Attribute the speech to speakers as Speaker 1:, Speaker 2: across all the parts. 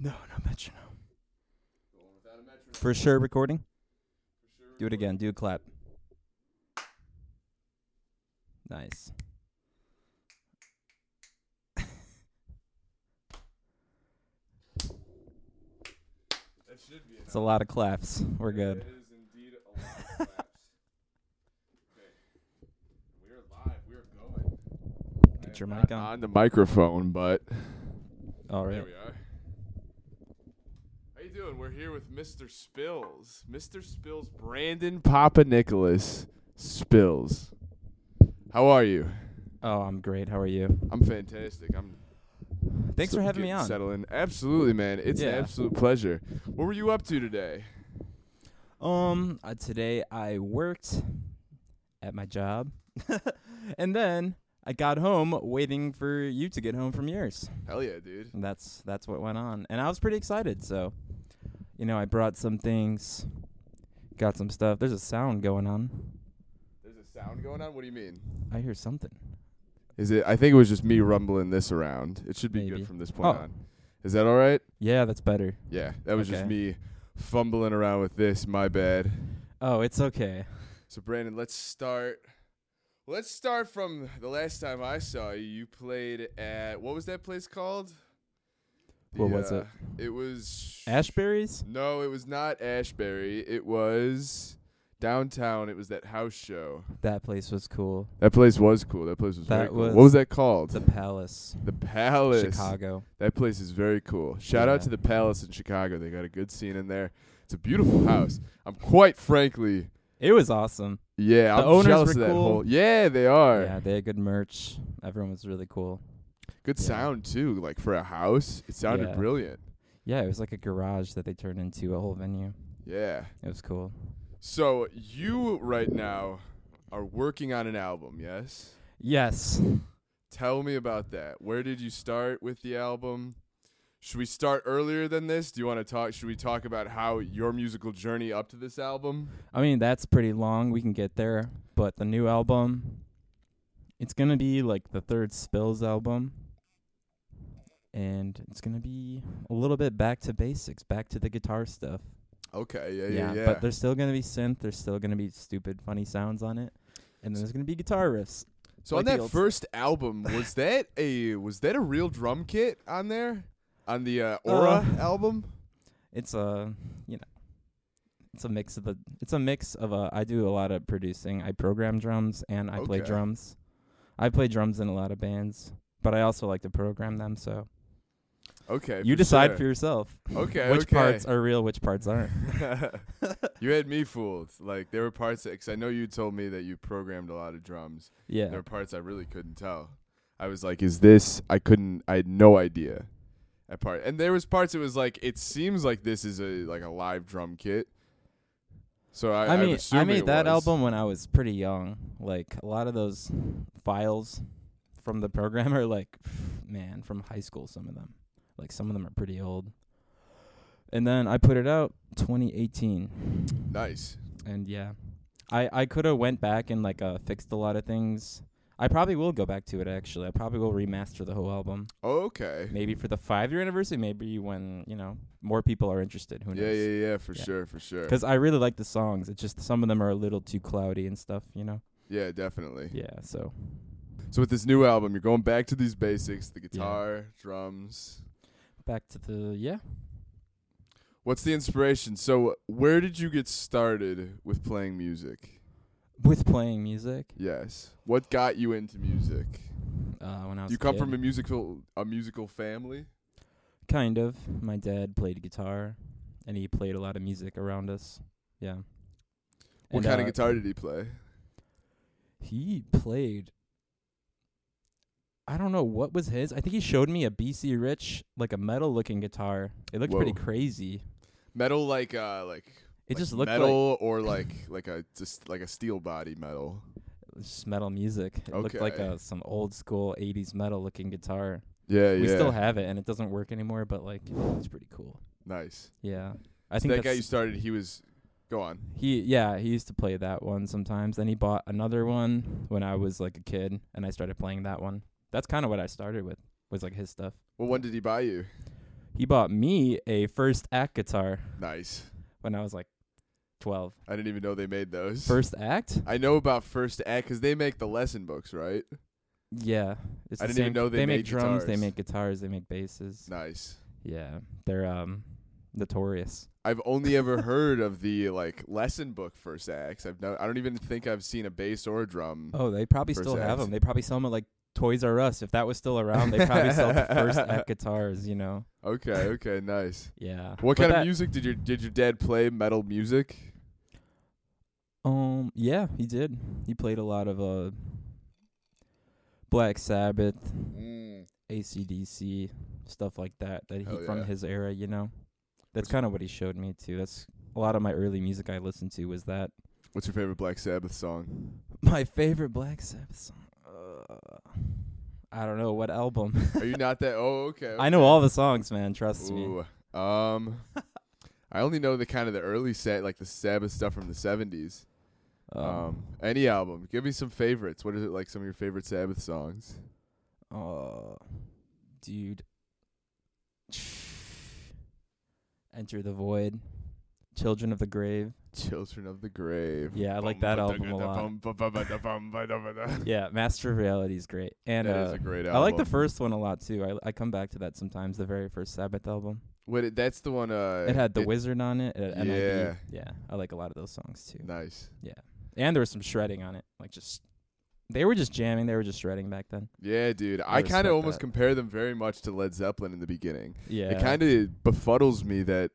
Speaker 1: No, no metronome. For sure, recording. Do it again. Do a clap. Nice.
Speaker 2: That should be
Speaker 1: It's a lot of claps. We're
Speaker 2: That
Speaker 1: good.
Speaker 2: is indeed a lot of claps. Okay. We're live. We're going. I
Speaker 1: Get
Speaker 2: am
Speaker 1: your
Speaker 2: not
Speaker 1: mic on.
Speaker 2: the microphone, but
Speaker 1: All
Speaker 2: there
Speaker 1: right.
Speaker 2: we are. How you doing? We're here with Mr. Spills. Mr. Spills, Brandon Papa Nicholas Spills. How are you?
Speaker 1: Oh, I'm great. How are you?
Speaker 2: I'm fantastic. I'm
Speaker 1: Thanks
Speaker 2: so-
Speaker 1: for having me
Speaker 2: getting
Speaker 1: on.
Speaker 2: Settling. Absolutely, man. It's an
Speaker 1: Yeah.
Speaker 2: absolute pleasure. What were you up to today?
Speaker 1: Um, uh, today I worked at my job, and then I got home waiting for you to get home from yours.
Speaker 2: Hell yeah, dude.
Speaker 1: And that's that's what went on, and I was pretty excited. So, you know, I brought some things, got some stuff. There's a sound going on.
Speaker 2: There's a sound going on. What do you mean?
Speaker 1: I hear something.
Speaker 2: Is it? I think it was just me rumbling this around. It should be
Speaker 1: Maybe.
Speaker 2: good from this point
Speaker 1: Oh.
Speaker 2: on. Is that all right?
Speaker 1: Yeah, that's better.
Speaker 2: Yeah, that was just
Speaker 1: Okay.
Speaker 2: me fumbling around with this. My bad.
Speaker 1: Oh, it's okay.
Speaker 2: So Brandon, let's start. Let's start from the last time I saw you. You played at what was that place called? uh,
Speaker 1: What was it?
Speaker 2: It was
Speaker 1: Ashberries.
Speaker 2: No, it was not Ashbury. It was downtown. It was that house show.
Speaker 1: That place was cool.
Speaker 2: That place was cool. That place was very
Speaker 1: That
Speaker 2: cool. what
Speaker 1: was-
Speaker 2: was that called?
Speaker 1: The Palace,
Speaker 2: the Palace.
Speaker 1: Chicago.
Speaker 2: That place is very cool. Shout out
Speaker 1: Yeah.
Speaker 2: to the Palace in Chicago. They got a good scene in there. It's a beautiful house. I'm quite frankly,
Speaker 1: It was awesome.
Speaker 2: yeah,
Speaker 1: The
Speaker 2: I'm
Speaker 1: owners
Speaker 2: jealous
Speaker 1: were
Speaker 2: of that
Speaker 1: cool.
Speaker 2: whole. Yeah, they are.
Speaker 1: Yeah, they had good merch. Everyone was really cool.
Speaker 2: Good
Speaker 1: Yeah.
Speaker 2: sound too. Like for a house, it sounded
Speaker 1: Yeah.
Speaker 2: brilliant.
Speaker 1: Yeah, it was like a garage that they turned into a whole venue.
Speaker 2: Yeah.
Speaker 1: It was cool.
Speaker 2: So you right now are working on an album, yes?
Speaker 1: Yes.
Speaker 2: Tell me about that. Where did you start with the album? Should we start earlier than this? Do you want to talk? Should we talk about how your musical journey up to this album?
Speaker 1: I mean, that's pretty long. We can get there. But the new album, it's going to be like the third Spills album. And it's going to be a little bit back to basics, back to the guitar stuff.
Speaker 2: Okay, yeah, Uh, yeah, yeah.
Speaker 1: But there's still going to be synth. There's still going to be stupid, funny sounds on it. And then there's going to be guitar riffs.
Speaker 2: so
Speaker 1: like the
Speaker 2: on that
Speaker 1: old-
Speaker 2: first album, was that a was that a real drum kit on there? On the uh, Aura
Speaker 1: Uh,
Speaker 2: album?
Speaker 1: it's a you know it's a mix of the it's a mix of a I do a lot of producing. I program drums and I play
Speaker 2: Okay.
Speaker 1: drums. I play drums in a lot of bands, but I also like to program them. So
Speaker 2: Okay.
Speaker 1: you
Speaker 2: for
Speaker 1: decide
Speaker 2: sure.
Speaker 1: for yourself
Speaker 2: Okay,
Speaker 1: which
Speaker 2: okay.
Speaker 1: parts are real, which parts aren't.
Speaker 2: you had me fooled. Like there were parts because I know you told me that you programmed a lot of drums. There
Speaker 1: Yeah,
Speaker 2: were parts I really couldn't tell. I was like, "Is this?" I couldn't. I had no idea. That part, and there was parts. It was like it seems like this is a like a live drum kit. So I,
Speaker 1: I
Speaker 2: I
Speaker 1: mean I,
Speaker 2: assume
Speaker 1: made
Speaker 2: it
Speaker 1: that
Speaker 2: was.
Speaker 1: album when I was pretty young. Like a lot of those files from the program are like man from high school. Some of them, like some of them are pretty old. And then I put it out 2018.
Speaker 2: Nice.
Speaker 1: and yeah i i could have went back and like uh fixed a lot of things i probably will go back to it actually i probably will remaster the whole album
Speaker 2: Okay.
Speaker 1: maybe for the five year anniversary maybe when you know more people are interested who knows
Speaker 2: Yeah, yeah, yeah, for
Speaker 1: Yeah.
Speaker 2: sure, for sure.
Speaker 1: Because I really like the songs. It's just some of them are a little too cloudy and stuff, you know?
Speaker 2: Yeah, definitely.
Speaker 1: Yeah, so.
Speaker 2: So with this new album, you're going back to these basics: the guitar, drums.
Speaker 1: Back to the. Yeah.
Speaker 2: What's the inspiration? So where did you get started with playing music?
Speaker 1: With playing music.
Speaker 2: Yes. What got you into music?
Speaker 1: Uh, when I was
Speaker 2: You come
Speaker 1: a
Speaker 2: from
Speaker 1: kid.
Speaker 2: a musical a musical family?
Speaker 1: Kind of. My dad played guitar, and he played a lot of music around us. Yeah. And,
Speaker 2: What kind
Speaker 1: uh,
Speaker 2: of guitar did he play?
Speaker 1: he played I don't know what was his. I think he showed me a BC Rich, like a metal looking guitar. It looked pretty
Speaker 2: Whoa.
Speaker 1: crazy.
Speaker 2: Metal like uh like
Speaker 1: It
Speaker 2: like
Speaker 1: just looked
Speaker 2: metal or like like a just like a steel body metal.
Speaker 1: like it's just metal music. It looked like
Speaker 2: Okay.
Speaker 1: a, some old school 80s metal looking guitar.
Speaker 2: Yeah, yeah.
Speaker 1: We still have it and it doesn't work anymore, but like it's pretty cool.
Speaker 2: nice.
Speaker 1: Yeah. I
Speaker 2: I
Speaker 1: think
Speaker 2: that got
Speaker 1: that's-
Speaker 2: you started. He was go on.
Speaker 1: he yeah, he used to play that one sometimes. Then he bought another one when I was like a kid and I started playing that one. That's kind of what I started with. Was like his stuff.
Speaker 2: Well, when did he buy you?
Speaker 1: He bought me a first act guitar
Speaker 2: Nice.
Speaker 1: when I was like 12.
Speaker 2: I didn't even know they made those.
Speaker 1: First act?
Speaker 2: I know about first act because they make the lesson books, right?
Speaker 1: Yeah. It's
Speaker 2: I
Speaker 1: the
Speaker 2: didn't even
Speaker 1: same-
Speaker 2: know they
Speaker 1: make
Speaker 2: made
Speaker 1: drums, they
Speaker 2: guitars.
Speaker 1: make guitars, they make basses.
Speaker 2: Nice.
Speaker 1: Yeah. They're um notorious.
Speaker 2: I've only ever heard of the like lesson book first acts. I've no, I don't even think I've seen a bass or a drum.
Speaker 1: Oh, they probably
Speaker 2: First
Speaker 1: still have 'em.
Speaker 2: act.
Speaker 1: have them. They probably sell them at like Toys R Us. If that was still around, they probably sell the first act guitars, you know?
Speaker 2: Okay, okay, nice.
Speaker 1: Yeah. But
Speaker 2: What kind of
Speaker 1: that-
Speaker 2: music did your did your dad play? Metal music?
Speaker 1: Um. Yeah, he did. He played a lot of uh. Black Sabbath, ACDC, stuff like that. That he
Speaker 2: Hell
Speaker 1: from
Speaker 2: yeah.
Speaker 1: his era, you know. That's
Speaker 2: Which-
Speaker 1: kind of what he showed me too. That's a lot of my early music I listened to was that.
Speaker 2: What's your favorite Black Sabbath song?
Speaker 1: My favorite Black Sabbath song. Uh, I don't know what album.
Speaker 2: Are you not that? Oh, okay.
Speaker 1: I know all the songs, man. Trust me.
Speaker 2: Ooh, um, I only know the kind of the early set, like the Sabbath stuff from the '70s.
Speaker 1: Um,
Speaker 2: Um, any album. Give me some favorites. What is it like? Some of your favorite Sabbath songs?
Speaker 1: uh, dude. Enter the Void, Children of the Grave.
Speaker 2: Children of the Grave.
Speaker 1: Yeah, I like that album a lot.
Speaker 2: lot.
Speaker 1: Yeah, Master of Reality is great, and
Speaker 2: that
Speaker 1: uh,
Speaker 2: is a great album.
Speaker 1: I like the first one a lot too. I I come back to that sometimes. The very first Sabbath album,
Speaker 2: What? It, that's the one. Uh,
Speaker 1: it had the Wizard on it. uh, it had
Speaker 2: Yeah.
Speaker 1: NIB. yeah, I like a lot of those songs too.
Speaker 2: Nice.
Speaker 1: And there was some shredding on it, like just they were just jamming. They were just shredding back then.
Speaker 2: Yeah, dude.
Speaker 1: I
Speaker 2: I kind
Speaker 1: respect
Speaker 2: of almost
Speaker 1: that.
Speaker 2: compare them very much to Led Zeppelin in the beginning.
Speaker 1: Yeah,
Speaker 2: It kind of befuddles me that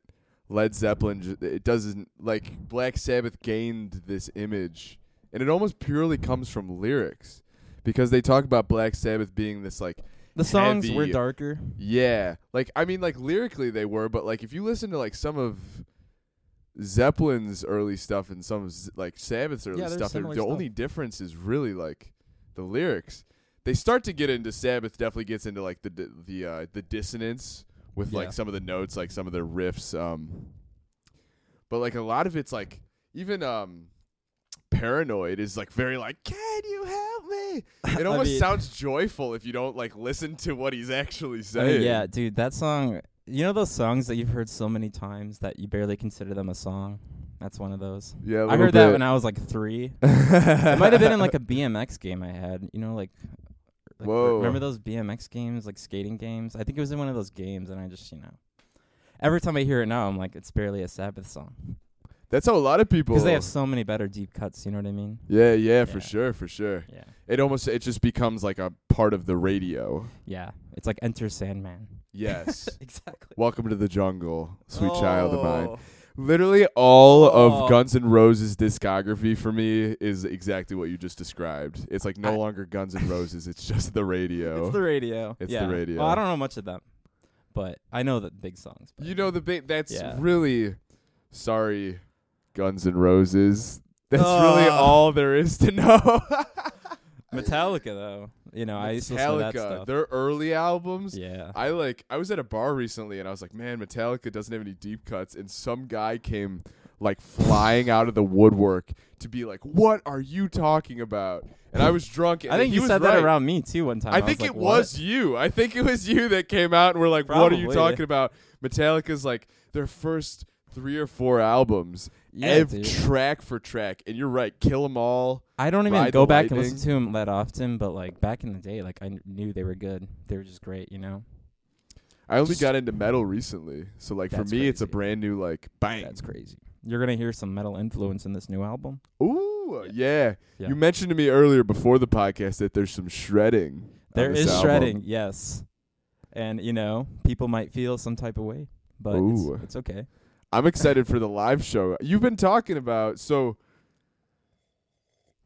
Speaker 2: Led Zeppelin j- it doesn't like Black Sabbath gained this image, and it almost purely comes from lyrics because they talk about Black Sabbath being this like
Speaker 1: the songs were
Speaker 2: heavy.
Speaker 1: darker.
Speaker 2: yeah, like I mean like lyrically they were, but like if you listen to like some of Zeppelin's early stuff and some of Z- like Sabbath's early
Speaker 1: Yeah, there's
Speaker 2: stuff, they're-
Speaker 1: similar
Speaker 2: the
Speaker 1: stuff.
Speaker 2: only difference is really like the lyrics. They start to get into Sabbath definitely gets into like the di- the uh, the dissonance with
Speaker 1: Yeah.
Speaker 2: like some of the notes, like some of the riffs. Um, but like a lot of it's like even um, paranoid is like very like can you help me? It
Speaker 1: I
Speaker 2: almost
Speaker 1: mean-
Speaker 2: sounds joyful if you don't like listen to what he's actually
Speaker 1: I mean,
Speaker 2: saying.
Speaker 1: yeah, dude, that song. You know those songs that you've heard so many times that you barely consider them a song. That's one of those.
Speaker 2: yeah.
Speaker 1: I heard that when I was like three.
Speaker 2: I
Speaker 1: it might have been in like a BMX game I had. You know, like, like
Speaker 2: Whoa.
Speaker 1: remember those BMX games, like skating games? I think it was in one of those games, and I just you know, every time I hear it now, I'm like, it's barely a Sabbath song
Speaker 2: That's how a lot of people.
Speaker 1: because they have so many better deep cuts. You know what I mean?
Speaker 2: yeah, yeah, for
Speaker 1: Yeah.
Speaker 2: sure, for sure.
Speaker 1: Yeah,
Speaker 2: It almost it just becomes like a part of the radio.
Speaker 1: yeah. It's like Enter Sandman.
Speaker 2: Yes.
Speaker 1: Exactly.
Speaker 2: Welcome to the jungle, sweet child of mine. Literally all
Speaker 1: Oh.
Speaker 2: of Guns N' Roses discography for me is exactly what you just described. It's like no
Speaker 1: I-
Speaker 2: longer Guns N' Roses, it's just the radio.
Speaker 1: It's the radio.
Speaker 2: It's the
Speaker 1: yeah.
Speaker 2: radio.
Speaker 1: Well, I don't know much of them, but I know the big songs. but-
Speaker 2: you know the big that's
Speaker 1: Yeah.
Speaker 2: really sorry Guns N' Roses. That's really
Speaker 1: Ugh.
Speaker 2: all there is to know.
Speaker 1: Metallica though. You know, I used to listen to that
Speaker 2: Metallica,
Speaker 1: stuff.
Speaker 2: their early albums.
Speaker 1: yeah.
Speaker 2: I like I was at a bar recently and I was like, man, Metallica doesn't have any deep cuts, and some guy came like flying out of the woodwork to be like, "What are you talking about?" And I was drunk. And
Speaker 1: I think
Speaker 2: he
Speaker 1: you
Speaker 2: was
Speaker 1: said
Speaker 2: right.
Speaker 1: that around me too one time.
Speaker 2: I
Speaker 1: was
Speaker 2: think
Speaker 1: like,
Speaker 2: it
Speaker 1: "What?"
Speaker 2: was you. I think it was you that came out and were like, "What are you
Speaker 1: Probably.
Speaker 2: talking about?" Metallica's like their first three or four albums,
Speaker 1: Yeah,
Speaker 2: ev-
Speaker 1: dude.
Speaker 2: track for track, and you're right, kill 'em all.
Speaker 1: I don't even
Speaker 2: Ride
Speaker 1: go
Speaker 2: the
Speaker 1: back and
Speaker 2: Lightning.
Speaker 1: listen to them that often, but like back in the day, like I kn- knew they were good. They were just great, you know.
Speaker 2: I only
Speaker 1: Just-
Speaker 2: got into metal recently, so like for me,
Speaker 1: That's
Speaker 2: it's a
Speaker 1: crazy.
Speaker 2: brand new like bang.
Speaker 1: That's crazy. You're gonna hear some metal influence in this new album.
Speaker 2: Ooh, yeah.
Speaker 1: Yeah.
Speaker 2: You mentioned to me earlier before the podcast that there's some shredding.
Speaker 1: There
Speaker 2: on
Speaker 1: is
Speaker 2: this album.
Speaker 1: shredding, yes, and you know people might feel some type of way, but
Speaker 2: Ooh.
Speaker 1: it's, it's okay.
Speaker 2: I'm excited for the live show. You've been talking about so.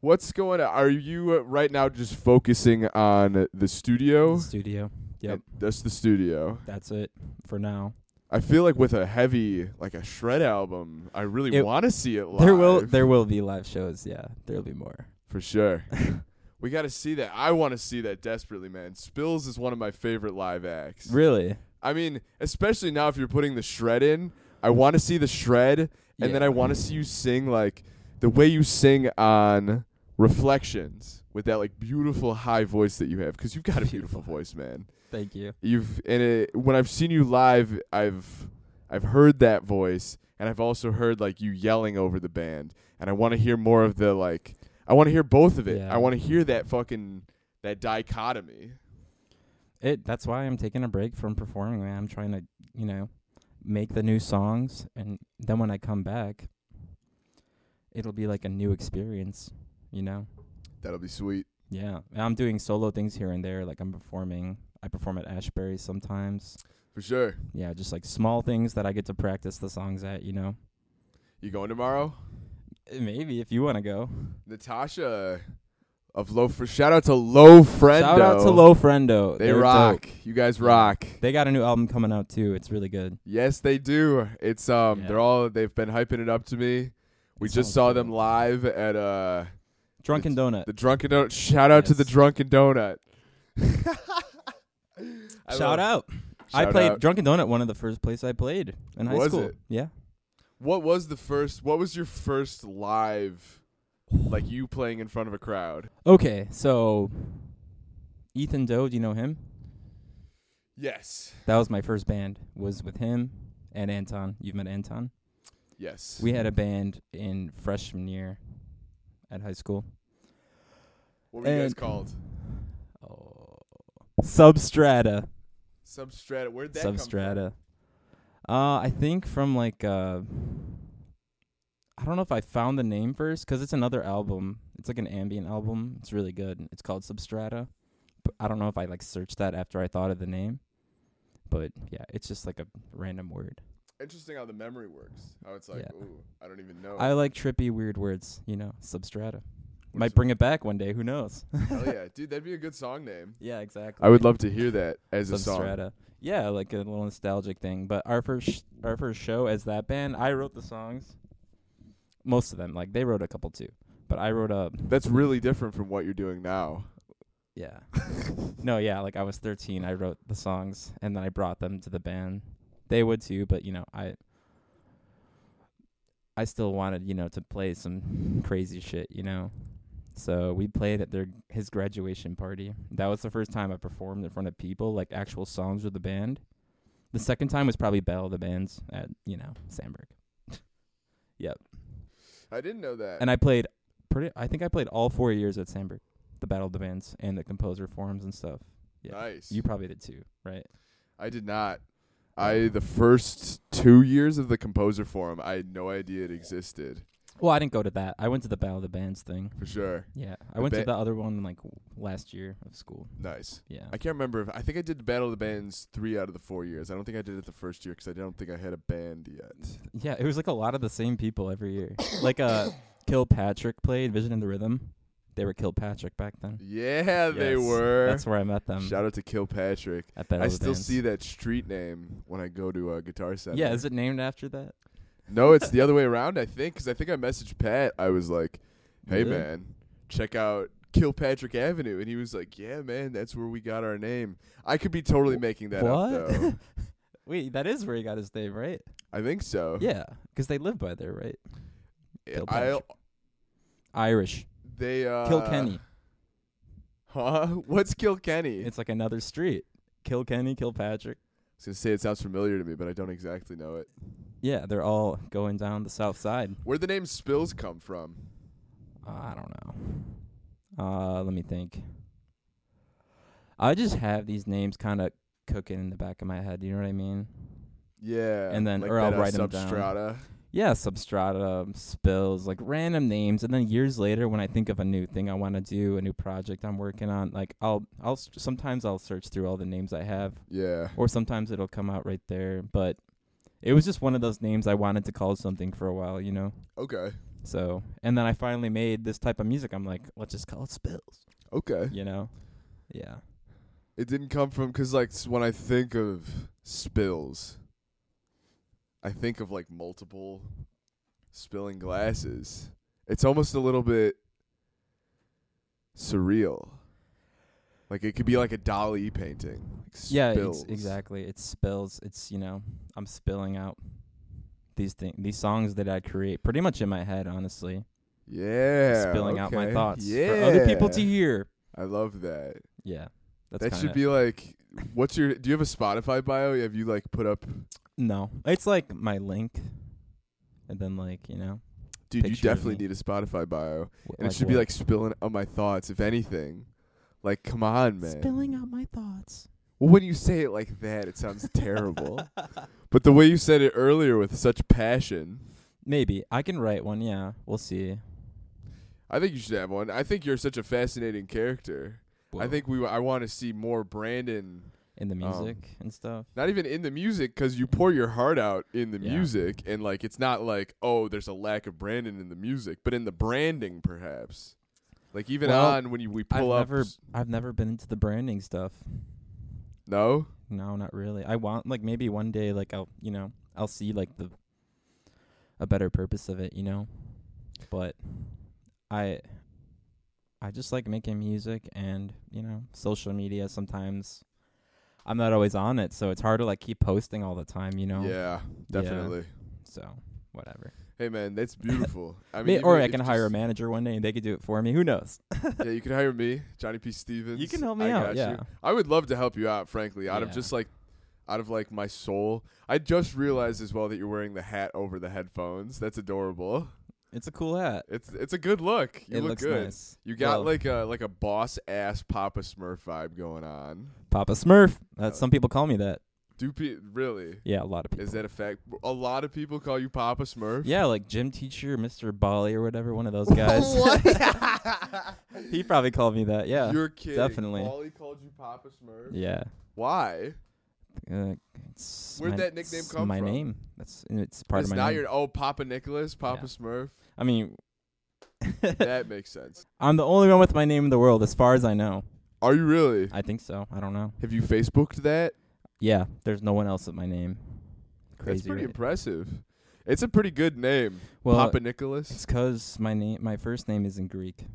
Speaker 2: What's going on? Are you uh, right now just focusing on the studio?
Speaker 1: Studio, yep,
Speaker 2: And That's the studio.
Speaker 1: that's it for now.
Speaker 2: I feel like with a heavy, like a shred album, I really
Speaker 1: It-
Speaker 2: want to see it live.
Speaker 1: There will there will be live shows. Yeah, there'll be more.
Speaker 2: for sure. we got to see that. I want to see that desperately, man. Spills is one of my favorite live acts.
Speaker 1: Really?
Speaker 2: I mean, especially now if you're putting the shred in, I want to see the shred, and then
Speaker 1: Yeah.
Speaker 2: I want to see you sing like the way you sing on Reflections with that like beautiful high voice that you have because you've got a
Speaker 1: Beautiful.
Speaker 2: beautiful voice, man.
Speaker 1: Thank you.
Speaker 2: You've and it, when I've seen you live, I've I've heard that voice, and I've also heard like you yelling over the band, and I want to hear more of the like. I want to hear both of it.
Speaker 1: Yeah.
Speaker 2: I want to hear that fucking that dichotomy.
Speaker 1: It that's why I'm taking a break from performing, man. I'm trying to, you know, make the new songs and then when I come back it'll be like a new experience, you know?
Speaker 2: That'll be sweet.
Speaker 1: Yeah. And I'm doing solo things here and there, like I'm performing I perform at Ashbury sometimes.
Speaker 2: For sure.
Speaker 1: Yeah, just like small things that I get to practice the songs at, you know.
Speaker 2: You going tomorrow?
Speaker 1: Eh, Maybe if you want to go.
Speaker 2: Natasha of Low Fr- shout out to Low Friendo.
Speaker 1: Shout out to Low Friendo.
Speaker 2: They
Speaker 1: They're
Speaker 2: rock.
Speaker 1: dope.
Speaker 2: You guys rock.
Speaker 1: They got a new album coming out too. It's really good.
Speaker 2: Yes, they do. It's um
Speaker 1: Yeah.
Speaker 2: they're all they've been hyping it up to me. We
Speaker 1: It
Speaker 2: just
Speaker 1: sounds
Speaker 2: saw
Speaker 1: good.
Speaker 2: them live at uh
Speaker 1: Drunken Donut.
Speaker 2: the Drunken Donut. Shout out to the
Speaker 1: Yes.
Speaker 2: Drunken Donut. I
Speaker 1: Shout
Speaker 2: love-
Speaker 1: out. I
Speaker 2: shout
Speaker 1: played
Speaker 2: out.
Speaker 1: Drunken Donut, one of the first places I played in high
Speaker 2: Was
Speaker 1: school.
Speaker 2: it?
Speaker 1: Yeah.
Speaker 2: What was the first what was your first live like you playing in front of a crowd?
Speaker 1: Okay, so Ethan Doe, do you know him?
Speaker 2: Yes.
Speaker 1: That was my first band. Was with him and Anton. You've met Anton.
Speaker 2: Yes.
Speaker 1: We had a band in freshman year at high school.
Speaker 2: what were you guys
Speaker 1: and-
Speaker 2: called?
Speaker 1: Oh. Substrata.
Speaker 2: Substrata. Where'd that come from?
Speaker 1: Substrata. Uh, I think from like uh, I don't know if I found the name first 'cause it's another album. It's like an ambient album. It's really good. It's called Substrata. But I don't know if I like searched that after I thought of the name. But yeah, it's just like a random word.
Speaker 2: Interesting how the memory works. How it's like,
Speaker 1: Yeah.
Speaker 2: ooh, I don't even know.
Speaker 1: I like trippy, weird words. You know, Substrata.
Speaker 2: What is
Speaker 1: Might
Speaker 2: it?
Speaker 1: bring it back one day. Who knows?
Speaker 2: Hell yeah, dude, that'd be a good song name.
Speaker 1: yeah, exactly.
Speaker 2: I would love to hear that as a song.
Speaker 1: Substrata. Yeah, like a little nostalgic thing. But our first sh- our first show as that band, I wrote the songs. Most of them, like they wrote a couple too, but I wrote a
Speaker 2: That's really different from what you're doing now.
Speaker 1: yeah. no, yeah, like I was 13, I wrote the songs and then I brought them to the band. They would too, but you know, I I still wanted, you know, to play some crazy shit, you know. So we played at their his graduation party. That was the first time I performed in front of people, like actual songs with the band. The second time was probably Battle of the Bands at, you know, Sandberg.
Speaker 2: I didn't know that.
Speaker 1: And I played pretty I think I played all 4 years at Sandberg, the Battle of the Bands and the composer forums and stuff. yeah.
Speaker 2: Nice.
Speaker 1: You probably did too, right?
Speaker 2: I did not. I the first two years of the composer forum, I had no idea it existed
Speaker 1: Well, I didn't go to that. I went to the Battle of the Bands thing.
Speaker 2: for sure.
Speaker 1: Yeah, I
Speaker 2: The
Speaker 1: went
Speaker 2: ba-
Speaker 1: to the other one like w- last year of school.
Speaker 2: Nice.
Speaker 1: Yeah,
Speaker 2: I can't remember if I think I did the Battle of the Bands three out of the four years. I don't think I did it the first year 'cause I don't think I had a band yet.
Speaker 1: yeah. It was like a lot of the same people every year. like uh, Kilpatrick played Vision and the Rhythm. They were Kilpatrick back then.
Speaker 2: Yeah, they
Speaker 1: Yes,
Speaker 2: were.
Speaker 1: That's where I met them
Speaker 2: Shout out to Kilpatrick.
Speaker 1: at Battle
Speaker 2: I
Speaker 1: of the
Speaker 2: still
Speaker 1: Bands.
Speaker 2: see that street name when I go to a guitar center.
Speaker 1: Yeah, is it named after that?
Speaker 2: no, it's the other way around. I think because I think I messaged Pat. I was like, "Hey
Speaker 1: Really?
Speaker 2: man, check out Kilpatrick Avenue," and he was like, "Yeah man, that's where we got our name." I could be totally making that up though.
Speaker 1: what? Wait, that is where he got his name, right?
Speaker 2: I think so.
Speaker 1: Yeah, 'cause they live by there, right?
Speaker 2: I
Speaker 1: Kilpatrick. Irish
Speaker 2: they uh,
Speaker 1: Kilkenny.
Speaker 2: Huh? What's Kilkenny?
Speaker 1: It's like another street. Kilkenny, Kilpatrick.
Speaker 2: I was gonna say it sounds familiar to me, but I don't exactly know it.
Speaker 1: Yeah, they're all going down the south side.
Speaker 2: Where the name Spills come from?
Speaker 1: Uh, I don't know. Uh, let me think. I just have these names kind of cooking in the back of my head. You know what I mean?
Speaker 2: Yeah,
Speaker 1: And then-
Speaker 2: like
Speaker 1: or I'll
Speaker 2: that, uh,
Speaker 1: write 'em down.
Speaker 2: Substrata.
Speaker 1: Yeah, substrata, spills, like random names, and then years later, when I think of a new thing I want to do, a new project I'm working on, like I'll, I'll s- sometimes I'll search through all the names I have,
Speaker 2: Yeah.
Speaker 1: or sometimes it'll come out right there. But it was just one of those names I wanted to call something for a while, you know.
Speaker 2: Okay.
Speaker 1: So, and then I finally made this type of music. I'm like, let's just call it spills,
Speaker 2: Okay.
Speaker 1: you know? Yeah.
Speaker 2: It didn't come from because like s- when I think of spills, I think of like multiple spilling glasses. It's almost a little bit surreal. Like it could be like a Dali painting. Like
Speaker 1: Yeah, ex-
Speaker 2: spills.
Speaker 1: exactly. It spills. It's you know, I'm spilling out these thing, these songs that I create, pretty much in my head, honestly,
Speaker 2: Yeah,
Speaker 1: spilling out my
Speaker 2: okay.
Speaker 1: thoughts
Speaker 2: Yeah,
Speaker 1: for other people to hear.
Speaker 2: I love that.
Speaker 1: Yeah, that's
Speaker 2: that
Speaker 1: kinda-
Speaker 2: should be like What's your? Do you have a Spotify bio? Have you like put up?
Speaker 1: No, it's like my link, and then like you know,
Speaker 2: Dude,
Speaker 1: Picture of
Speaker 2: you definitely
Speaker 1: me.
Speaker 2: need a Spotify bio,
Speaker 1: wh-
Speaker 2: and it should be
Speaker 1: what?
Speaker 2: like spilling on my thoughts, if anything. Like, come on, man.
Speaker 1: spilling out my thoughts.
Speaker 2: Well, when you say it like that, it sounds terrible. But the way you said it earlier with such passion,
Speaker 1: Maybe I can write one. Yeah, we'll see.
Speaker 2: I think you should have one. I think you're such a fascinating character. I
Speaker 1: Whoa.
Speaker 2: think we. I want to see more Brandon.
Speaker 1: in the
Speaker 2: um,
Speaker 1: music and stuff.
Speaker 2: Not even in the music, because you pour your heart out in the
Speaker 1: Yeah.
Speaker 2: music, and like it's not like oh, there's a lack of Brandon in the music, but in the branding, perhaps. Like even
Speaker 1: Well,
Speaker 2: on when you we pull
Speaker 1: I've
Speaker 2: up.
Speaker 1: never I've never been into the branding stuff.
Speaker 2: no,
Speaker 1: No, not really. I want like maybe one day like I'll you know I'll see like the a better purpose of it, you know. But I I just like making music and you know social media. Sometimes I'm not always on it, so it's hard to like keep posting all the time, you know.
Speaker 2: yeah, definitely.
Speaker 1: So whatever.
Speaker 2: Hey man, that's beautiful. I
Speaker 1: May-
Speaker 2: mean,
Speaker 1: or
Speaker 2: even
Speaker 1: I
Speaker 2: if
Speaker 1: can hire a
Speaker 2: just-
Speaker 1: manager one day and they could do it for me. Who knows?
Speaker 2: yeah, you can hire me, Johnny P. Stevens.
Speaker 1: You can help me
Speaker 2: I
Speaker 1: out.
Speaker 2: got
Speaker 1: Yeah.
Speaker 2: you. I would love to help you out, frankly, out of
Speaker 1: Yeah.
Speaker 2: just like out of like my soul. I just realized as well that you're wearing the hat over the headphones. That's adorable.
Speaker 1: It's a cool hat.
Speaker 2: It's it's a good look. You
Speaker 1: it
Speaker 2: look
Speaker 1: looks
Speaker 2: good.
Speaker 1: nice.
Speaker 2: You got
Speaker 1: Well-
Speaker 2: like a like a boss ass Papa Smurf vibe going on.
Speaker 1: Papa Smurf. That's
Speaker 2: Oh.
Speaker 1: some people call me that.
Speaker 2: Do pe- really?
Speaker 1: Yeah, a lot of people.
Speaker 2: Is that a fact? A lot of people call you Papa Smurf.
Speaker 1: yeah, like gym teacher, Mr. Bali, or whatever, one of those guys.
Speaker 2: what?
Speaker 1: he probably called me that. Yeah.
Speaker 2: You're kidding.
Speaker 1: definitely.
Speaker 2: Wally called you Papa Smurf.
Speaker 1: yeah.
Speaker 2: Why?
Speaker 1: Uh, it's
Speaker 2: Where'd
Speaker 1: my-
Speaker 2: that nickname
Speaker 1: it's
Speaker 2: come
Speaker 1: my
Speaker 2: from?
Speaker 1: name. That's it's part
Speaker 2: It's
Speaker 1: of my
Speaker 2: now
Speaker 1: name.
Speaker 2: you're oh Papa Nicholas, Papa
Speaker 1: Yeah.
Speaker 2: Smurf.
Speaker 1: I mean,
Speaker 2: That makes sense.
Speaker 1: I'm the only one with my name in the world, as far as I know.
Speaker 2: Are you really?
Speaker 1: I think so. I don't know.
Speaker 2: Have you Facebooked that?
Speaker 1: Yeah, there's no one else with my name. Crazy.
Speaker 2: That's pretty
Speaker 1: right?
Speaker 2: impressive. It's a pretty good name,
Speaker 1: well,
Speaker 2: Papa Nicholas.
Speaker 1: It's 'cause my name, my first name isn't Greek,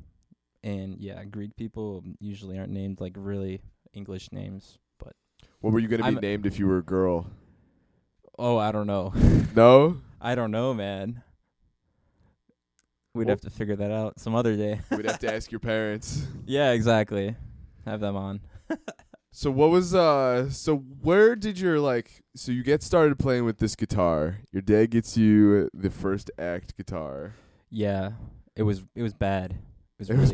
Speaker 1: and yeah, Greek people usually aren't named like really English names. But
Speaker 2: What were you gonna be
Speaker 1: I'm-
Speaker 2: named if you were a girl?
Speaker 1: oh, I don't know.
Speaker 2: No,
Speaker 1: I don't know, man. We'd
Speaker 2: Well-
Speaker 1: have to figure that out some other day.
Speaker 2: we'd have to ask your parents.
Speaker 1: yeah, exactly. Have them on.
Speaker 2: So what was uh? So where did your like? So you get started playing with this guitar. Your dad gets you the first act guitar.
Speaker 1: Yeah, it was it was bad. It was,
Speaker 2: It
Speaker 1: really
Speaker 2: was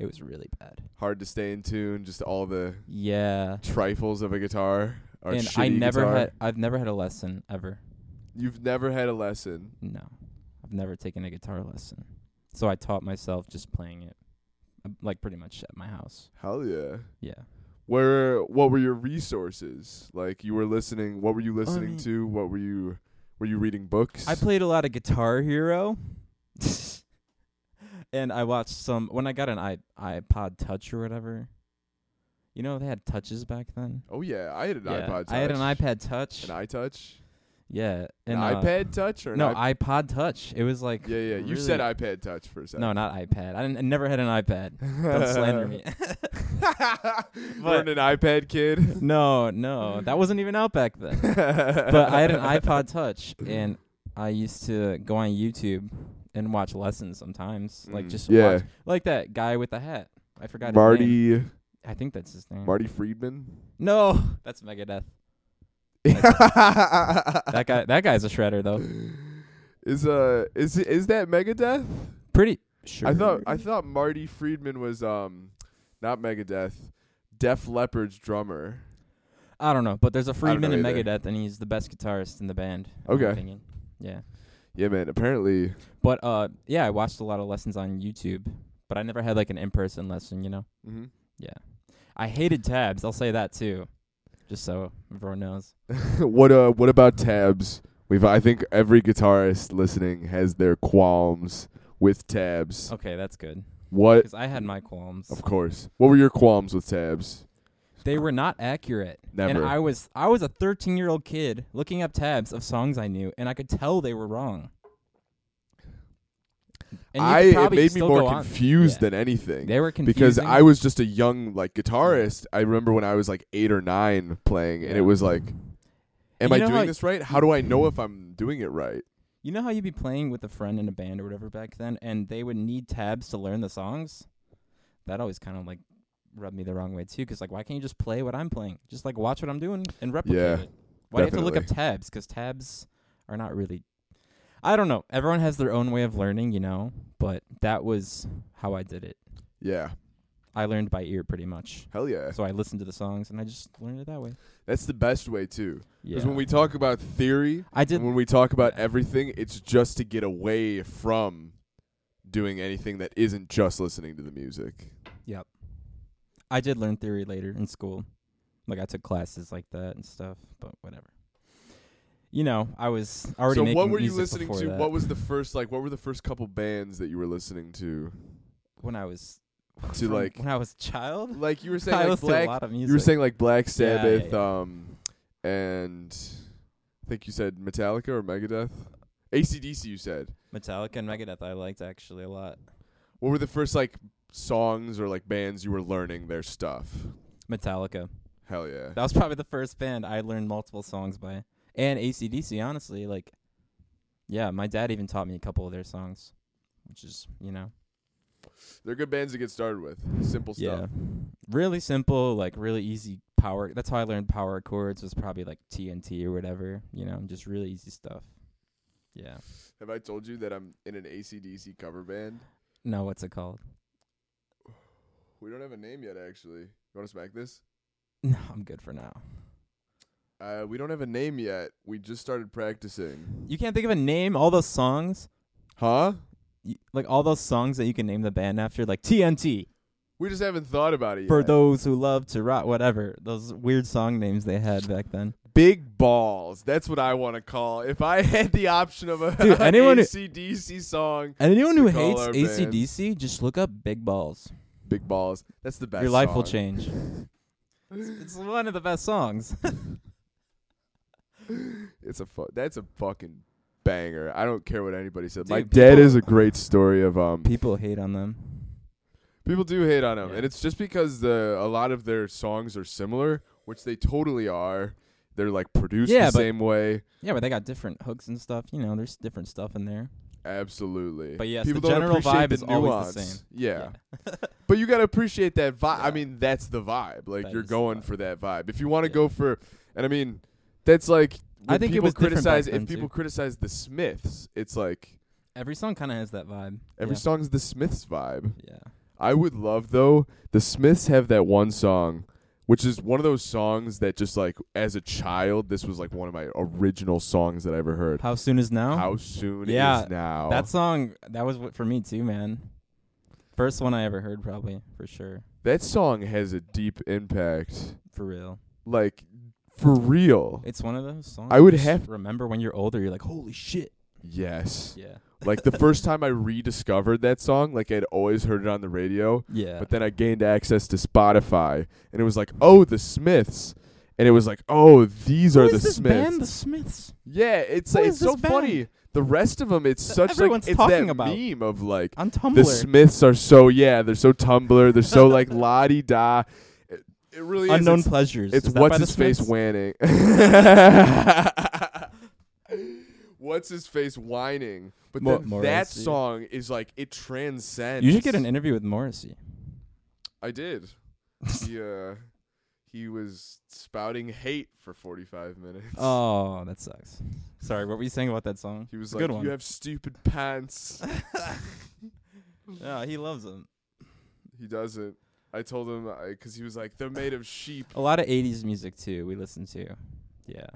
Speaker 1: It was really bad.
Speaker 2: Hard to stay in tune. Just all the
Speaker 1: Yeah,
Speaker 2: trifles of a guitar. Or
Speaker 1: and I
Speaker 2: shitty
Speaker 1: never
Speaker 2: guitar.
Speaker 1: had I've never had a lesson ever.
Speaker 2: You've never had a lesson.
Speaker 1: No, I've never taken a guitar lesson. So I taught myself just playing it, uh, like pretty much at my house.
Speaker 2: Hell yeah.
Speaker 1: Yeah.
Speaker 2: where what were your resources like you were listening what were you listening
Speaker 1: mean-
Speaker 2: to what were you were you reading books
Speaker 1: Um, I played a lot of Guitar Hero. and I watched some, when I got an i iPod Touch or whatever, you know, they had touches back then.
Speaker 2: oh yeah i had an
Speaker 1: Yeah,
Speaker 2: ipod touch
Speaker 1: I had an iPad Touch.
Speaker 2: an itouch
Speaker 1: yeah.
Speaker 2: an
Speaker 1: and, uh,
Speaker 2: ipad touch or an
Speaker 1: No,
Speaker 2: iP-
Speaker 1: iPod Touch. It was like.
Speaker 2: yeah yeah you
Speaker 1: really-
Speaker 2: said ipad touch for a second
Speaker 1: No, not iPad. I, didn't, I never had an iPad. Don't slander me.
Speaker 2: you
Speaker 1: But-
Speaker 2: weren't an ipad kid
Speaker 1: no, no. That wasn't even out back then. but I had an iPod Touch, and I used to go on YouTube and watch lessons sometimes, like
Speaker 2: Mm,
Speaker 1: just
Speaker 2: yeah
Speaker 1: watch, like that guy with the hat. I forgot his name.
Speaker 2: marty
Speaker 1: I think that's his name.
Speaker 2: marty friedman
Speaker 1: No, that's Megadeth.
Speaker 2: that
Speaker 1: That guy. that guy's a shredder though.
Speaker 2: is uh is is that megadeth
Speaker 1: Pretty sure.
Speaker 2: I thought I thought Marty Friedman was um not Megadeth, Def Leppard's drummer.
Speaker 1: I don't know, but there's a Friedman in
Speaker 2: know either.
Speaker 1: Megadeth, and he's the best guitarist in the band. in my
Speaker 2: Okay.
Speaker 1: opinion. Yeah.
Speaker 2: Yeah, man. Apparently,
Speaker 1: But uh, yeah, I watched a lot of lessons on YouTube, but I never had like an in-person lesson. You know,
Speaker 2: Mm-hmm.
Speaker 1: I hated tabs. I'll say that too, just so everyone knows.
Speaker 2: what uh what about tabs? We've I think every guitarist listening has their qualms with tabs.
Speaker 1: Okay, that's good.
Speaker 2: What?
Speaker 1: Because I had my qualms.
Speaker 2: Uh, Of course. What were your qualms with tabs?
Speaker 1: They were not accurate.
Speaker 2: Never.
Speaker 1: And I was I was a 13 year old kid looking up tabs of songs I knew, and I could tell they were wrong. And you
Speaker 2: I
Speaker 1: could
Speaker 2: it
Speaker 1: probably
Speaker 2: made me
Speaker 1: still go
Speaker 2: more
Speaker 1: on.
Speaker 2: confused
Speaker 1: Yeah.
Speaker 2: than anything.
Speaker 1: They were confused
Speaker 2: because I was just a young like guitarist. I remember when I was like eight or nine playing, and
Speaker 1: Yeah.
Speaker 2: it was like, "Am
Speaker 1: You
Speaker 2: I
Speaker 1: know
Speaker 2: doing
Speaker 1: how-
Speaker 2: this right? How do I know if I'm doing it right?"
Speaker 1: You know how you'd be playing with a friend in a band or whatever back then, and they would need tabs to learn the songs. That always kind of like rubbed me the wrong way too. Because like, why can't you just play what I'm playing? Just like watch what I'm doing and replicate
Speaker 2: Yeah,
Speaker 1: it. Why do you have to look up tabs? Because tabs are not really. I don't know. Everyone has their own way of learning, you know. But that was how I did it.
Speaker 2: Yeah.
Speaker 1: I learned by ear pretty much.
Speaker 2: Hell yeah.
Speaker 1: So I listened to the songs and I just learned it that way.
Speaker 2: That's the best way too.
Speaker 1: Yeah.
Speaker 2: Because when we talk about theory,
Speaker 1: I did.
Speaker 2: and when we talk about
Speaker 1: Yeah.
Speaker 2: everything, it's just to get away from doing anything that isn't just listening to the music.
Speaker 1: Yep. I did learn theory later in school. Like I took classes like that and stuff, but whatever. You know, I was already.
Speaker 2: so
Speaker 1: making
Speaker 2: what were you
Speaker 1: music
Speaker 2: listening
Speaker 1: before
Speaker 2: to?
Speaker 1: that
Speaker 2: What was the first like? What were the first couple bands that you were listening to?
Speaker 1: when I was
Speaker 2: To
Speaker 1: from
Speaker 2: like,
Speaker 1: when I was a child?
Speaker 2: like you were saying,
Speaker 1: I
Speaker 2: like
Speaker 1: listened to a
Speaker 2: Black.
Speaker 1: lot of music.
Speaker 2: You were saying like Black
Speaker 1: Yeah, yeah,
Speaker 2: Sabbath, um, and I think you said Metallica or Megadeth, ACDC. You said.
Speaker 1: Metallica and Megadeth. I liked actually a lot.
Speaker 2: What were the first like songs or like bands you were learning their stuff?
Speaker 1: Metallica.
Speaker 2: Hell yeah.
Speaker 1: That was probably the first band I learned multiple songs by, and ACDC. Honestly, like, yeah, my dad even taught me a couple of their songs, which is you know
Speaker 2: They're good bands to get started with. Simple
Speaker 1: Yeah.
Speaker 2: stuff.
Speaker 1: Really simple, like really easy power. That's how I learned power chords was probably like TNT or whatever, you know, just really easy stuff. Yeah.
Speaker 2: Have I told you that I'm in an ACDC cover band?
Speaker 1: No, what's it called?
Speaker 2: We don't have a name yet, actually. You want to smack this?
Speaker 1: No, I'm good for now.
Speaker 2: Uh, we don't have a name yet. We just started practicing.
Speaker 1: You can't think of a name, all those songs,
Speaker 2: Huh?
Speaker 1: y- like all those songs that you can name the band after, like TNT,
Speaker 2: We just haven't thought about it yet.
Speaker 1: for those who love to rot, whatever. Those weird song names they had back then.
Speaker 2: Big balls. That's what I want to call. If I had the option of a
Speaker 1: Dude, anyone who-
Speaker 2: ACDC song,
Speaker 1: And anyone who
Speaker 2: To call
Speaker 1: hates
Speaker 2: our
Speaker 1: ACDC, just look up Big Balls.
Speaker 2: Big Balls. That's the best.
Speaker 1: Your life will
Speaker 2: song.
Speaker 1: change. it's, it's one of the best songs.
Speaker 2: It's a fu- that's a fucking banger. I don't care what anybody said. My
Speaker 1: Dude,
Speaker 2: dad
Speaker 1: people-
Speaker 2: is a great story of um
Speaker 1: People hate on them.
Speaker 2: People do hate on them,
Speaker 1: Yeah.
Speaker 2: and it's just because the a lot of their songs are similar, which they totally are. They're like produced
Speaker 1: Yeah,
Speaker 2: the
Speaker 1: but-
Speaker 2: same way.
Speaker 1: Yeah, but they got different hooks and stuff. You know, there's different stuff in there.
Speaker 2: Absolutely.
Speaker 1: But yes,
Speaker 2: people
Speaker 1: the
Speaker 2: don't
Speaker 1: general
Speaker 2: appreciate
Speaker 1: vibe
Speaker 2: the
Speaker 1: is always the
Speaker 2: nuance.
Speaker 1: same.
Speaker 2: Yeah. but you gotta appreciate that vibe. I
Speaker 1: Yeah.
Speaker 2: mean, that's the vibe. Like
Speaker 1: That
Speaker 2: you're
Speaker 1: is the
Speaker 2: going
Speaker 1: vibe.
Speaker 2: for that vibe. If you want to
Speaker 1: Yeah.
Speaker 2: go for, and I mean, that's like
Speaker 1: I
Speaker 2: when
Speaker 1: think it
Speaker 2: people
Speaker 1: was different back
Speaker 2: criticize.
Speaker 1: then,
Speaker 2: If
Speaker 1: too.
Speaker 2: people criticize the Smiths, it's like
Speaker 1: Every song kind of has that vibe.
Speaker 2: every
Speaker 1: yeah.
Speaker 2: song's the Smiths vibe.
Speaker 1: Yeah.
Speaker 2: I would love though. The Smiths have that one song, which is one of those songs that just like as a child, this was like one of my original songs that I ever heard.
Speaker 1: How soon is now?
Speaker 2: How soon
Speaker 1: Yeah,
Speaker 2: is now?
Speaker 1: That song, that was what for me too, man. First one I ever heard, probably for sure,
Speaker 2: that song has a deep impact,
Speaker 1: for real.
Speaker 2: like for real.
Speaker 1: It's one of those songs.
Speaker 2: I would
Speaker 1: you just
Speaker 2: have-
Speaker 1: remember when you're older. You're like, holy shit.
Speaker 2: Yes,
Speaker 1: Yeah.
Speaker 2: like the first time I rediscovered that song, like I'd always heard it on the radio,
Speaker 1: Yeah.
Speaker 2: But then I gained access to Spotify, and it was like, oh, the Smiths, and it was like, oh, these
Speaker 1: Who
Speaker 2: are
Speaker 1: is
Speaker 2: the
Speaker 1: this
Speaker 2: Smiths.
Speaker 1: band, the Smiths.
Speaker 2: Yeah, it's
Speaker 1: Who
Speaker 2: it's
Speaker 1: is
Speaker 2: so
Speaker 1: this band?
Speaker 2: funny. The rest of them, it's
Speaker 1: That
Speaker 2: such
Speaker 1: everyone's
Speaker 2: like it's
Speaker 1: talking
Speaker 2: that
Speaker 1: about.
Speaker 2: meme of like
Speaker 1: On Tumblr.
Speaker 2: the Smiths are so yeah, they're so Tumblr, they're so like la di da. It, it really
Speaker 1: Unknown
Speaker 2: is.
Speaker 1: pleasures. Is
Speaker 2: It's, it's
Speaker 1: that by
Speaker 2: what's
Speaker 1: the
Speaker 2: his face
Speaker 1: Smiths?
Speaker 2: whining. what's his face whining? But
Speaker 1: Mo-
Speaker 2: then that
Speaker 1: Morrissey.
Speaker 2: song is like it transcends.
Speaker 1: You should get an interview with Morrissey.
Speaker 2: I did. He uh, he was spouting hate for forty five minutes.
Speaker 1: Oh, that sucks. Sorry, what were you saying about that song?
Speaker 2: he was
Speaker 1: it's a
Speaker 2: like,
Speaker 1: good one.
Speaker 2: "You have stupid pants."
Speaker 1: Yeah, he loves them.
Speaker 2: He doesn't. I told him because he was like, "They're made of sheep."
Speaker 1: A lot of 80s music too we listen to. Yeah.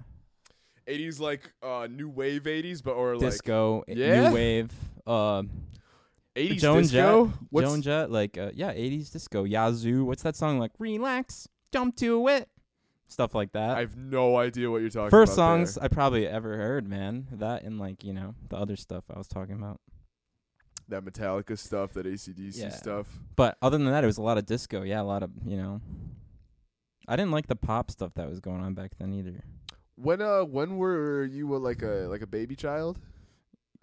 Speaker 2: Eighties like uh, new wave eighties, but or
Speaker 1: Disco, i-
Speaker 2: Yeah?
Speaker 1: new wave, uh,
Speaker 2: like eighties
Speaker 1: Joan
Speaker 2: disco. What's
Speaker 1: Joan Jett, like uh, yeah, 80s disco, Yazoo. What's that song like? Relax, jump to it. Stuff like that.
Speaker 2: I have no idea what you're talking
Speaker 1: First
Speaker 2: about.
Speaker 1: songs I probably ever heard, man. That and like, you know, the other stuff I was talking about.
Speaker 2: there. that Metallica stuff, that ACDC
Speaker 1: Yeah.
Speaker 2: stuff.
Speaker 1: But other than that, it was a lot of disco. Yeah, a lot of, you know. I didn't like the pop stuff that was going on back then either.
Speaker 2: When uh, when were you uh, like a like a baby child?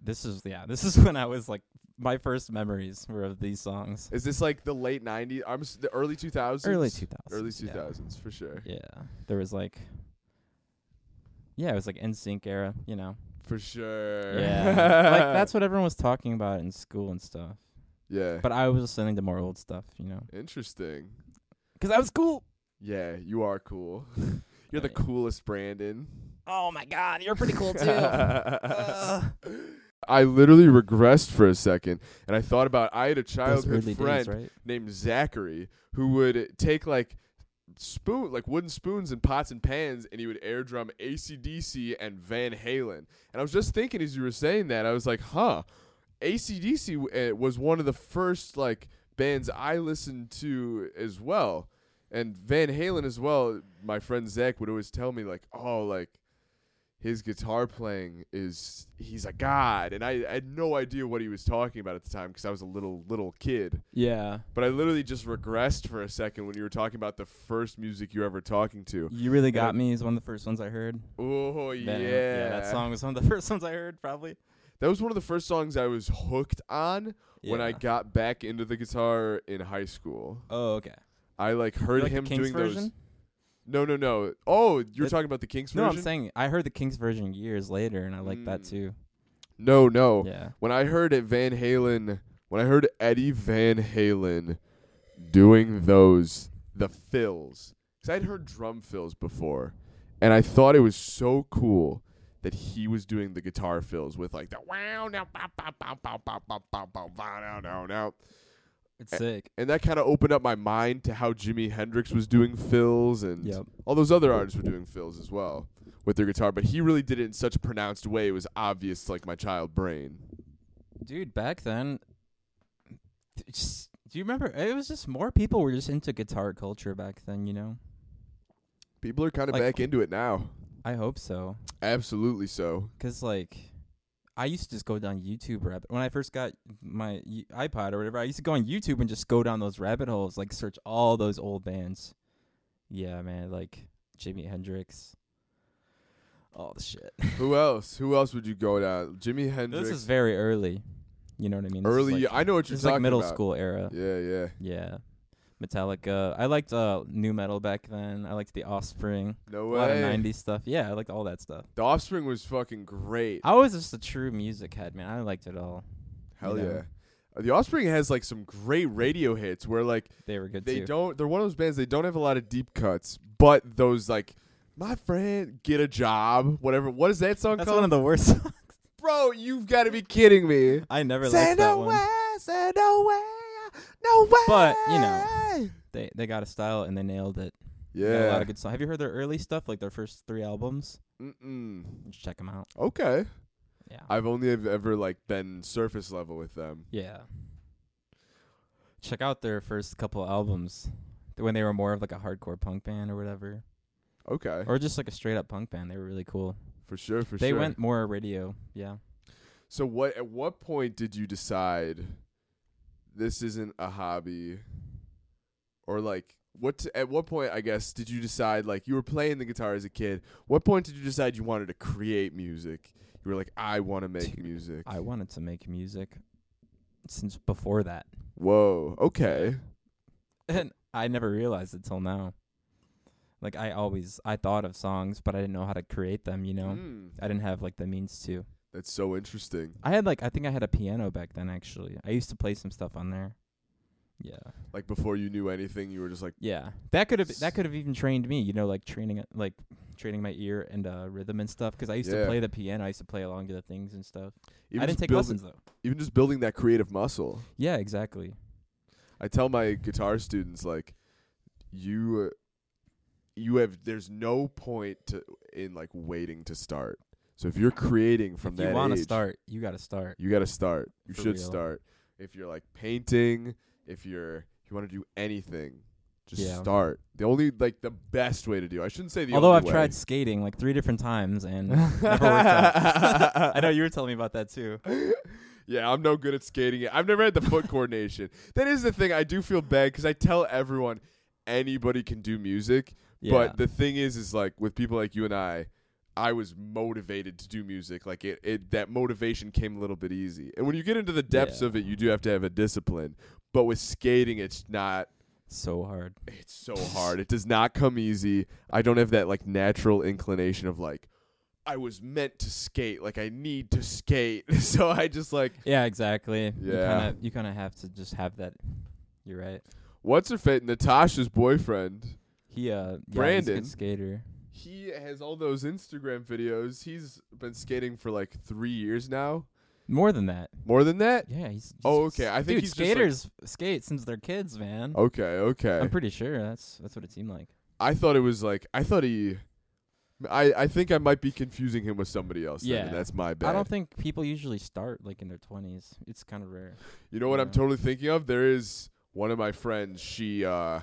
Speaker 1: This is yeah, this is when I was like my first memories were of these songs.
Speaker 2: Is this like the late '90s? I'm s- the early 2000s.
Speaker 1: Early 2000s.
Speaker 2: Early
Speaker 1: yeah.
Speaker 2: 2000s for sure.
Speaker 1: Yeah. There was like Yeah, it was like NSYNC era, you know.
Speaker 2: For sure.
Speaker 1: Yeah. like that's what everyone was talking about in school and stuff.
Speaker 2: Yeah.
Speaker 1: But I was listening to more old stuff, you know.
Speaker 2: Interesting.
Speaker 1: because I was cool.
Speaker 2: Yeah, you are cool. You're the
Speaker 1: Right.
Speaker 2: coolest, Brandon.
Speaker 1: Oh my god, you're pretty cool too. Ugh.
Speaker 2: I literally regressed for a second, and I thought about I had a
Speaker 1: Those
Speaker 2: childhood
Speaker 1: early
Speaker 2: friend
Speaker 1: days, right?
Speaker 2: named Zachary who would take like spoon like wooden spoons and pots and pans and he would air drum acdc and van halen and i was just thinking as you were saying that i was like huh acdc uh, was one of the first like bands i listened to as well and van halen as well my friend zach would always tell me like oh like his guitar playing is he's a god and I, I had no idea what he was talking about at the time because i was a little little kid
Speaker 1: Yeah,
Speaker 2: but I literally just regressed for a second when you were talking about the first music you were ever talking to.
Speaker 1: you really got
Speaker 2: got
Speaker 1: me. Is one of the first ones I heard.
Speaker 2: Oh yeah.
Speaker 1: Van Halen. uh, that song was one of the first ones I heard, probably.
Speaker 2: That was one of the first songs I was hooked on when I
Speaker 1: Yeah.
Speaker 2: got back into the guitar in high school.
Speaker 1: Oh, okay.
Speaker 2: I like heard
Speaker 1: You like the
Speaker 2: him
Speaker 1: Kings
Speaker 2: doing those.
Speaker 1: version?
Speaker 2: No, no, no. Oh, you're
Speaker 1: That-
Speaker 2: talking about the Kings
Speaker 1: No,
Speaker 2: version?
Speaker 1: I'm saying I heard the Kings version years later, and I liked that
Speaker 2: Mm.
Speaker 1: too.
Speaker 2: no, no.
Speaker 1: Yeah.
Speaker 2: When I heard it Van Halen, when I heard Eddie Van Halen doing those the fills, because I'd heard drum fills before, and I thought it was so cool that he was doing the guitar fills with like the wow now bow, bow, bow, bow, bow, bow, bow, bow, bow, now, now, now.
Speaker 1: It's
Speaker 2: Eh,
Speaker 1: sick.
Speaker 2: and that kind of opened up my mind to how Jimi Hendrix was doing fills and
Speaker 1: Yep.
Speaker 2: all those other artists were doing fills as well with their guitar, but he really did it in such a pronounced way. It was obvious, to, like my child brain.
Speaker 1: Dude, back then, th- just- do you remember? It was just more people were just into guitar culture back then, you know?
Speaker 2: People are kind of
Speaker 1: Like-
Speaker 2: back into it now.
Speaker 1: I hope so.
Speaker 2: Absolutely so.
Speaker 1: Because, like, I used to just go down YouTube rabbit. When I first got my y- iPod or whatever, I used to go on YouTube and just go down those rabbit holes, like, search all those old bands. Yeah, man. Like, Jimi Hendrix. All the shit.
Speaker 2: Who else? Who else would you go down? Jimi Hendrix.
Speaker 1: This is very early. You know what I mean? This is
Speaker 2: early.
Speaker 1: like-
Speaker 2: I know what
Speaker 1: this
Speaker 2: you're
Speaker 1: is
Speaker 2: talking
Speaker 1: like middle
Speaker 2: about.
Speaker 1: school era.
Speaker 2: Yeah, yeah.
Speaker 1: Yeah. Metallica. I liked uh new metal back then. I liked the Offspring. A
Speaker 2: No
Speaker 1: lot of
Speaker 2: way.
Speaker 1: '90s stuff. Yeah, I liked all that stuff.
Speaker 2: The Offspring was fucking great.
Speaker 1: I was just a true music head, man. I liked it all.
Speaker 2: Hell
Speaker 1: you know.
Speaker 2: yeah. Uh, The Offspring has like some great radio hits where like
Speaker 1: They were good
Speaker 2: they
Speaker 1: too.
Speaker 2: don't. They're one of those bands. They don't have a lot of deep cuts, but those like. My friend, get a job. Whatever. What is that song
Speaker 1: That's
Speaker 2: called?
Speaker 1: one of the worst. songs.
Speaker 2: Bro, you've got to be kidding me.
Speaker 1: I never
Speaker 2: Say
Speaker 1: liked that
Speaker 2: no
Speaker 1: one.
Speaker 2: way, say no way, no way.
Speaker 1: But, you know. They they got a style and they nailed it. They got
Speaker 2: yeah.
Speaker 1: a lot of good songs. Have you heard their early stuff, like their first three albums?
Speaker 2: Mm-mm.
Speaker 1: You should check 'em out.
Speaker 2: Okay.
Speaker 1: Yeah.
Speaker 2: I've only have ever like been surface level with them.
Speaker 1: Yeah. Check out their first couple albums th- when they were more of like a hardcore punk band or whatever,
Speaker 2: Okay.
Speaker 1: or just like a straight up punk band. They were really cool.
Speaker 2: For sure, for
Speaker 1: they
Speaker 2: sure.
Speaker 1: went more radio. Yeah.
Speaker 2: So what at what point did you decide this isn't a hobby? Or like what at what point I guess did you decide like you were playing the guitar as a kid? What point did you decide you wanted to create music? You were like I want to make
Speaker 1: Dude,
Speaker 2: music.
Speaker 1: I wanted to make music since before that,
Speaker 2: Whoa. Okay.
Speaker 1: and I never realized it till now. Like I always, I thought of songs, but I didn't know how to create them. You know,
Speaker 2: Mm,
Speaker 1: I didn't have like the means to.
Speaker 2: that's so interesting.
Speaker 1: I had like I think I had a piano back then. Actually, I used to play some stuff on there. Yeah.
Speaker 2: Like before you knew anything, you were just like
Speaker 1: Yeah, that could have
Speaker 2: S-
Speaker 1: that could have even trained me. You know, like training it- like training my ear and uh, rhythm and stuff. Because I used
Speaker 2: Yeah.
Speaker 1: to play the piano. I used to play along to the things and stuff.
Speaker 2: even
Speaker 1: I
Speaker 2: just
Speaker 1: didn't take
Speaker 2: building-
Speaker 1: lessons though.
Speaker 2: Even just building that creative muscle.
Speaker 1: Yeah, exactly.
Speaker 2: I tell my guitar students like, you, uh, you have. There's no point to in like waiting to start. So if you're creating from
Speaker 1: if
Speaker 2: that
Speaker 1: you want to
Speaker 2: age,
Speaker 1: start, you got to start.
Speaker 2: you got to start. You
Speaker 1: For
Speaker 2: should
Speaker 1: real.
Speaker 2: start. If you're like painting, if you're you want to do anything, just
Speaker 1: Yeah.
Speaker 2: start. The only like the best way to do. I shouldn't say the.
Speaker 1: Although
Speaker 2: only
Speaker 1: I've
Speaker 2: way.
Speaker 1: tried skating like three different times and never worked out. I know you were telling me about that too.
Speaker 2: Yeah, I'm no good at skating. I've never had the foot coordination. That is the thing. I do feel bad because I tell everyone anybody can do music,
Speaker 1: Yeah.
Speaker 2: but the thing is, is like with people like you and I, I was motivated to do music. Like it, it that motivation came a little bit easy. And when you get into the depths
Speaker 1: Yeah.
Speaker 2: of it, you do have to have a discipline. But with skating, it's not.
Speaker 1: so hard.
Speaker 2: It's so hard. It does not come easy. I don't have that like natural inclination of like, I was meant to skate. Like I need to skate. so I just like
Speaker 1: Yeah, exactly. You
Speaker 2: Yeah.
Speaker 1: kind of you kind of have to just have that. You're right.
Speaker 2: what's her face? Natasha's boyfriend.
Speaker 1: He uh yeah, he's a good
Speaker 2: Brandon.
Speaker 1: skater.
Speaker 2: He has all those Instagram videos. He's been skating for like three years now.
Speaker 1: More than that.
Speaker 2: More than that?
Speaker 1: Yeah, he's, he's
Speaker 2: Oh, okay. I think
Speaker 1: dude,
Speaker 2: he's just, like-
Speaker 1: skaters skate since they're kids, man.
Speaker 2: Okay, okay.
Speaker 1: I'm pretty sure that's that's what it seemed like.
Speaker 2: I thought it was like I thought he. I, I think I might be confusing him with somebody else. then, and
Speaker 1: Yeah.
Speaker 2: that's my bad.
Speaker 1: I don't think people usually start like in their 20s. It's kind of rare.
Speaker 2: you know what I'm
Speaker 1: yeah.
Speaker 2: totally thinking of? There is one of my friends. She uh,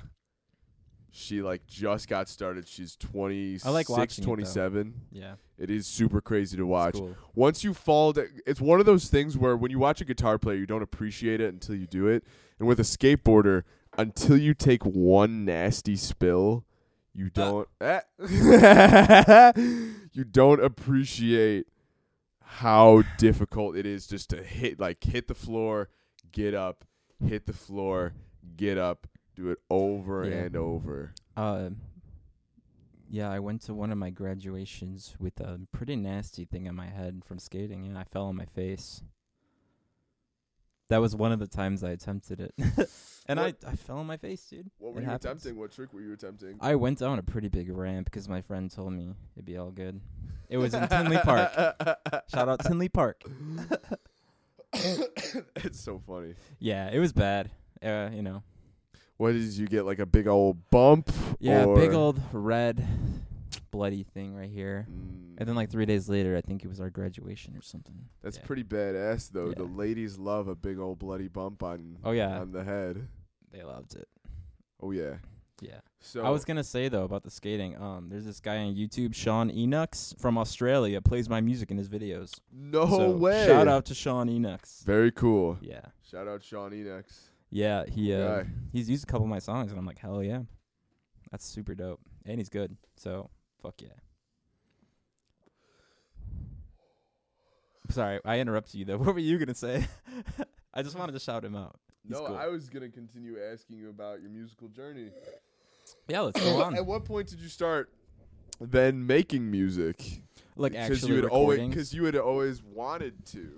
Speaker 2: she like just got started. She's 26,
Speaker 1: watching it, though.
Speaker 2: 27.
Speaker 1: Yeah.
Speaker 2: it is super crazy to watch.
Speaker 1: It's cool.
Speaker 2: once you fall da- it's one of those things where when you watch a guitar player you don't appreciate it until you do it and with a skateboarder until you take one nasty spill
Speaker 1: Uh.
Speaker 2: you don't Eh. you don't appreciate how difficult it is just to hit like hit the floor get up hit the floor get up do it over
Speaker 1: Yeah.
Speaker 2: and over
Speaker 1: Uh, yeah, I went to one of my graduations with a pretty nasty thing on my head from skating. Yeah, I fell on my face. That was one of the times I attempted it, and
Speaker 2: What-
Speaker 1: I I fell on my face, dude.
Speaker 2: what
Speaker 1: were It you happens. attempting?
Speaker 2: what trick were you attempting
Speaker 1: I went down a pretty big ramp because my friend told me it'd be all good. It was in Tinley Park. Shout out Tinley Park.
Speaker 2: it's so funny
Speaker 1: Yeah, it was bad. Uh, you know.
Speaker 2: What did you get? Like a big old bump?
Speaker 1: Yeah,
Speaker 2: or-
Speaker 1: big old red bloody thing right here.
Speaker 2: Mm,
Speaker 1: And then like 3 days later, I think it was our graduation or something.
Speaker 2: that's
Speaker 1: yeah.
Speaker 2: pretty badass, though. The
Speaker 1: Yeah.
Speaker 2: ladies love a big old bloody bump on.
Speaker 1: Oh, yeah.
Speaker 2: On the head.
Speaker 1: They loved it.
Speaker 2: Oh yeah.
Speaker 1: Yeah.
Speaker 2: So
Speaker 1: I was gonna say though about the skating. Um, there's this guy on YouTube, Sean Enox from Australia, plays my music in his videos.
Speaker 2: no
Speaker 1: So,
Speaker 2: way.
Speaker 1: Shout out to Sean Enox.
Speaker 2: Very cool.
Speaker 1: Yeah,
Speaker 2: Shout out Sean Enox.
Speaker 1: yeah. He uh,
Speaker 2: Guy.
Speaker 1: he's used a couple of my songs, and I'm like, hell yeah, that's super dope, and he's good. So fuck yeah. Sorry, I interrupted you though. What were you gonna say? I just wanted to shout him out. he's
Speaker 2: No,
Speaker 1: cool.
Speaker 2: I was gonna continue asking you about your musical journey.
Speaker 1: Yeah, let's go
Speaker 2: At
Speaker 1: on.
Speaker 2: what point did you start then making music?
Speaker 1: Like
Speaker 2: Because
Speaker 1: actually
Speaker 2: you had always
Speaker 1: recording.
Speaker 2: because you had always wanted to.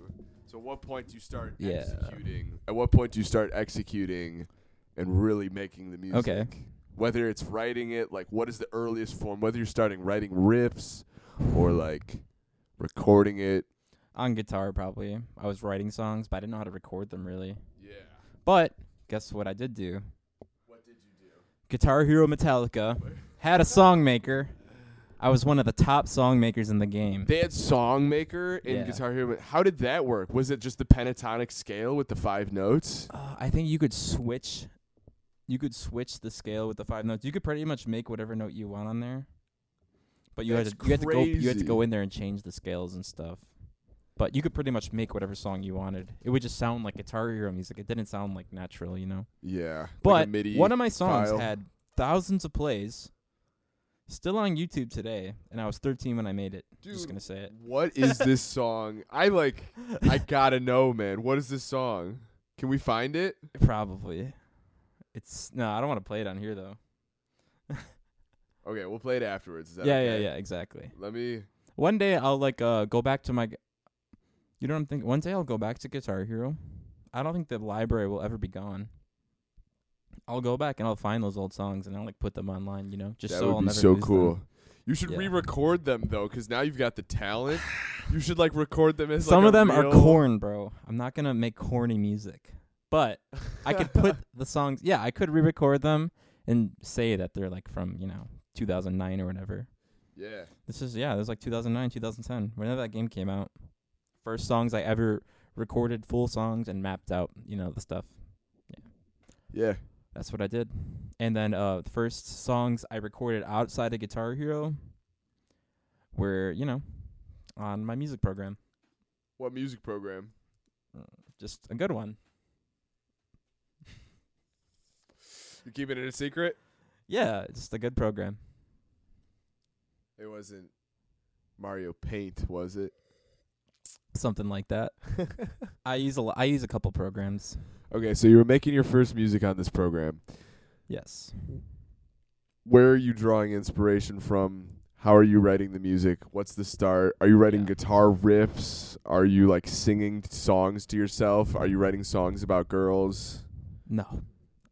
Speaker 2: So, at what point do you start
Speaker 1: Yeah.
Speaker 2: executing? At what point do you start executing and really making the music?
Speaker 1: Okay.
Speaker 2: Whether it's writing it, like what is the earliest form? Whether you're starting writing riffs or like recording it.
Speaker 1: on guitar probably. I was writing songs, but I didn't know how to record them really.
Speaker 2: Yeah.
Speaker 1: But guess what I did do?
Speaker 2: What did you
Speaker 1: Guitar Hero Metallica had a song maker. I was one of the top song makers in the game.
Speaker 2: They had song maker in
Speaker 1: Yeah.
Speaker 2: Guitar Hero. but How did that work? Was it just the pentatonic scale with the five notes?
Speaker 1: Uh, I think you could switch you could switch the scale with the five notes. You could pretty much make whatever note you want on there. But you had
Speaker 2: That's
Speaker 1: to you had to go you had to
Speaker 2: crazy.
Speaker 1: go in there and change the scales and stuff. But you could pretty much make whatever song you wanted. It would just sound like Guitar Hero music. It didn't sound like natural, you know.
Speaker 2: Yeah. like a
Speaker 1: But
Speaker 2: MIDI
Speaker 1: one of my songs
Speaker 2: file.
Speaker 1: had thousands of plays, still on YouTube today, and I was 13 when I made it.
Speaker 2: Dude,
Speaker 1: Just gonna say it.
Speaker 2: What is this song? I like I gotta know, man. What is this song? Can we find it?
Speaker 1: Probably. It's no, I don't want to play it on here though.
Speaker 2: Okay, we'll play it afterwards. Is that
Speaker 1: yeah,
Speaker 2: okay?
Speaker 1: yeah, yeah, exactly.
Speaker 2: Let me.
Speaker 1: One day I'll like uh go back to my. gu- You know what I'm thinking? One day I'll go back to Guitar Hero. I don't think the library will ever be gone. I'll go back and I'll find those old songs and I'll like put them online. You know, just
Speaker 2: that
Speaker 1: so
Speaker 2: would
Speaker 1: I'll
Speaker 2: be
Speaker 1: never
Speaker 2: so
Speaker 1: lose them.
Speaker 2: cool. You should
Speaker 1: Yeah.
Speaker 2: re-record them though, because now you've got the talent. you should like record them as
Speaker 1: Some
Speaker 2: like,
Speaker 1: of
Speaker 2: a
Speaker 1: them are
Speaker 2: real-
Speaker 1: corn, bro. I'm not gonna make corny music, but I could put the songs. Yeah, I could re-record them and say that they're like from you know 2009 or whatever.
Speaker 2: Yeah,
Speaker 1: This is yeah, this is like 2009, 2010, whenever that game came out. First songs I ever recorded, full songs and mapped out, you know, the stuff.
Speaker 2: yeah.
Speaker 1: That's what I did. And then uh the first songs I recorded outside of Guitar Hero were, you know, on my music program.
Speaker 2: What music program?
Speaker 1: Just a good one.
Speaker 2: You keeping it a secret?
Speaker 1: Yeah, just a good program.
Speaker 2: It wasn't Mario Paint, was it?
Speaker 1: Something like that. I use a lo- I use a couple programs.
Speaker 2: okay, so you were making your first music on this program.
Speaker 1: Yes.
Speaker 2: where are you drawing inspiration from? How are you writing the music? What's the start? Are you writing
Speaker 1: Yeah.
Speaker 2: guitar riffs? Are you like singing songs to yourself? Are you writing songs about girls?
Speaker 1: No,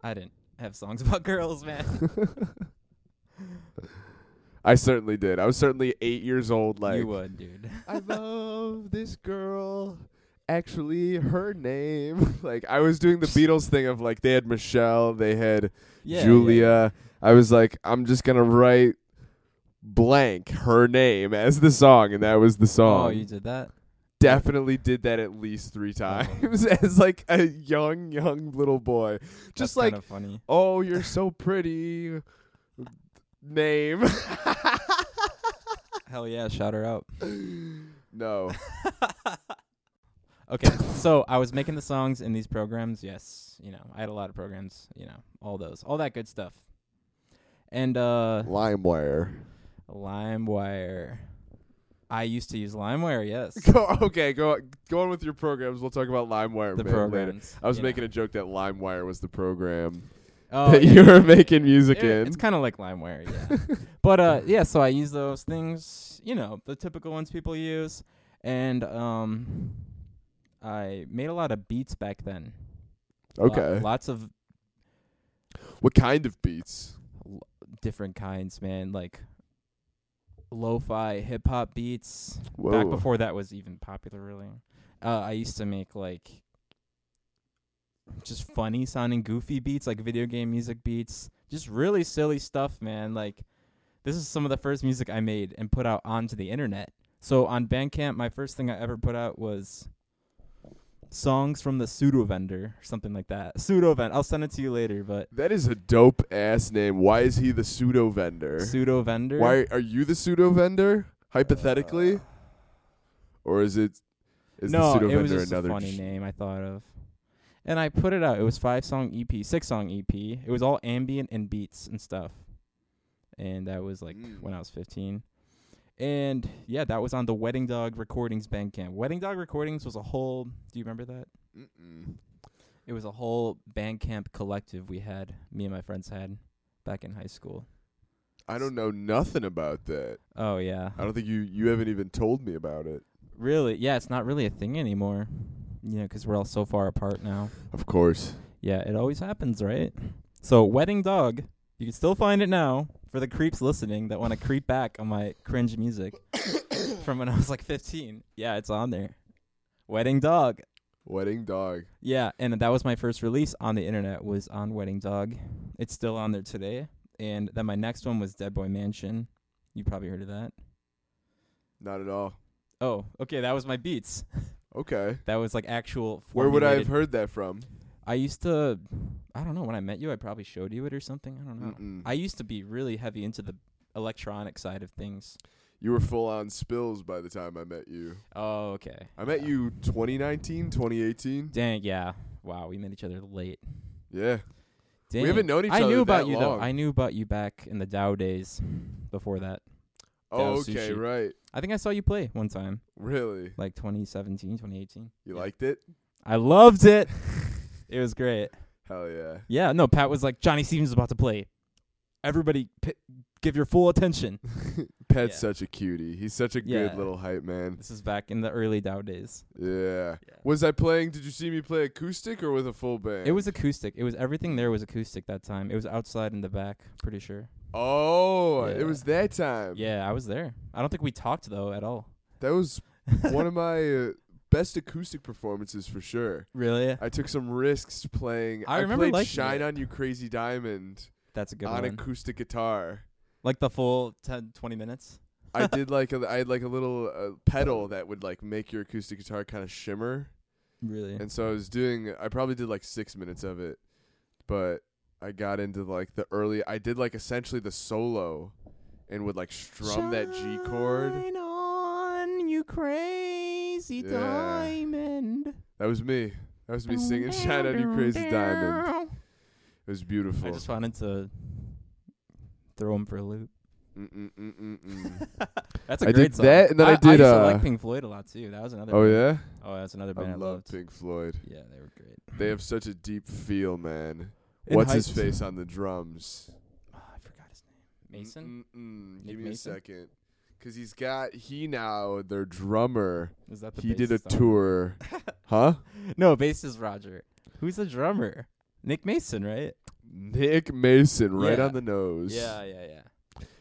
Speaker 1: I didn't. have songs about girls, man.
Speaker 2: I certainly did. I was certainly eight years old. Like
Speaker 1: you would, dude.
Speaker 2: I love this girl. Actually, her name. Like I was doing the Beatles thing of like they had Michelle, they had
Speaker 1: Yeah, yeah.
Speaker 2: Julia. I was like, I'm just gonna write blank her name as the song, and that was the song.
Speaker 1: Oh, you Uh-huh. did that?
Speaker 2: Definitely did that at least three times as like a young, young little boy. Just
Speaker 1: That's
Speaker 2: like,
Speaker 1: kinda funny.
Speaker 2: oh, you're so pretty. Name.
Speaker 1: Hell yeah, shout her out.
Speaker 2: no.
Speaker 1: Okay, so I was making the songs in these programs. Yes, you know, I had a lot of programs. You know, all those, all that good stuff. And uh
Speaker 2: LimeWire.
Speaker 1: LimeWire. I used to use LimeWire. Yes,
Speaker 2: Go, okay, go go on with your programs. We'll talk about LimeWire
Speaker 1: the
Speaker 2: man, later.
Speaker 1: programs.
Speaker 2: I was
Speaker 1: you
Speaker 2: making
Speaker 1: know.
Speaker 2: a joke that LimeWire was the program
Speaker 1: Oh,
Speaker 2: that
Speaker 1: yeah,
Speaker 2: you were
Speaker 1: yeah,
Speaker 2: making
Speaker 1: yeah.
Speaker 2: music
Speaker 1: They're-
Speaker 2: in.
Speaker 1: It's kind of like LimeWire, yeah. but uh, yeah, so I use those things, you know, the typical ones people use, and um, I made a lot of beats back then. Lo-
Speaker 2: okay.
Speaker 1: lots of
Speaker 2: what kind of beats?
Speaker 1: different kinds, man. Like lo-fi hip hop beats.
Speaker 2: Whoa.
Speaker 1: Back before that was even popular, really. Uh, I used to make like just funny sounding goofy beats, like video game music beats. Just really silly stuff, man. Like this is some of the first music I made and put out onto the internet. So on Bandcamp, my first thing I ever put out was songs from the pseudo vendor or something like that. Pseudo vendor. I'll send it to you later, but
Speaker 2: That is a dope ass name. Why is he the pseudo vendor?
Speaker 1: pseudo vendor.
Speaker 2: Why are you the pseudo vendor hypothetically,
Speaker 1: Uh,
Speaker 2: or is it is
Speaker 1: no,
Speaker 2: the pseudo
Speaker 1: it was
Speaker 2: vendor
Speaker 1: just
Speaker 2: another
Speaker 1: a funny
Speaker 2: sh-
Speaker 1: name I thought of, and I put it out. It was five song EP, six song EP. It was all ambient and beats and stuff, and that was like
Speaker 2: Mm.
Speaker 1: when I was fifteen, and yeah, that was on the Wedding Dog Recordings Bandcamp. Wedding Dog Recordings was a whole. Do you remember that?
Speaker 2: Mm-mm.
Speaker 1: It was a whole Bandcamp collective we had. Me and my friends had back in high school.
Speaker 2: I don't know nothing about that.
Speaker 1: Oh yeah,
Speaker 2: I don't think you you haven't even told me about it.
Speaker 1: really? Yeah, it's not really a thing anymore. You know, 'cause we're all so far apart now.
Speaker 2: Of course.
Speaker 1: Yeah, it always happens, right? So, Wedding Dog, you can still find it now for the creeps listening that want to creep back on my cringe music from when I was like 15. Yeah, it's on there. Wedding Dog.
Speaker 2: Wedding dog.
Speaker 1: Yeah, and that was my first release on the internet was on Wedding Dog. It's still on there today. And then my next one was Dead Boy Mansion. You probably heard of that.
Speaker 2: Not at all.
Speaker 1: Oh, okay, that was my beats.
Speaker 2: Okay.
Speaker 1: That was like actual
Speaker 2: Where would I have
Speaker 1: formulated-
Speaker 2: heard that from?
Speaker 1: I used to I don't know, when I met you I probably showed you it or something. I don't know.
Speaker 2: Mm-mm.
Speaker 1: I used to be really heavy into the electronic side of things.
Speaker 2: you were full on spills by the time I met you.
Speaker 1: Oh, okay.
Speaker 2: I met
Speaker 1: Yeah.
Speaker 2: you 2019, 2018.
Speaker 1: Dang, yeah. Wow, we met each other late.
Speaker 2: Yeah.
Speaker 1: Dang.
Speaker 2: We haven't known each
Speaker 1: I
Speaker 2: other
Speaker 1: knew
Speaker 2: that
Speaker 1: about you
Speaker 2: long.
Speaker 1: though. I knew about you back in the Dow days before that.
Speaker 2: Oh,
Speaker 1: Dow
Speaker 2: okay,
Speaker 1: sushi.
Speaker 2: right.
Speaker 1: I think I saw you play one time,
Speaker 2: Really?
Speaker 1: like 2017, 2018.
Speaker 2: You
Speaker 1: Yeah.
Speaker 2: liked it?
Speaker 1: I loved it. it was great.
Speaker 2: Hell yeah.
Speaker 1: Yeah, no, Pat was like Johnny Stevens is about to play. Everybody p- give your full attention.
Speaker 2: Pat's
Speaker 1: Yeah.
Speaker 2: such a cutie. He's such a
Speaker 1: Yeah.
Speaker 2: good little hype man.
Speaker 1: This is back in the early Dow days.
Speaker 2: Yeah.
Speaker 1: Yeah.
Speaker 2: Was I playing? Did you see me play acoustic or with a full band?
Speaker 1: It was acoustic. It was everything there was acoustic that time. It was outside in the back, pretty sure.
Speaker 2: Oh,
Speaker 1: Yeah.
Speaker 2: it was that time.
Speaker 1: Yeah, I was there. I don't think we talked though at all.
Speaker 2: That was one of my uh, best acoustic performances for sure.
Speaker 1: Really?
Speaker 2: I took some risks playing.
Speaker 1: I remember
Speaker 2: played
Speaker 1: liking it.
Speaker 2: "Shine on You, Crazy Diamond"
Speaker 1: That's a good
Speaker 2: on
Speaker 1: one.
Speaker 2: acoustic guitar.
Speaker 1: like the full 10, 20 minutes.
Speaker 2: I did like a, I had like a little uh, pedal that would like make your acoustic guitar kind of shimmer,
Speaker 1: Really?
Speaker 2: and so I was doing. I probably did like six minutes of it, but I got into like the early. I did like essentially the solo, and would like strum that G chord.
Speaker 1: Shine on, you crazy
Speaker 2: Yeah.
Speaker 1: diamond.
Speaker 2: That was me. That was me singing "Shine on You, Crazy Diamond." It was
Speaker 1: I
Speaker 2: beautiful.
Speaker 1: just wanted to throw him for a loop.
Speaker 2: Mm, Mm-mm-mm-mm-mm.
Speaker 1: That's a
Speaker 2: Mm. I
Speaker 1: great
Speaker 2: did
Speaker 1: song.
Speaker 2: that, and then I
Speaker 1: I
Speaker 2: did,
Speaker 1: used to
Speaker 2: uh,
Speaker 1: like Pink Floyd a lot too. That was another.
Speaker 2: oh
Speaker 1: band.
Speaker 2: yeah,
Speaker 1: Oh, that's another band
Speaker 2: I
Speaker 1: I
Speaker 2: love
Speaker 1: loved.
Speaker 2: Pink Floyd.
Speaker 1: Yeah, they were great.
Speaker 2: They have such a deep feel, man.
Speaker 1: In
Speaker 2: What's
Speaker 1: high
Speaker 2: his
Speaker 1: school-
Speaker 2: face on the drums?
Speaker 1: Oh, I forgot his name. Mason.
Speaker 2: Mm-mm-mm.
Speaker 1: Nick
Speaker 2: Give me
Speaker 1: Mason?
Speaker 2: a second, because he's got he now their drummer.
Speaker 1: Is that the
Speaker 2: he did a
Speaker 1: bassist on it?
Speaker 2: tour, huh?
Speaker 1: No, bassist Roger. Who's the drummer? Nick Mason, right?
Speaker 2: Nick Mason, right
Speaker 1: Yeah.
Speaker 2: on the nose.
Speaker 1: yeah, yeah.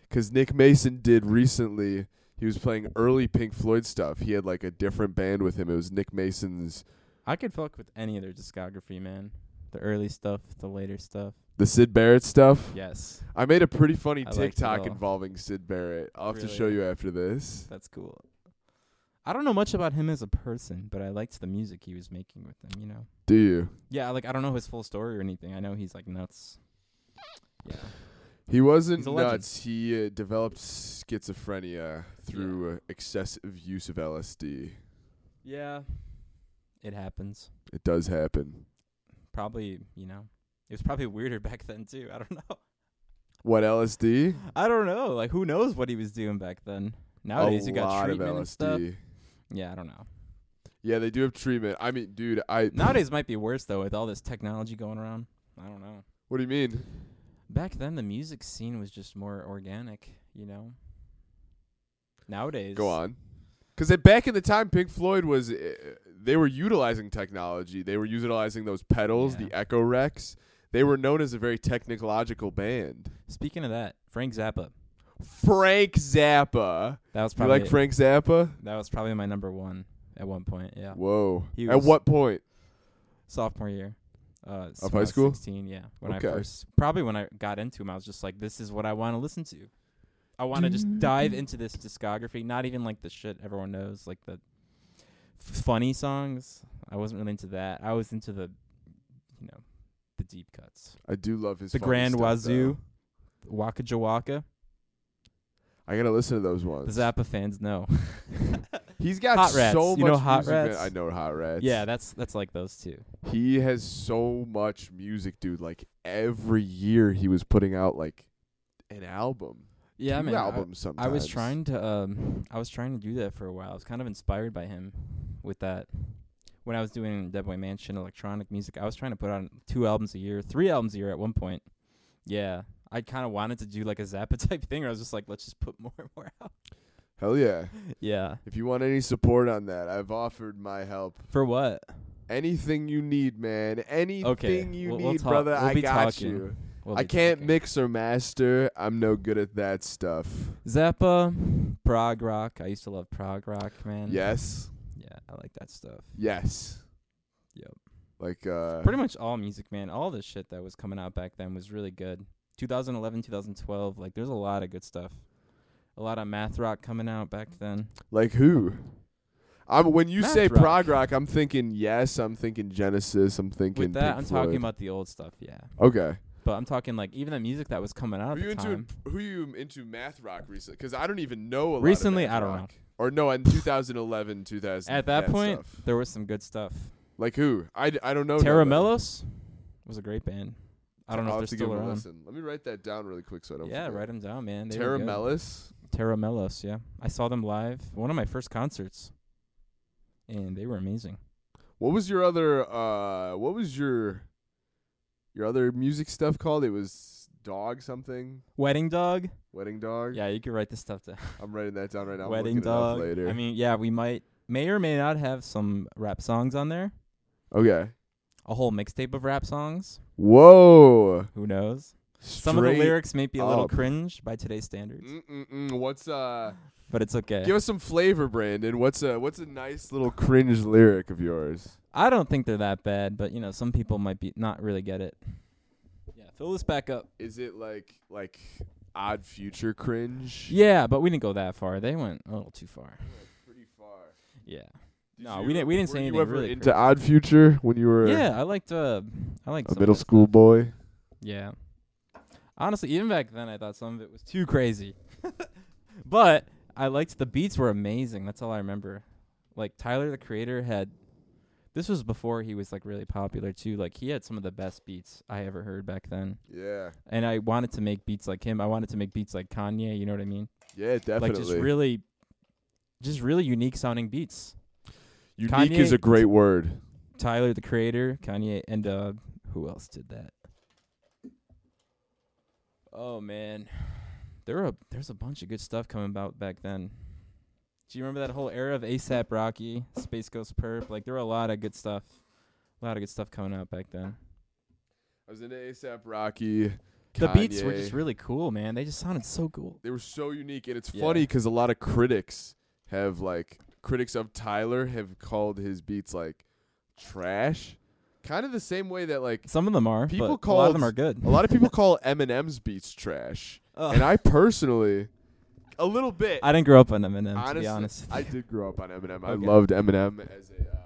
Speaker 2: Because Nick Mason did recently, he was playing early Pink Floyd stuff. He had like a different band with him. It was Nick Mason's,
Speaker 1: I could fuck with any of their discography, man. The early stuff, the later stuff.
Speaker 2: the Sid Barrett stuff.
Speaker 1: Yes,
Speaker 2: I made a pretty funny
Speaker 1: I liked it
Speaker 2: TikTok
Speaker 1: all.
Speaker 2: involving Sid Barrett. I'll have to
Speaker 1: Really?
Speaker 2: show you after this.
Speaker 1: that's cool. I don't know much about him as a person, but I liked the music he was making with them, you know.
Speaker 2: Do you?
Speaker 1: Yeah, like I don't know his full story or anything. I know he's like nuts. Yeah.
Speaker 2: He wasn't
Speaker 1: He's a legend.
Speaker 2: nuts. He uh, developed schizophrenia through uh, excessive use of LSD.
Speaker 1: Yeah. It happens.
Speaker 2: It does happen.
Speaker 1: Probably, you know. It was probably weirder back then too. I don't know.
Speaker 2: What LSD?
Speaker 1: I don't know. Like who knows what he was doing back then. Nowadays
Speaker 2: a
Speaker 1: you got
Speaker 2: lot of
Speaker 1: treatment
Speaker 2: LSD.
Speaker 1: and stuff. Yeah, I don't know.
Speaker 2: Yeah, they do have treatment. I mean, dude, I
Speaker 1: Nowadays might be worse though with all this technology going around. I don't know.
Speaker 2: What do you mean?
Speaker 1: Back then the music scene was just more organic, you know. Nowadays
Speaker 2: Go on. Because back in the time, Pink Floyd was uh, they were utilizing technology. They were utilizing those pedals,
Speaker 1: Yeah.
Speaker 2: the Echo Rex. They were known as a very technological band.
Speaker 1: Speaking of that, Frank Zappa.
Speaker 2: Frank Zappa.
Speaker 1: That was
Speaker 2: You
Speaker 1: probably
Speaker 2: like Frank Zappa?
Speaker 1: that was probably my number one at one point, yeah.
Speaker 2: Whoa.
Speaker 1: He
Speaker 2: At
Speaker 1: was-
Speaker 2: what point?
Speaker 1: sophomore year uh, s- when I
Speaker 2: Of high
Speaker 1: was
Speaker 2: school?
Speaker 1: 16 yeah when
Speaker 2: Okay.
Speaker 1: i first probably when i got into him i was just like this is what i want to listen to i want to just dive into this discography not even like the shit everyone knows like the f- funny songs i wasn't really into that i was into the you know the deep cuts
Speaker 2: I do love his
Speaker 1: the
Speaker 2: funny
Speaker 1: grand
Speaker 2: stuff,
Speaker 1: wazoo waka jawaka
Speaker 2: though. I gotta listen to those
Speaker 1: the
Speaker 2: ones.
Speaker 1: zappa fans know
Speaker 2: He's got
Speaker 1: Hot Rats.
Speaker 2: so much.
Speaker 1: You know Hot
Speaker 2: music, man.
Speaker 1: Rats?
Speaker 2: I know hot rats.
Speaker 1: yeah that's that's like those two
Speaker 2: He has so much music, dude. Like every year he was putting out like an album.
Speaker 1: yeah
Speaker 2: Two
Speaker 1: man I-
Speaker 2: albums sometimes.
Speaker 1: I was trying to um I was trying to do that for a while. I was kind of inspired by him with that. When I was doing Dead Boy Mansion electronic music, I was trying to put on two albums a year, three albums a year at one point. Yeah. I kind of wanted to do like a Zappa type thing where I was just like, let's just put more and more out.
Speaker 2: Hell yeah.
Speaker 1: Yeah.
Speaker 2: If you want any support on that, I've offered my help.
Speaker 1: For what?
Speaker 2: Anything you need, man. Anything you
Speaker 1: we'll-
Speaker 2: need,
Speaker 1: we'll talk-
Speaker 2: brother.
Speaker 1: we'll
Speaker 2: I
Speaker 1: be
Speaker 2: got
Speaker 1: talking.
Speaker 2: you.
Speaker 1: We'll
Speaker 2: I
Speaker 1: be
Speaker 2: can't
Speaker 1: talking.
Speaker 2: mix or master. I'm no good at that stuff.
Speaker 1: Zappa, prog rock. I used to love prog rock, man.
Speaker 2: Yes.
Speaker 1: Yeah, I like that stuff.
Speaker 2: Yes.
Speaker 1: Yep.
Speaker 2: Like uh
Speaker 1: pretty much all music, man. All the shit that was coming out back then was really good. 2011, 2012, like there's a lot of good stuff. A lot of math rock coming out back then.
Speaker 2: like who? I'm when you
Speaker 1: Math
Speaker 2: say
Speaker 1: rock.
Speaker 2: prog rock, I'm thinking yes, I'm thinking Genesis, I'm thinking
Speaker 1: With that,
Speaker 2: Pink
Speaker 1: I'm
Speaker 2: Floyd.
Speaker 1: talking about the old stuff, yeah.
Speaker 2: Okay.
Speaker 1: But I'm talking like even the music that was coming out at
Speaker 2: Who you
Speaker 1: the
Speaker 2: into
Speaker 1: time.
Speaker 2: who you into math rock recently? Cuz I don't even know a lot of
Speaker 1: Recently,
Speaker 2: math
Speaker 1: I don't
Speaker 2: rock. Or no, in 2011, 2000.
Speaker 1: At that point,
Speaker 2: stuff.
Speaker 1: there was some good stuff.
Speaker 2: Like who? I, d- I don't know.
Speaker 1: Terra
Speaker 2: nobody.
Speaker 1: Mellos was a great band. I don't know
Speaker 2: Oh, I'll
Speaker 1: if
Speaker 2: have to
Speaker 1: they're
Speaker 2: give
Speaker 1: still
Speaker 2: them a
Speaker 1: around.
Speaker 2: listen. Let me write that down really quick so I don't.
Speaker 1: Yeah,
Speaker 2: forget.
Speaker 1: write them down, man. They
Speaker 2: Terra
Speaker 1: were good.
Speaker 2: Mellis.
Speaker 1: Terra Mellos, yeah. I saw them live. One of my first concerts. And they were amazing.
Speaker 2: What was your other? Uh, what was your your other music stuff called? It was dog something.
Speaker 1: Wedding Dog.
Speaker 2: Wedding dog.
Speaker 1: Yeah, you could write this stuff down.
Speaker 2: I'm writing that down right now. I'm
Speaker 1: Wedding
Speaker 2: looking it up
Speaker 1: Dog.
Speaker 2: later.
Speaker 1: I mean, yeah, we might may or may not have some rap songs on there.
Speaker 2: okay.
Speaker 1: A whole mixtape of rap songs.
Speaker 2: Whoa.
Speaker 1: Who knows? Some of the
Speaker 2: Straight
Speaker 1: lyrics may be a little
Speaker 2: up.
Speaker 1: cringe by today's standards,
Speaker 2: Mm-mm-mm. What's uh?
Speaker 1: but it's okay.
Speaker 2: Give us some flavor, Brandon. What's a what's a nice little cringe lyric of yours?
Speaker 1: I don't think they're that bad, but you know, some people might be not really get it. Yeah, fill this back up.
Speaker 2: Is it like like odd future cringe?
Speaker 1: Yeah, but we didn't go that far. They went a little too far.
Speaker 2: Pretty far.
Speaker 1: Yeah. No, we didn't- we didn't
Speaker 2: were
Speaker 1: say
Speaker 2: you
Speaker 1: anything
Speaker 2: ever
Speaker 1: really
Speaker 2: into Odd Future when you were
Speaker 1: Yeah, I liked uh I liked
Speaker 2: a
Speaker 1: some of
Speaker 2: middle
Speaker 1: that
Speaker 2: school
Speaker 1: stuff.
Speaker 2: boy?
Speaker 1: Yeah. Honestly, even back then, I thought some of it was too crazy. but I liked the beats were amazing. That's all I remember. Like Tyler, the creator, had. This was before he was like really popular too. Like he had some of the best beats I ever heard back then,
Speaker 2: Yeah,
Speaker 1: and I wanted to make beats like him. I wanted to make beats like Kanye. You know what I mean?
Speaker 2: yeah, definitely.
Speaker 1: Like just really, just really unique sounding beats.
Speaker 2: Unique
Speaker 1: Kanye-
Speaker 2: is a great word.
Speaker 1: Tyler, the creator, Kanye, and uh, who else did that? Oh man, there were a, there's a bunch of good stuff coming about back then. Do you remember that whole era of ASAP Rocky, Space Ghost Perp? Like there were a lot of good stuff, a lot of good stuff coming out back then.
Speaker 2: I was into ASAP Rocky.
Speaker 1: The beats were
Speaker 2: Kanye.
Speaker 1: just really cool, man. They just sounded so cool.
Speaker 2: They were so unique, and it's funny
Speaker 1: Yeah.
Speaker 2: 'cause funny because a lot of critics have like critics of Tyler have called his beats like trash, kind of the same way that like
Speaker 1: Some of them are.
Speaker 2: People
Speaker 1: but a lot of
Speaker 2: called-
Speaker 1: them are good.
Speaker 2: a lot of people call Eminem's beats trash,
Speaker 1: Ugh.
Speaker 2: and I personally a little bit.
Speaker 1: Uh. I didn't grow up on Eminem, to
Speaker 2: honestly,
Speaker 1: be honest.
Speaker 2: I did grow up on Eminem. I
Speaker 1: Okay.
Speaker 2: loved Eminem as a. Uh,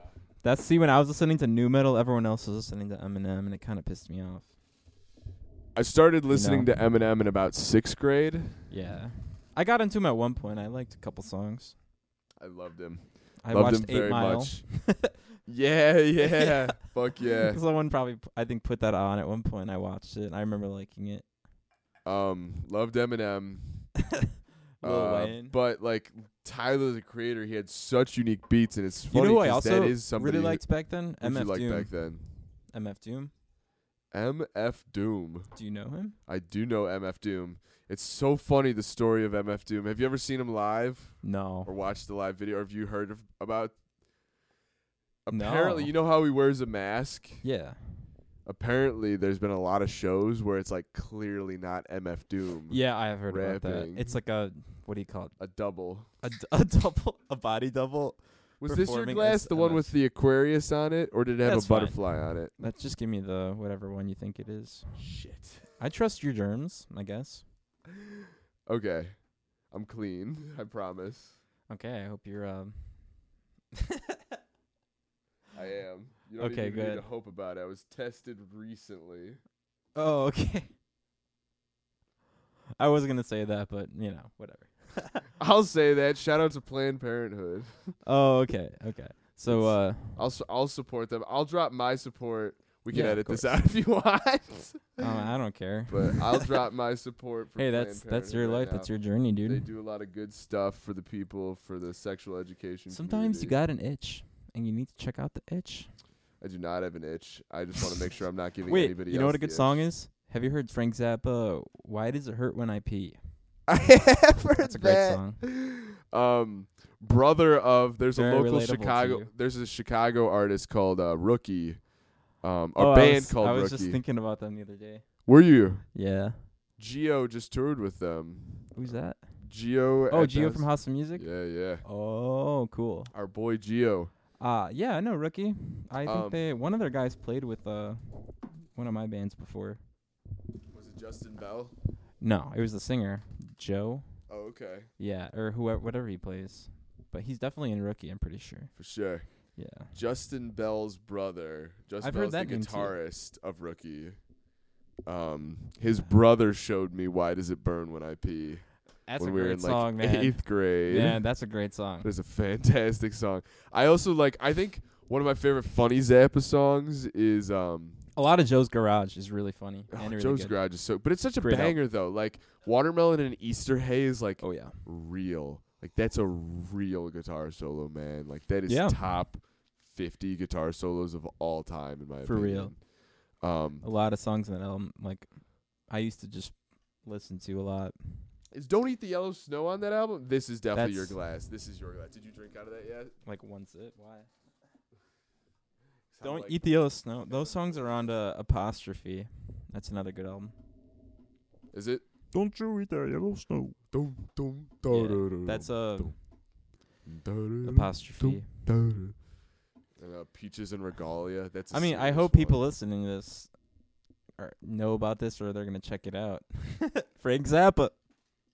Speaker 1: That's see, when I was listening to new metal, everyone else was listening to Eminem, and it kind of pissed me off.
Speaker 2: I started listening
Speaker 1: know?
Speaker 2: to Eminem in about sixth grade.
Speaker 1: Yeah, I got into him at one point. I liked a couple songs.
Speaker 2: I loved him.
Speaker 1: I
Speaker 2: loved
Speaker 1: watched
Speaker 2: him
Speaker 1: Eight
Speaker 2: very
Speaker 1: Mile.
Speaker 2: much. yeah, yeah, Fuck yeah.
Speaker 1: Someone probably, p- I think, put that on at one point. I watched it. and I remember liking it.
Speaker 2: Um, loved Eminem.
Speaker 1: Lil
Speaker 2: uh,
Speaker 1: Wayne.
Speaker 2: But like Tyler the creator, he had such unique beats, and it's
Speaker 1: you
Speaker 2: funny
Speaker 1: know who I
Speaker 2: 'cause
Speaker 1: also
Speaker 2: that is somebody
Speaker 1: really
Speaker 2: who-
Speaker 1: liked back then?
Speaker 2: who'd you
Speaker 1: MF
Speaker 2: like
Speaker 1: Doom.
Speaker 2: back then.
Speaker 1: MF Doom.
Speaker 2: MF Doom.
Speaker 1: Do you know him?
Speaker 2: I do know MF Doom. It's so funny the story of MF Doom. Have you ever seen him live or
Speaker 1: No.
Speaker 2: watched the live video, or have you heard of, about?
Speaker 1: No.
Speaker 2: Apparently, you know how he wears a mask.
Speaker 1: Yeah.
Speaker 2: apparently there's been a lot of shows where it's like clearly not MF Doom.
Speaker 1: Yeah, I have heard about that.
Speaker 2: Rapping.
Speaker 1: It's like a what do you call it?
Speaker 2: A double.
Speaker 1: A, d- a double, a body double.
Speaker 2: Was this your
Speaker 1: Performing
Speaker 2: glass
Speaker 1: as
Speaker 2: the one
Speaker 1: MF.
Speaker 2: with the Aquarius on it, or did it have
Speaker 1: That's
Speaker 2: a
Speaker 1: fine.
Speaker 2: butterfly on it?
Speaker 1: Let's just give me the whatever one you think it is.
Speaker 2: Shit.
Speaker 1: I trust your germs, I guess.
Speaker 2: Okay. I'm clean, I promise.
Speaker 1: Okay, I hope you're um
Speaker 2: I am. You don't
Speaker 1: Okay,
Speaker 2: even need
Speaker 1: good.
Speaker 2: to hope about it. I was tested recently.
Speaker 1: Oh, okay. I was gonna say that, but you know, whatever.
Speaker 2: I'll say that. Shout out to Planned Parenthood.
Speaker 1: Oh, okay, okay. So uh
Speaker 2: I'll s- I'll support them. I'll drop my support. We can
Speaker 1: Yeah, of
Speaker 2: edit this
Speaker 1: course.
Speaker 2: out if you want,
Speaker 1: uh, I don't care.
Speaker 2: but I'll drop my support for
Speaker 1: hey,
Speaker 2: Planned
Speaker 1: that's that's your
Speaker 2: Parenthood right
Speaker 1: life,
Speaker 2: now.
Speaker 1: that's your journey,
Speaker 2: They
Speaker 1: dude.
Speaker 2: do a lot of good stuff for the people, for the sexual education.
Speaker 1: Sometimes you
Speaker 2: community.
Speaker 1: got an itch and you need to check out the itch.
Speaker 2: I do not have an itch. I just want to make sure I'm not giving
Speaker 1: Wait,
Speaker 2: anybody.
Speaker 1: you know what
Speaker 2: else
Speaker 1: a good
Speaker 2: the
Speaker 1: song is? Have you heard Frank Zappa? Why does it hurt when I pee?
Speaker 2: I have heard
Speaker 1: That's a great
Speaker 2: that.
Speaker 1: song.
Speaker 2: Um, brother of there's
Speaker 1: Very
Speaker 2: a local
Speaker 1: relatable to
Speaker 2: Chicago.
Speaker 1: you.
Speaker 2: There's a Chicago artist called uh, Rookie, um, a
Speaker 1: oh,
Speaker 2: band
Speaker 1: I was,
Speaker 2: called
Speaker 1: I was
Speaker 2: Rookie.
Speaker 1: just thinking about them the other day.
Speaker 2: Were you?
Speaker 1: Yeah.
Speaker 2: Geo just toured with them.
Speaker 1: Who's that?
Speaker 2: Geo.
Speaker 1: Oh,
Speaker 2: at
Speaker 1: Geo
Speaker 2: the-
Speaker 1: from House of Music?
Speaker 2: Yeah, yeah.
Speaker 1: Oh, cool.
Speaker 2: Our boy Geo.
Speaker 1: Uh yeah, I know Rookie. I think
Speaker 2: Um,
Speaker 1: they one of their guys played with uh one of my bands before.
Speaker 2: Was it Justin Bell?
Speaker 1: No, it was the singer, Joe.
Speaker 2: Oh, okay,
Speaker 1: Yeah, or whoever whatever he plays. But he's definitely in Rookie, I'm pretty sure.
Speaker 2: for sure.
Speaker 1: Yeah.
Speaker 2: Justin Bell's brother. Justin
Speaker 1: I've heard
Speaker 2: Bell's
Speaker 1: that
Speaker 2: the
Speaker 1: name too.
Speaker 2: guitarist of Rookie. Um, his brother showed me "Why Does It Burn When I Pee"
Speaker 1: That's
Speaker 2: when
Speaker 1: a
Speaker 2: we
Speaker 1: great
Speaker 2: were in like
Speaker 1: song, man.
Speaker 2: eighth grade.
Speaker 1: Yeah, that's a great song.
Speaker 2: There's a fantastic song. I also like. I think one of my favorite funny Zappa songs is um,
Speaker 1: A lot of Joe's Garage is really funny.
Speaker 2: oh,
Speaker 1: and really
Speaker 2: Joe's
Speaker 1: good.
Speaker 2: Garage is so. But it's such a
Speaker 1: Great album.
Speaker 2: banger though. Like Watermelon and Easter Hay is like
Speaker 1: Oh yeah.
Speaker 2: real. Like that's a real guitar solo, man. Like that is
Speaker 1: Yeah.
Speaker 2: top fifty guitar solos of all time in my
Speaker 1: For real.
Speaker 2: opinion. real. Um,
Speaker 1: A lot of songs in that album like I used to just listen to a lot.
Speaker 2: is "Don't Eat the Yellow Snow" on that album? This is definitely your
Speaker 1: That's-
Speaker 2: glass. This is your glass. Did you drink out of that yet?
Speaker 1: Like one sip. Why?
Speaker 2: Sound
Speaker 1: Don't
Speaker 2: like-
Speaker 1: eat the yellow snow. Those songs are on to apostrophe. That's another good album.
Speaker 2: Is it?
Speaker 3: Don't you eat that yellow snow.
Speaker 2: Dum, dum, da,
Speaker 1: Yeah,
Speaker 2: da, da,
Speaker 1: That's
Speaker 2: dum,
Speaker 1: a
Speaker 2: da, da,
Speaker 1: apostrophe.
Speaker 2: da, da. And, uh, Peaches and Regalia. That's. a
Speaker 1: I mean, I
Speaker 2: serious
Speaker 1: hope
Speaker 2: one.
Speaker 1: people listening to this are, know about this or they're gonna check it out. Frank Zappa,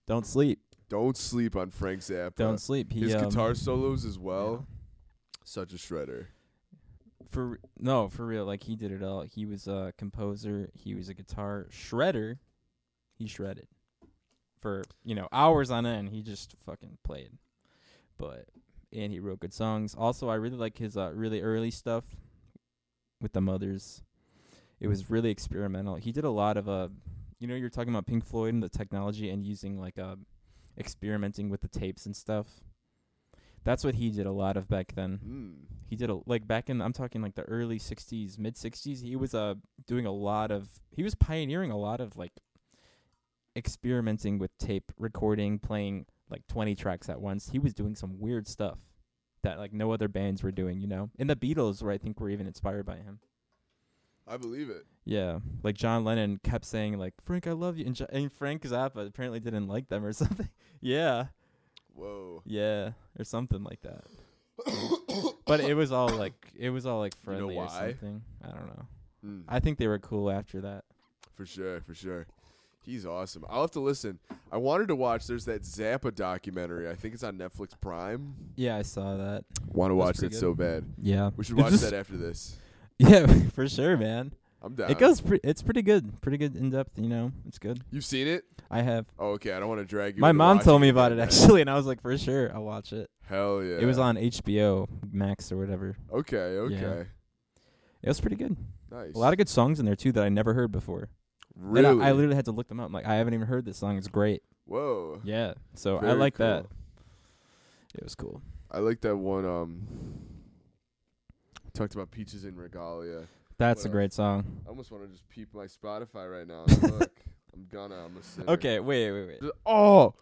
Speaker 1: don't sleep,
Speaker 2: don't sleep on Frank Zappa.
Speaker 1: don't sleep. He,
Speaker 2: His
Speaker 1: um,
Speaker 2: guitar solos as
Speaker 1: yeah.
Speaker 2: well. Such a shredder.
Speaker 1: for r- no for real. Like he did it all. He was a composer. He was a guitar shredder. He shredded for you know hours on end. He just fucking played, but and he wrote good songs. Also, I really like his uh, really early stuff with the mothers. It was really experimental. He did a lot of uh, you know, you're talking about Pink Floyd and the technology and using like uh, experimenting with the tapes and stuff. That's what he did a lot of back then
Speaker 2: Mm.
Speaker 1: he did a like back in I'm talking like the early 60s, mid 60s. He was uh doing a lot of he was pioneering a lot of like experimenting with tape recording, playing like 20 tracks at once. He was doing some weird stuff that like no other bands were doing, you know. And the Beatles were I think were even inspired by him.
Speaker 2: I believe it.
Speaker 1: Yeah, like John Lennon kept saying like Frank, I love you, and, jo- and Frank Zappa apparently didn't like them or something. yeah,
Speaker 2: Whoa.
Speaker 1: yeah, or something like that. But it was all like it was all like
Speaker 2: You know
Speaker 1: friendly or
Speaker 2: why?
Speaker 1: something. I don't know.
Speaker 2: Mm,
Speaker 1: I think they were cool after that.
Speaker 2: for sure, for sure. He's awesome. I'll have to listen. I wanted to watch. There's that Zappa documentary. I think it's on Netflix Prime.
Speaker 1: Yeah, I saw that.
Speaker 2: Want to
Speaker 1: That's
Speaker 2: watch
Speaker 1: pretty good.
Speaker 2: that so bad.
Speaker 1: Yeah,
Speaker 2: We should
Speaker 1: It's
Speaker 2: watch
Speaker 1: just-
Speaker 2: that after this.
Speaker 1: Yeah, for sure, man.
Speaker 2: I'm down.
Speaker 1: It goes. Pre- it's pretty good. Pretty good in depth. You know, it's good.
Speaker 2: You've seen it?
Speaker 1: I have.
Speaker 2: Oh, okay. I don't want to drag you.
Speaker 1: My
Speaker 2: into
Speaker 1: mom
Speaker 2: watching
Speaker 1: told me about it
Speaker 2: again.
Speaker 1: actually, and I was like, for sure, I'll watch it.
Speaker 2: Hell yeah.
Speaker 1: It was on HBO Max or whatever.
Speaker 2: Okay. Okay.
Speaker 1: It was pretty good.
Speaker 2: Nice.
Speaker 1: A lot of good songs in there too that I never heard before.
Speaker 2: really.
Speaker 1: And I, I literally had to look them up. I'm like I haven't even heard this song. It's great.
Speaker 2: Whoa.
Speaker 1: Yeah. So I
Speaker 2: Very
Speaker 1: like
Speaker 2: cool.
Speaker 1: that. It was cool.
Speaker 2: I like that one. Um, talked about peaches and regalia.
Speaker 1: That's a
Speaker 2: What else?
Speaker 1: great song.
Speaker 2: I almost want to just peep my Spotify right now. and Look, I'm gonna. I'm a sinner.
Speaker 1: Okay. Wait. Wait. Wait.
Speaker 2: Th- Oh,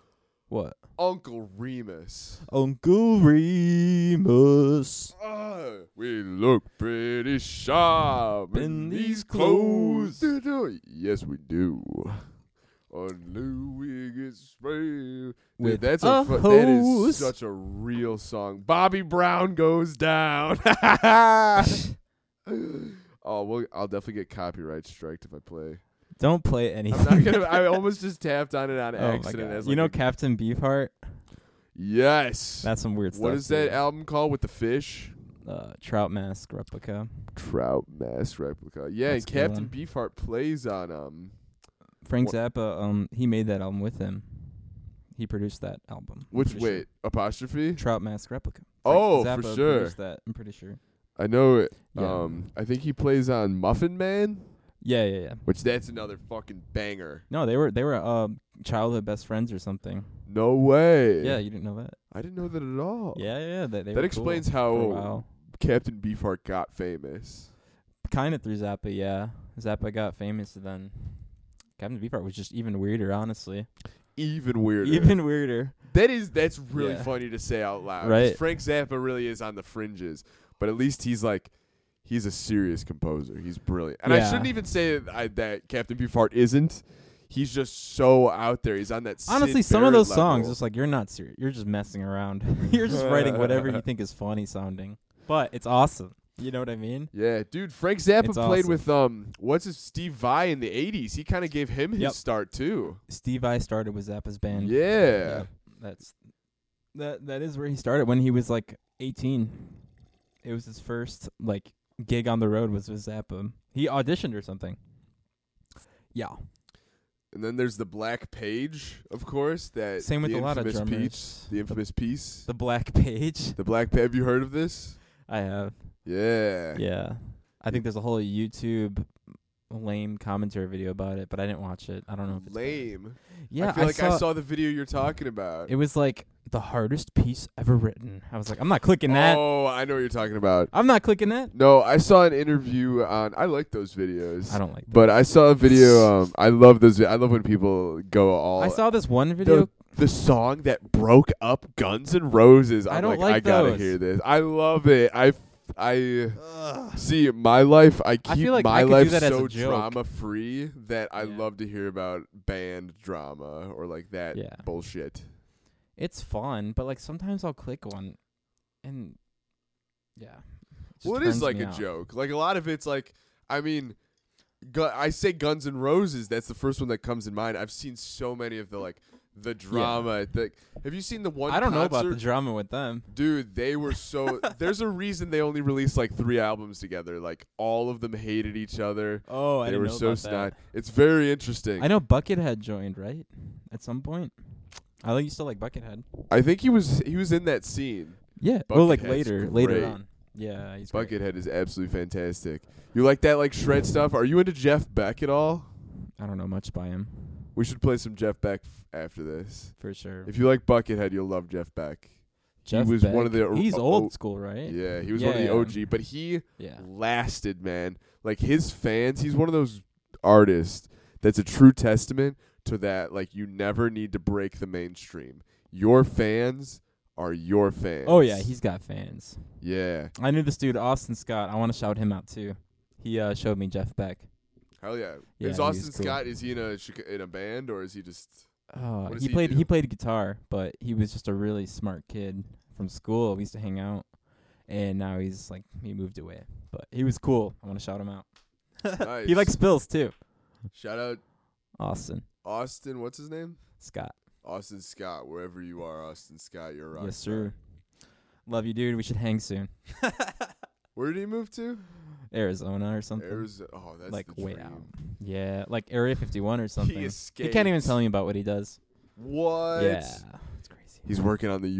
Speaker 1: What?
Speaker 2: Uncle Remus.
Speaker 1: Uncle Remus.
Speaker 2: Oh, we look pretty sharp in these clothes. Do-do. Yes, we do. On Louis gets sprayed. Dude,
Speaker 1: With
Speaker 2: that's
Speaker 1: a
Speaker 2: a fu- that
Speaker 1: hose.
Speaker 2: is such a real song. Bobby Brown goes down. oh, well, I'll definitely get copyright striked if I play.
Speaker 1: Don't play anything.
Speaker 2: I'm not gonna. I almost just tapped on it on
Speaker 1: Oh my
Speaker 2: accident.
Speaker 1: God.
Speaker 2: As
Speaker 1: you
Speaker 2: like
Speaker 1: know
Speaker 2: a-
Speaker 1: Captain Beefheart?
Speaker 2: yes.
Speaker 1: That's some weird stuff.
Speaker 2: what is that album called with the fish?
Speaker 1: dude. Uh, Trout Mask replica
Speaker 2: Trout mask replica. Yeah,
Speaker 1: That's a
Speaker 2: and
Speaker 1: good
Speaker 2: Captain Beefheart plays on um.
Speaker 1: Frank
Speaker 2: What-
Speaker 1: Zappa. Um, he made that album with him. He produced that album. I'm
Speaker 2: Which
Speaker 1: pretty sure.
Speaker 2: wait apostrophe?
Speaker 1: Trout Mask replica.
Speaker 2: Oh,
Speaker 1: Frank
Speaker 2: for
Speaker 1: Zappa
Speaker 2: sure.
Speaker 1: produced That I'm pretty sure.
Speaker 2: I know it.
Speaker 1: Yeah.
Speaker 2: Um, I think he plays on Muffin Man,
Speaker 1: Yeah, yeah, yeah.
Speaker 2: which that's another fucking banger.
Speaker 1: No, they were they were uh, childhood best friends or something.
Speaker 2: No way.
Speaker 1: Yeah, you didn't know that.
Speaker 2: I didn't know that at all.
Speaker 1: Yeah, yeah, yeah, That, they
Speaker 2: Oh. That
Speaker 1: were
Speaker 2: explains
Speaker 1: cool for a
Speaker 2: how
Speaker 1: while.
Speaker 2: Captain Beefheart got famous.
Speaker 1: Kind of through Zappa, yeah. Zappa got famous and then. Captain Beefheart was just even weirder, honestly.
Speaker 2: Even weirder.
Speaker 1: Even weirder.
Speaker 2: that is that's really
Speaker 1: Yeah.
Speaker 2: funny to say out loud. 'cause
Speaker 1: Right.
Speaker 2: Frank Zappa really is on the fringes, but at least he's like he's a serious composer. He's brilliant, and I
Speaker 1: Yeah.
Speaker 2: shouldn't even say that, I, that Captain Beefheart isn't. He's just so out there. He's on that. Syd
Speaker 1: Honestly, some of
Speaker 2: Barrett
Speaker 1: those songs,
Speaker 2: level.
Speaker 1: it's like you're not serious. You're just messing around. you're just writing whatever you think is funny sounding, but it's awesome. You know what I mean?
Speaker 2: Yeah, dude. Frank Zappa
Speaker 1: It's
Speaker 2: played
Speaker 1: awesome.
Speaker 2: with um, what's his Steve Vai in the '80s. He kind of gave him his
Speaker 1: Yep.
Speaker 2: start too.
Speaker 1: Steve I started with Zappa's band.
Speaker 2: yeah.
Speaker 1: Yeah, that's that that is where he started when he was like 18. It was his first like gig on the road was with Zappa. He auditioned or something. Yeah.
Speaker 2: and then there's the Black Page, of course. That
Speaker 1: Same with
Speaker 2: the
Speaker 1: a lot of
Speaker 2: infamous
Speaker 1: drummers.
Speaker 2: Piece, the infamous piece.
Speaker 1: The Black Page.
Speaker 2: The Black Page. Have you heard of this?
Speaker 1: I have.
Speaker 2: Yeah.
Speaker 1: Yeah. I think there's a whole YouTube lame commentary video about it, but I didn't watch it. I don't know if it's bad.
Speaker 2: Lame.
Speaker 1: Yeah,
Speaker 2: I feel like
Speaker 1: saw,
Speaker 2: I saw the video you're talking about.
Speaker 1: it was like the hardest piece ever written. I was like, I'm not clicking that.
Speaker 2: Oh, I know what you're talking about.
Speaker 1: I'm not clicking that.
Speaker 2: No, I saw an interview on. I like those videos.
Speaker 1: I don't like that.
Speaker 2: But I saw a video. Um, I love those. vi- I love when people go all.
Speaker 1: I saw this one video
Speaker 2: the song that broke up Guns N' Roses. I'm
Speaker 1: I don't
Speaker 2: like,
Speaker 1: like
Speaker 2: I gotta
Speaker 1: those.
Speaker 2: hear this. I love it. I, f- I see my life. I keep
Speaker 1: I feel like
Speaker 2: my
Speaker 1: I could do
Speaker 2: life
Speaker 1: that as a
Speaker 2: so
Speaker 1: joke.
Speaker 2: drama free that I
Speaker 1: Yeah.
Speaker 2: love to hear about band drama or like that
Speaker 1: Yeah.
Speaker 2: bullshit.
Speaker 1: it's fun, but like sometimes I'll click one, and yeah. just
Speaker 2: Well, it is
Speaker 1: turns
Speaker 2: like
Speaker 1: me
Speaker 2: a
Speaker 1: off.
Speaker 2: joke. Like a lot of it's like, I mean, gu- I say Guns N' Roses. That's the first one that comes in mind. I've seen so many of the like the drama. The, have you seen the one?
Speaker 1: I don't know about the
Speaker 2: concert-
Speaker 1: drama with them.
Speaker 2: Dude, they were so. there's a reason they only released like three albums together. Like all of them hated each other.
Speaker 1: Oh, I
Speaker 2: they
Speaker 1: didn't
Speaker 2: were
Speaker 1: know
Speaker 2: so
Speaker 1: about that.
Speaker 2: snide. It's very interesting.
Speaker 1: I know Buckethead joined right at some point. I like you still like Buckethead.
Speaker 2: I think he was he was in that scene.
Speaker 1: Yeah. well, like
Speaker 2: Buckethead's
Speaker 1: later, later
Speaker 2: great.
Speaker 1: on. Yeah, he's great.
Speaker 2: Buckethead is absolutely fantastic. You like that like shred stuff? Are you into Jeff Beck at all?
Speaker 1: I don't know much by him
Speaker 2: We should play some Jeff Beck f- after this.
Speaker 1: for sure.
Speaker 2: If you like Buckethead, you'll love Jeff Beck.
Speaker 1: Jeff
Speaker 2: was one of
Speaker 1: Beck,
Speaker 2: the-
Speaker 1: He's
Speaker 2: oh,
Speaker 1: old
Speaker 2: oh,
Speaker 1: school, right?
Speaker 2: Yeah, he was one of
Speaker 1: Yeah.
Speaker 2: the OG, but he
Speaker 1: Yeah.
Speaker 2: lasted, man. Like his fans, he's one of those artists that's a true testament to that. Like you never need to break the mainstream. Your fans are your fans.
Speaker 1: Oh yeah, he's got fans.
Speaker 2: yeah.
Speaker 1: I knew this dude Austin Scott. I want to shout him out too. He uh, showed me Jeff Beck.
Speaker 2: Hell
Speaker 1: Yeah,
Speaker 2: yeah. is
Speaker 1: he was
Speaker 2: Austin
Speaker 1: cool.
Speaker 2: Scott is he in a Chica- in a band or is he just
Speaker 1: Uh,
Speaker 2: What does
Speaker 1: he
Speaker 2: he
Speaker 1: played
Speaker 2: do?
Speaker 1: he played guitar, but he was just a really smart kid from school. We used to hang out, and now he's like he moved away, but he was cool. I want to shout him out.
Speaker 2: nice?
Speaker 1: He likes Bills too.
Speaker 2: shout out
Speaker 1: Austin
Speaker 2: Austin. What's his name?
Speaker 1: Scott,
Speaker 2: Austin Scott. Wherever you are, Austin Scott, you're a rock.
Speaker 1: yes
Speaker 2: star.
Speaker 1: sir. Love you, dude. We should hang soon.
Speaker 2: Where did he move to?
Speaker 1: Arizona or something.
Speaker 2: Arizona. Oh, that's
Speaker 1: like
Speaker 2: the
Speaker 1: way
Speaker 2: dream.
Speaker 1: out. Yeah, like Area 51 or something.
Speaker 2: He
Speaker 1: He
Speaker 2: escaped.
Speaker 1: can't even tell me about what he does.
Speaker 2: What?
Speaker 1: Yeah, it's crazy.
Speaker 2: He's working on the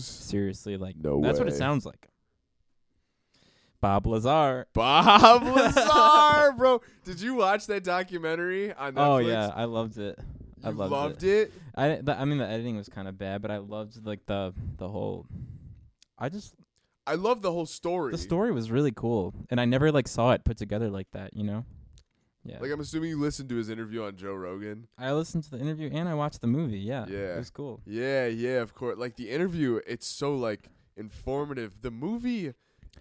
Speaker 1: seriously like
Speaker 2: No
Speaker 1: that's what it
Speaker 2: way.
Speaker 1: sounds like. Bob Lazar.
Speaker 2: Bob Lazar, bro. Did you watch that documentary on Netflix?
Speaker 1: Oh yeah, I loved it. I
Speaker 2: You
Speaker 1: loved, it.
Speaker 2: it.
Speaker 1: I di- the, I mean the editing was kind of bad, but I loved like the the whole. I just
Speaker 2: I love the whole story.
Speaker 1: the story was really cool, and I never like saw it put together like that. You know. Yeah.
Speaker 2: Like I'm assuming you listened to his interview on Joe Rogan.
Speaker 1: I listened to the interview and I watched the movie. Yeah.
Speaker 2: Yeah.
Speaker 1: It was cool.
Speaker 2: Yeah, yeah, of course. Like the interview, it's so like informative. The movie,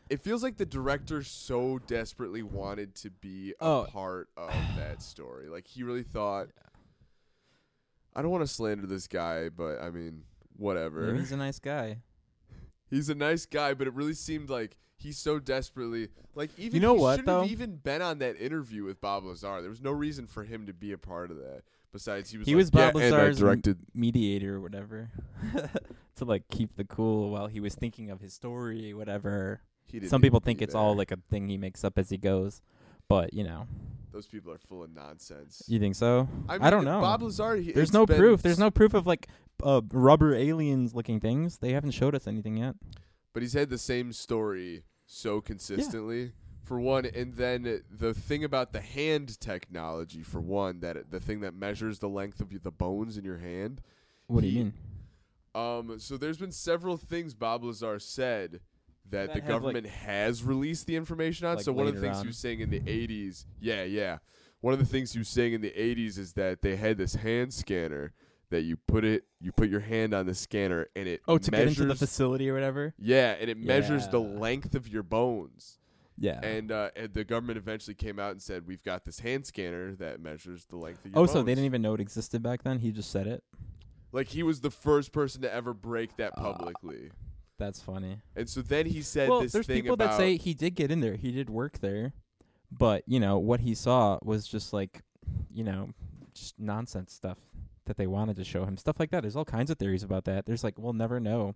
Speaker 2: it feels like the director so desperately wanted to be a
Speaker 1: Oh.
Speaker 2: part of that story. Like he really thought. I don't want to slander this guy, but I mean, whatever.
Speaker 1: Yeah, he's a nice guy.
Speaker 2: He's a nice guy, but it really seemed like he so desperately like even
Speaker 1: know
Speaker 2: he
Speaker 1: what,
Speaker 2: shouldn't have
Speaker 1: though?
Speaker 2: even been on that interview with Bob Lazar. There was no reason for him to be a part of that. Besides, he was
Speaker 1: He
Speaker 2: like,
Speaker 1: was Bob
Speaker 2: yeah, and I
Speaker 1: Lazar's m-
Speaker 2: directed.
Speaker 1: Mediator or whatever, to like keep the cool while he was thinking of his story, whatever.
Speaker 2: He didn't
Speaker 1: Some
Speaker 2: need
Speaker 1: people
Speaker 2: to
Speaker 1: think
Speaker 2: be
Speaker 1: it's all
Speaker 2: there.
Speaker 1: like a thing he makes up as he goes, but you know,
Speaker 2: those people are full of nonsense.
Speaker 1: you think so?
Speaker 2: mean,
Speaker 1: don't know.
Speaker 2: Bob Lazar. He,
Speaker 1: There's
Speaker 2: it's
Speaker 1: no
Speaker 2: been
Speaker 1: proof.
Speaker 2: s-
Speaker 1: There's no proof of like uh, rubber aliens looking things. They haven't showed us anything yet.
Speaker 2: But he's had the same story so consistently. For one, and then the thing about the hand technology. For one, that it, the thing that measures the length of the bones in your hand.
Speaker 1: What do
Speaker 2: He-
Speaker 1: you mean?
Speaker 2: Um, so there's been several things Bob Lazar said that,
Speaker 1: That
Speaker 2: the
Speaker 1: have, like-
Speaker 2: government has released the information on.
Speaker 1: Like,
Speaker 2: so one of the
Speaker 1: later
Speaker 2: things
Speaker 1: on.
Speaker 2: he was saying in the 80s, yeah, yeah. One of the things he was saying in the 80s is that they had this hand scanner that you put it, you put your hand on the scanner and it
Speaker 1: Oh, to
Speaker 2: measures,
Speaker 1: get into the facility or whatever.
Speaker 2: yeah, and it measures the
Speaker 1: Yeah.
Speaker 2: length of your bones.
Speaker 1: Yeah.
Speaker 2: And, uh, and the government eventually came out and said, "We've got this hand scanner that measures the length of your
Speaker 1: oh,
Speaker 2: bones."
Speaker 1: so they didn't even know it existed back then. He just said it.
Speaker 2: like he was the first person to ever break that
Speaker 1: Uh,
Speaker 2: publicly.
Speaker 1: That's funny.
Speaker 2: And so then he said
Speaker 1: well,
Speaker 2: this
Speaker 1: there's
Speaker 2: thing
Speaker 1: people
Speaker 2: about
Speaker 1: that say he did get in there. He did work there, but you know what he saw was just like, you know, just nonsense stuff that they wanted to show him. Stuff like that. There's all kinds of theories about that. There's like we'll never know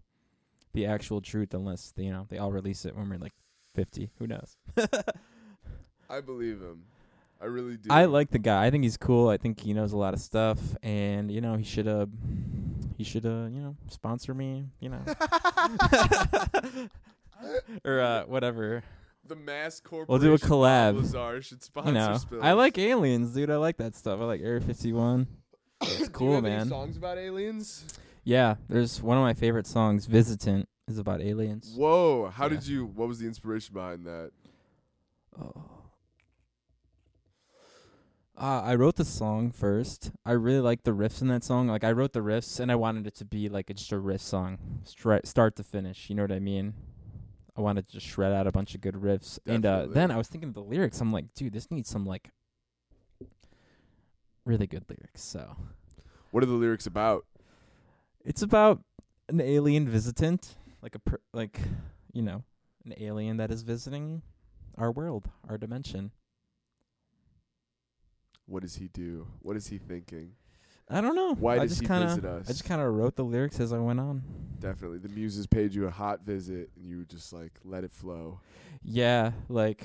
Speaker 1: the actual truth unless you know they all release it when we're like 50. Who knows?
Speaker 2: I believe him. I really do.
Speaker 1: I like the guy. I think he's cool. I think he knows a lot of stuff, and you know he should uh he should uh you know sponsor me. You know. or uh, whatever.
Speaker 2: the mass corporation.
Speaker 1: We'll do a
Speaker 2: Bob
Speaker 1: collab.
Speaker 2: Lazar should sponsor.
Speaker 1: You know,
Speaker 2: Spills.
Speaker 1: I like aliens, dude. I like that stuff. I like Area 51.
Speaker 2: It's
Speaker 1: cool, man.
Speaker 2: songs about aliens.
Speaker 1: Yeah, there's one of my favorite songs, Visitant, is about aliens.
Speaker 2: Whoa! How
Speaker 1: Yeah.
Speaker 2: did you? What was the inspiration behind that?
Speaker 1: Oh. Uh, I wrote the song first. I really like the riffs in that song. Like I wrote the riffs, and I wanted it to be like a, just a riff song, stri- start to finish. You know what I mean? I wanted to just shred out a bunch of good riffs, and uh,
Speaker 2: Definitely.
Speaker 1: then I was thinking of the lyrics. I'm like, dude, this needs some like really good lyrics. So
Speaker 2: What are the lyrics about?
Speaker 1: It's about an alien visitant, like a per, like you know, an alien that is visiting our world, our dimension.
Speaker 2: What does he do? What is he thinking?
Speaker 1: I don't know.
Speaker 2: Why
Speaker 1: Oh, I
Speaker 2: does
Speaker 1: just
Speaker 2: he
Speaker 1: kinda,
Speaker 2: visit us?
Speaker 1: I just kind of wrote the lyrics as I went on.
Speaker 2: Definitely, the muses paid you a hot visit, and you just like let it flow.
Speaker 1: Yeah, like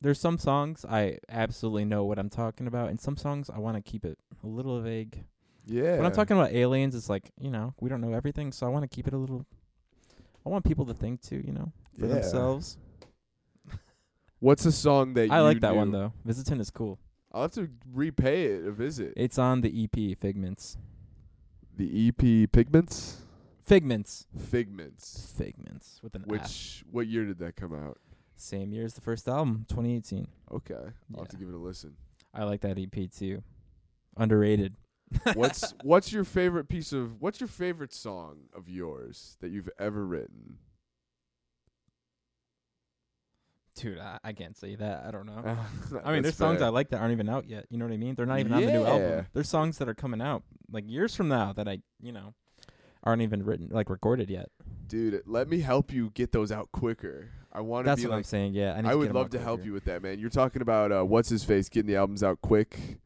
Speaker 1: there's some songs I absolutely know what I'm talking about, and some songs I want to keep it a little vague.
Speaker 2: Yeah.
Speaker 1: When I'm talking about aliens, it's like you know we don't know everything, so I want to keep it a little. I want people to think too, you know, for
Speaker 2: Yeah.
Speaker 1: themselves.
Speaker 2: What's a song that
Speaker 1: I
Speaker 2: you
Speaker 1: like that one
Speaker 2: knew-
Speaker 1: though. Visitant is cool.
Speaker 2: I'll have to repay it a visit.
Speaker 1: It's on the EP Figments. E
Speaker 2: the EP Pigments,
Speaker 1: Figments.
Speaker 2: Figments.
Speaker 1: Figments with an F.
Speaker 2: Which what year did that come out?
Speaker 1: Same year as the first album, 2018.
Speaker 2: Okay, I'll have to
Speaker 1: Yeah.
Speaker 2: give it a listen.
Speaker 1: I like that EP too. Underrated.
Speaker 2: What's what's your favorite piece of what's your favorite song of yours that you've ever written?
Speaker 1: dude, I, I can't say that. Uh, I don't
Speaker 2: Uh,
Speaker 1: know. I
Speaker 2: I
Speaker 1: mean, there's songs I like that aren't even out yet. You know what I mean? They're not even on the new
Speaker 2: Yeah.
Speaker 1: album. There's songs that are coming out like years from now that I, you know, aren't even written like recorded yet.
Speaker 2: dude. Let me help you get those out quicker. I want to
Speaker 1: That's
Speaker 2: be
Speaker 1: what
Speaker 2: like.
Speaker 1: I'm saying. Yeah, I, need
Speaker 2: I
Speaker 1: to
Speaker 2: would
Speaker 1: get 'em
Speaker 2: love
Speaker 1: out
Speaker 2: to help
Speaker 1: quicker.
Speaker 2: you with that, man. You're talking about uh, what's his face getting the albums out quick.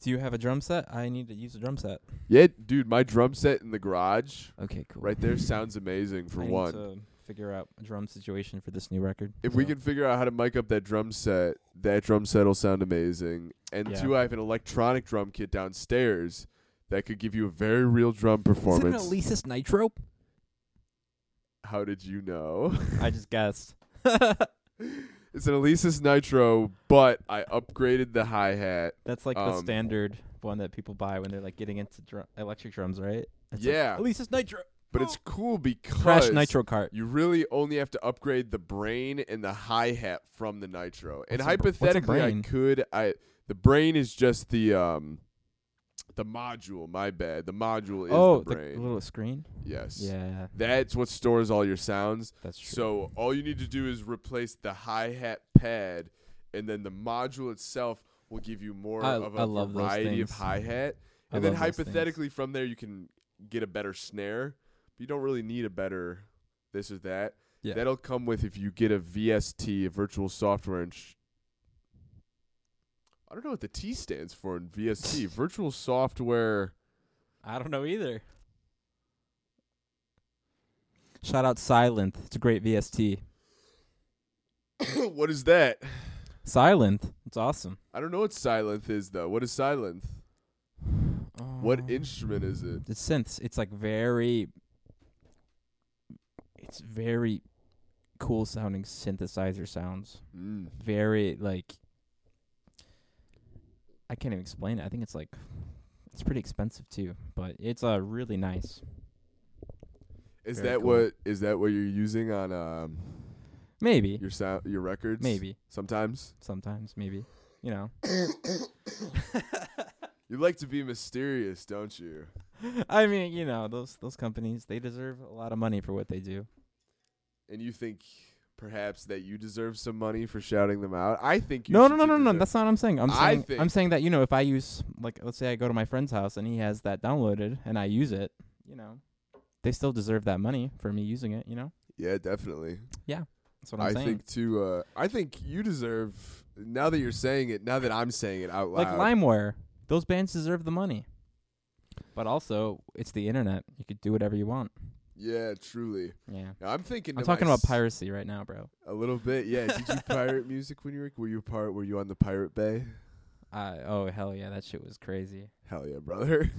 Speaker 1: Do you have a drum set? I need to use a drum set.
Speaker 2: Yeah, dude, my drum set in the garage
Speaker 1: Okay, cool.
Speaker 2: right there sounds amazing for
Speaker 1: I
Speaker 2: one.
Speaker 1: need to figure out a drum situation for this new record.
Speaker 2: If we
Speaker 1: so-
Speaker 2: can figure out how to mic up that drum set, that drum set will sound amazing. And
Speaker 1: Yeah.
Speaker 2: two, I have an electronic drum kit downstairs that could give you a very real drum performance.
Speaker 1: Alesis Nitro?
Speaker 2: how did you know?
Speaker 1: I just guessed.
Speaker 2: it's an Alesis Nitro, but I upgraded the hi hat.
Speaker 1: That's like the
Speaker 2: Um,
Speaker 1: standard one that people buy when they're like getting into drum- electric drums, right? It's like,
Speaker 2: Yeah,
Speaker 1: Alesis Nitro.
Speaker 2: but it's cool because
Speaker 1: Crash Nitro Kart.
Speaker 2: You really only have to upgrade the brain and the hi hat from the nitro. and
Speaker 1: What's a br- what's a
Speaker 2: hypothetically, I
Speaker 1: brain?
Speaker 2: could. I the brain is just the um, the module. My bad. The module is
Speaker 1: oh,
Speaker 2: the
Speaker 1: the
Speaker 2: brain.
Speaker 1: little screen.
Speaker 2: yes.
Speaker 1: Yeah,
Speaker 2: That's what stores all your sounds.
Speaker 1: that's true.
Speaker 2: So oh, all you need to do is replace the hi hat pad, and then the module itself will give you more
Speaker 1: I-
Speaker 2: of a
Speaker 1: I love those
Speaker 2: variety of
Speaker 1: things.
Speaker 2: hi hat.
Speaker 1: I
Speaker 2: And then
Speaker 1: love those things.
Speaker 2: hypothetically, from there you can get a better snare. But you don't really need a better this or that.
Speaker 1: Yeah.
Speaker 2: That'll come with if you get a VST, a virtual software. And sh- I don't know what the T stands for in VST. virtual software.
Speaker 1: I don't know either. Shout out Silent. It's a great VST.
Speaker 2: what is that?
Speaker 1: Silent. It's awesome.
Speaker 2: I don't know what Silenth is though. What is Silenth?
Speaker 1: Um,
Speaker 2: What
Speaker 1: Oh.
Speaker 2: instrument is it?
Speaker 1: It's synths. It's like very. It's very cool sounding synthesizer sounds.
Speaker 2: Mm.
Speaker 1: Very like. I can't even explain it. I think it's like. It's pretty expensive too, but it's uh really nice.
Speaker 2: Is
Speaker 1: Very
Speaker 2: that
Speaker 1: cool.
Speaker 2: what is that what you're using on um
Speaker 1: Maybe,
Speaker 2: your sound your records?
Speaker 1: maybe
Speaker 2: Sometimes
Speaker 1: sometimes maybe, you know.
Speaker 2: you like to be mysterious, don't you?
Speaker 1: I mean, you know, those those companies they deserve a lot of money for what they do.
Speaker 2: And you think perhaps that you deserve some money for shouting them out. I think you
Speaker 1: No,
Speaker 2: should
Speaker 1: no, no,
Speaker 2: too
Speaker 1: no, no.
Speaker 2: deserve-
Speaker 1: That's not what I'm saying. I'm
Speaker 2: I
Speaker 1: saying I'm
Speaker 2: think-
Speaker 1: saying that you know if I use like let's say I go to my friend's house and he has that downloaded and I use it, you know, they still deserve that money for me using it. You know,
Speaker 2: yeah, definitely.
Speaker 1: that's what I'm saying.
Speaker 2: think too. Uh, I think you deserve. Now that you're saying it, now that I'm saying it out
Speaker 1: like
Speaker 2: loud,
Speaker 1: LimeWire, those bands deserve the money. But also, it's the internet. You could do whatever you want.
Speaker 2: yeah, truly.
Speaker 1: Yeah,
Speaker 2: Now, I'm thinking.
Speaker 1: I'm
Speaker 2: to
Speaker 1: talking about
Speaker 2: mys-
Speaker 1: piracy right now, bro.
Speaker 2: A little bit, yeah. Did you pirate music when you were? Were you a pirate? Were you on the Pirate Bay?
Speaker 1: I oh hell yeah, that shit was crazy.
Speaker 2: Hell yeah, brother.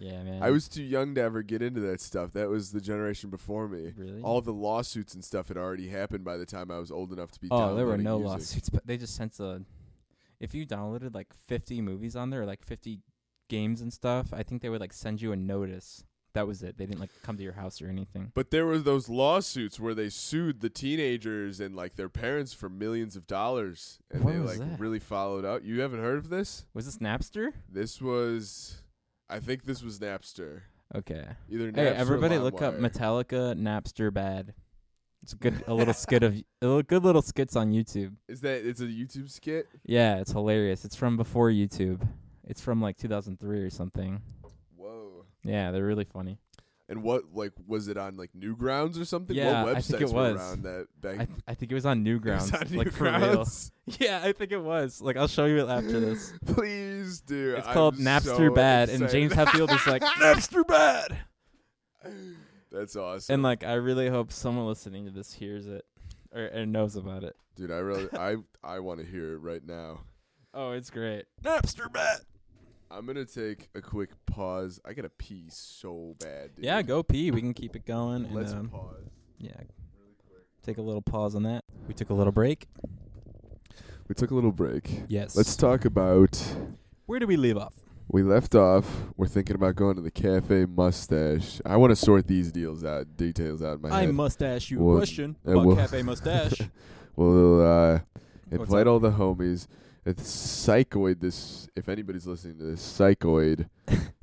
Speaker 1: Yeah, man.
Speaker 2: I was too young to ever get into that stuff. That was the generation before me.
Speaker 1: really
Speaker 2: All the lawsuits and stuff had already happened by the time I was old enough to be.
Speaker 1: Oh, there were
Speaker 2: downloading
Speaker 1: no
Speaker 2: music.
Speaker 1: lawsuits, but they just sent a. If you downloaded like 50 movies on there, or like 50 games and stuff, I think they would like send you a notice. That was it. They didn't like come to your house or anything.
Speaker 2: But there were those lawsuits where they sued the teenagers and like their parents for millions of dollars, and
Speaker 1: What
Speaker 2: they
Speaker 1: was
Speaker 2: like
Speaker 1: that?
Speaker 2: really followed up. You haven't heard of this?
Speaker 1: Was this Napster?
Speaker 2: This was, I think this was Napster.
Speaker 1: Okay.
Speaker 2: Either Napster
Speaker 1: Hey,
Speaker 2: or
Speaker 1: everybody, look up
Speaker 2: LimeWire.
Speaker 1: Metallica Napster bad. It's a good a little skit of a little, good little skits on YouTube.
Speaker 2: Is that it's a YouTube skit?
Speaker 1: Yeah, it's hilarious. It's from before YouTube. It's from like 2003 or something.
Speaker 2: Whoa.
Speaker 1: Yeah, they're really funny.
Speaker 2: And what like was it on like Newgrounds or something?
Speaker 1: Yeah,
Speaker 2: what
Speaker 1: I
Speaker 2: websites
Speaker 1: think it
Speaker 2: were
Speaker 1: was.
Speaker 2: around that back?
Speaker 1: I, th- I think it was on Newgrounds.
Speaker 2: It was on
Speaker 1: like for real.
Speaker 2: Newgrounds?
Speaker 1: Yeah, I think it was. Like I'll show you it after this.
Speaker 2: Please do.
Speaker 1: It's called
Speaker 2: I'm
Speaker 1: Napster
Speaker 2: so
Speaker 1: Bad, and
Speaker 2: excited.
Speaker 1: James Hetfield is like Napster Bad,
Speaker 2: That's awesome.
Speaker 1: and like I really hope someone listening to this hears it or, or knows about it.
Speaker 2: Dude, I really I I want to hear it right now.
Speaker 1: Oh, it's great.
Speaker 2: Napster Bad. I'm gonna take a quick pause. I gotta pee so bad. Dude.
Speaker 1: Yeah, go pee. We can keep it going. And,
Speaker 2: Let's
Speaker 1: um,
Speaker 2: pause.
Speaker 1: yeah, take a little pause on that. We took a little break.
Speaker 2: We took a little break.
Speaker 1: Yes.
Speaker 2: Let's talk about.
Speaker 1: Where do we leave off?
Speaker 2: We left off. We're thinking about going to the cafe mustache. I want to sort these deals out, details out in my
Speaker 1: I
Speaker 2: head.
Speaker 1: mustache you
Speaker 2: Well,
Speaker 1: a question
Speaker 2: uh,
Speaker 1: about
Speaker 2: well-
Speaker 1: Cafe Mustache.
Speaker 2: We'll uh,
Speaker 1: What's
Speaker 2: invite
Speaker 1: up?
Speaker 2: all the homies. It's psychoid. This, if anybody's listening to this, psychoid.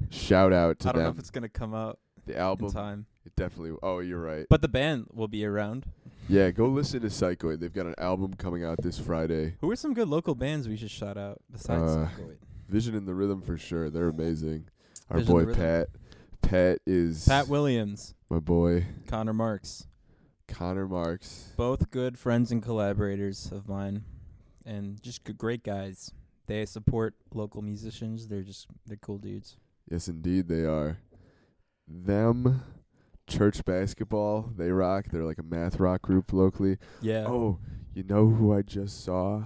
Speaker 2: shout out to
Speaker 1: I don't know
Speaker 2: them.
Speaker 1: if it's gonna come out
Speaker 2: the
Speaker 1: in
Speaker 2: album,
Speaker 1: time,
Speaker 2: it definitely. Oh, you're right.
Speaker 1: but the band will be around.
Speaker 2: Yeah, go listen to Psychoid. They've got an album coming out this Friday.
Speaker 1: Who are some good local bands we should shout out besides
Speaker 2: Uh,
Speaker 1: Psychoid?
Speaker 2: Vision and the Rhythm for sure. They're amazing. Our
Speaker 1: Vision and
Speaker 2: boy
Speaker 1: the
Speaker 2: Pat. Pat is
Speaker 1: Pat Williams,
Speaker 2: my boy.
Speaker 1: Connor Marks,
Speaker 2: Connor Marks.
Speaker 1: both good friends and collaborators of mine, and just g- great guys. They support local musicians. They're just they're cool dudes.
Speaker 2: Yes, indeed, they are. Them, church basketball, they rock. They're like a math rock group locally.
Speaker 1: Yeah.
Speaker 2: Oh, you know who I just saw,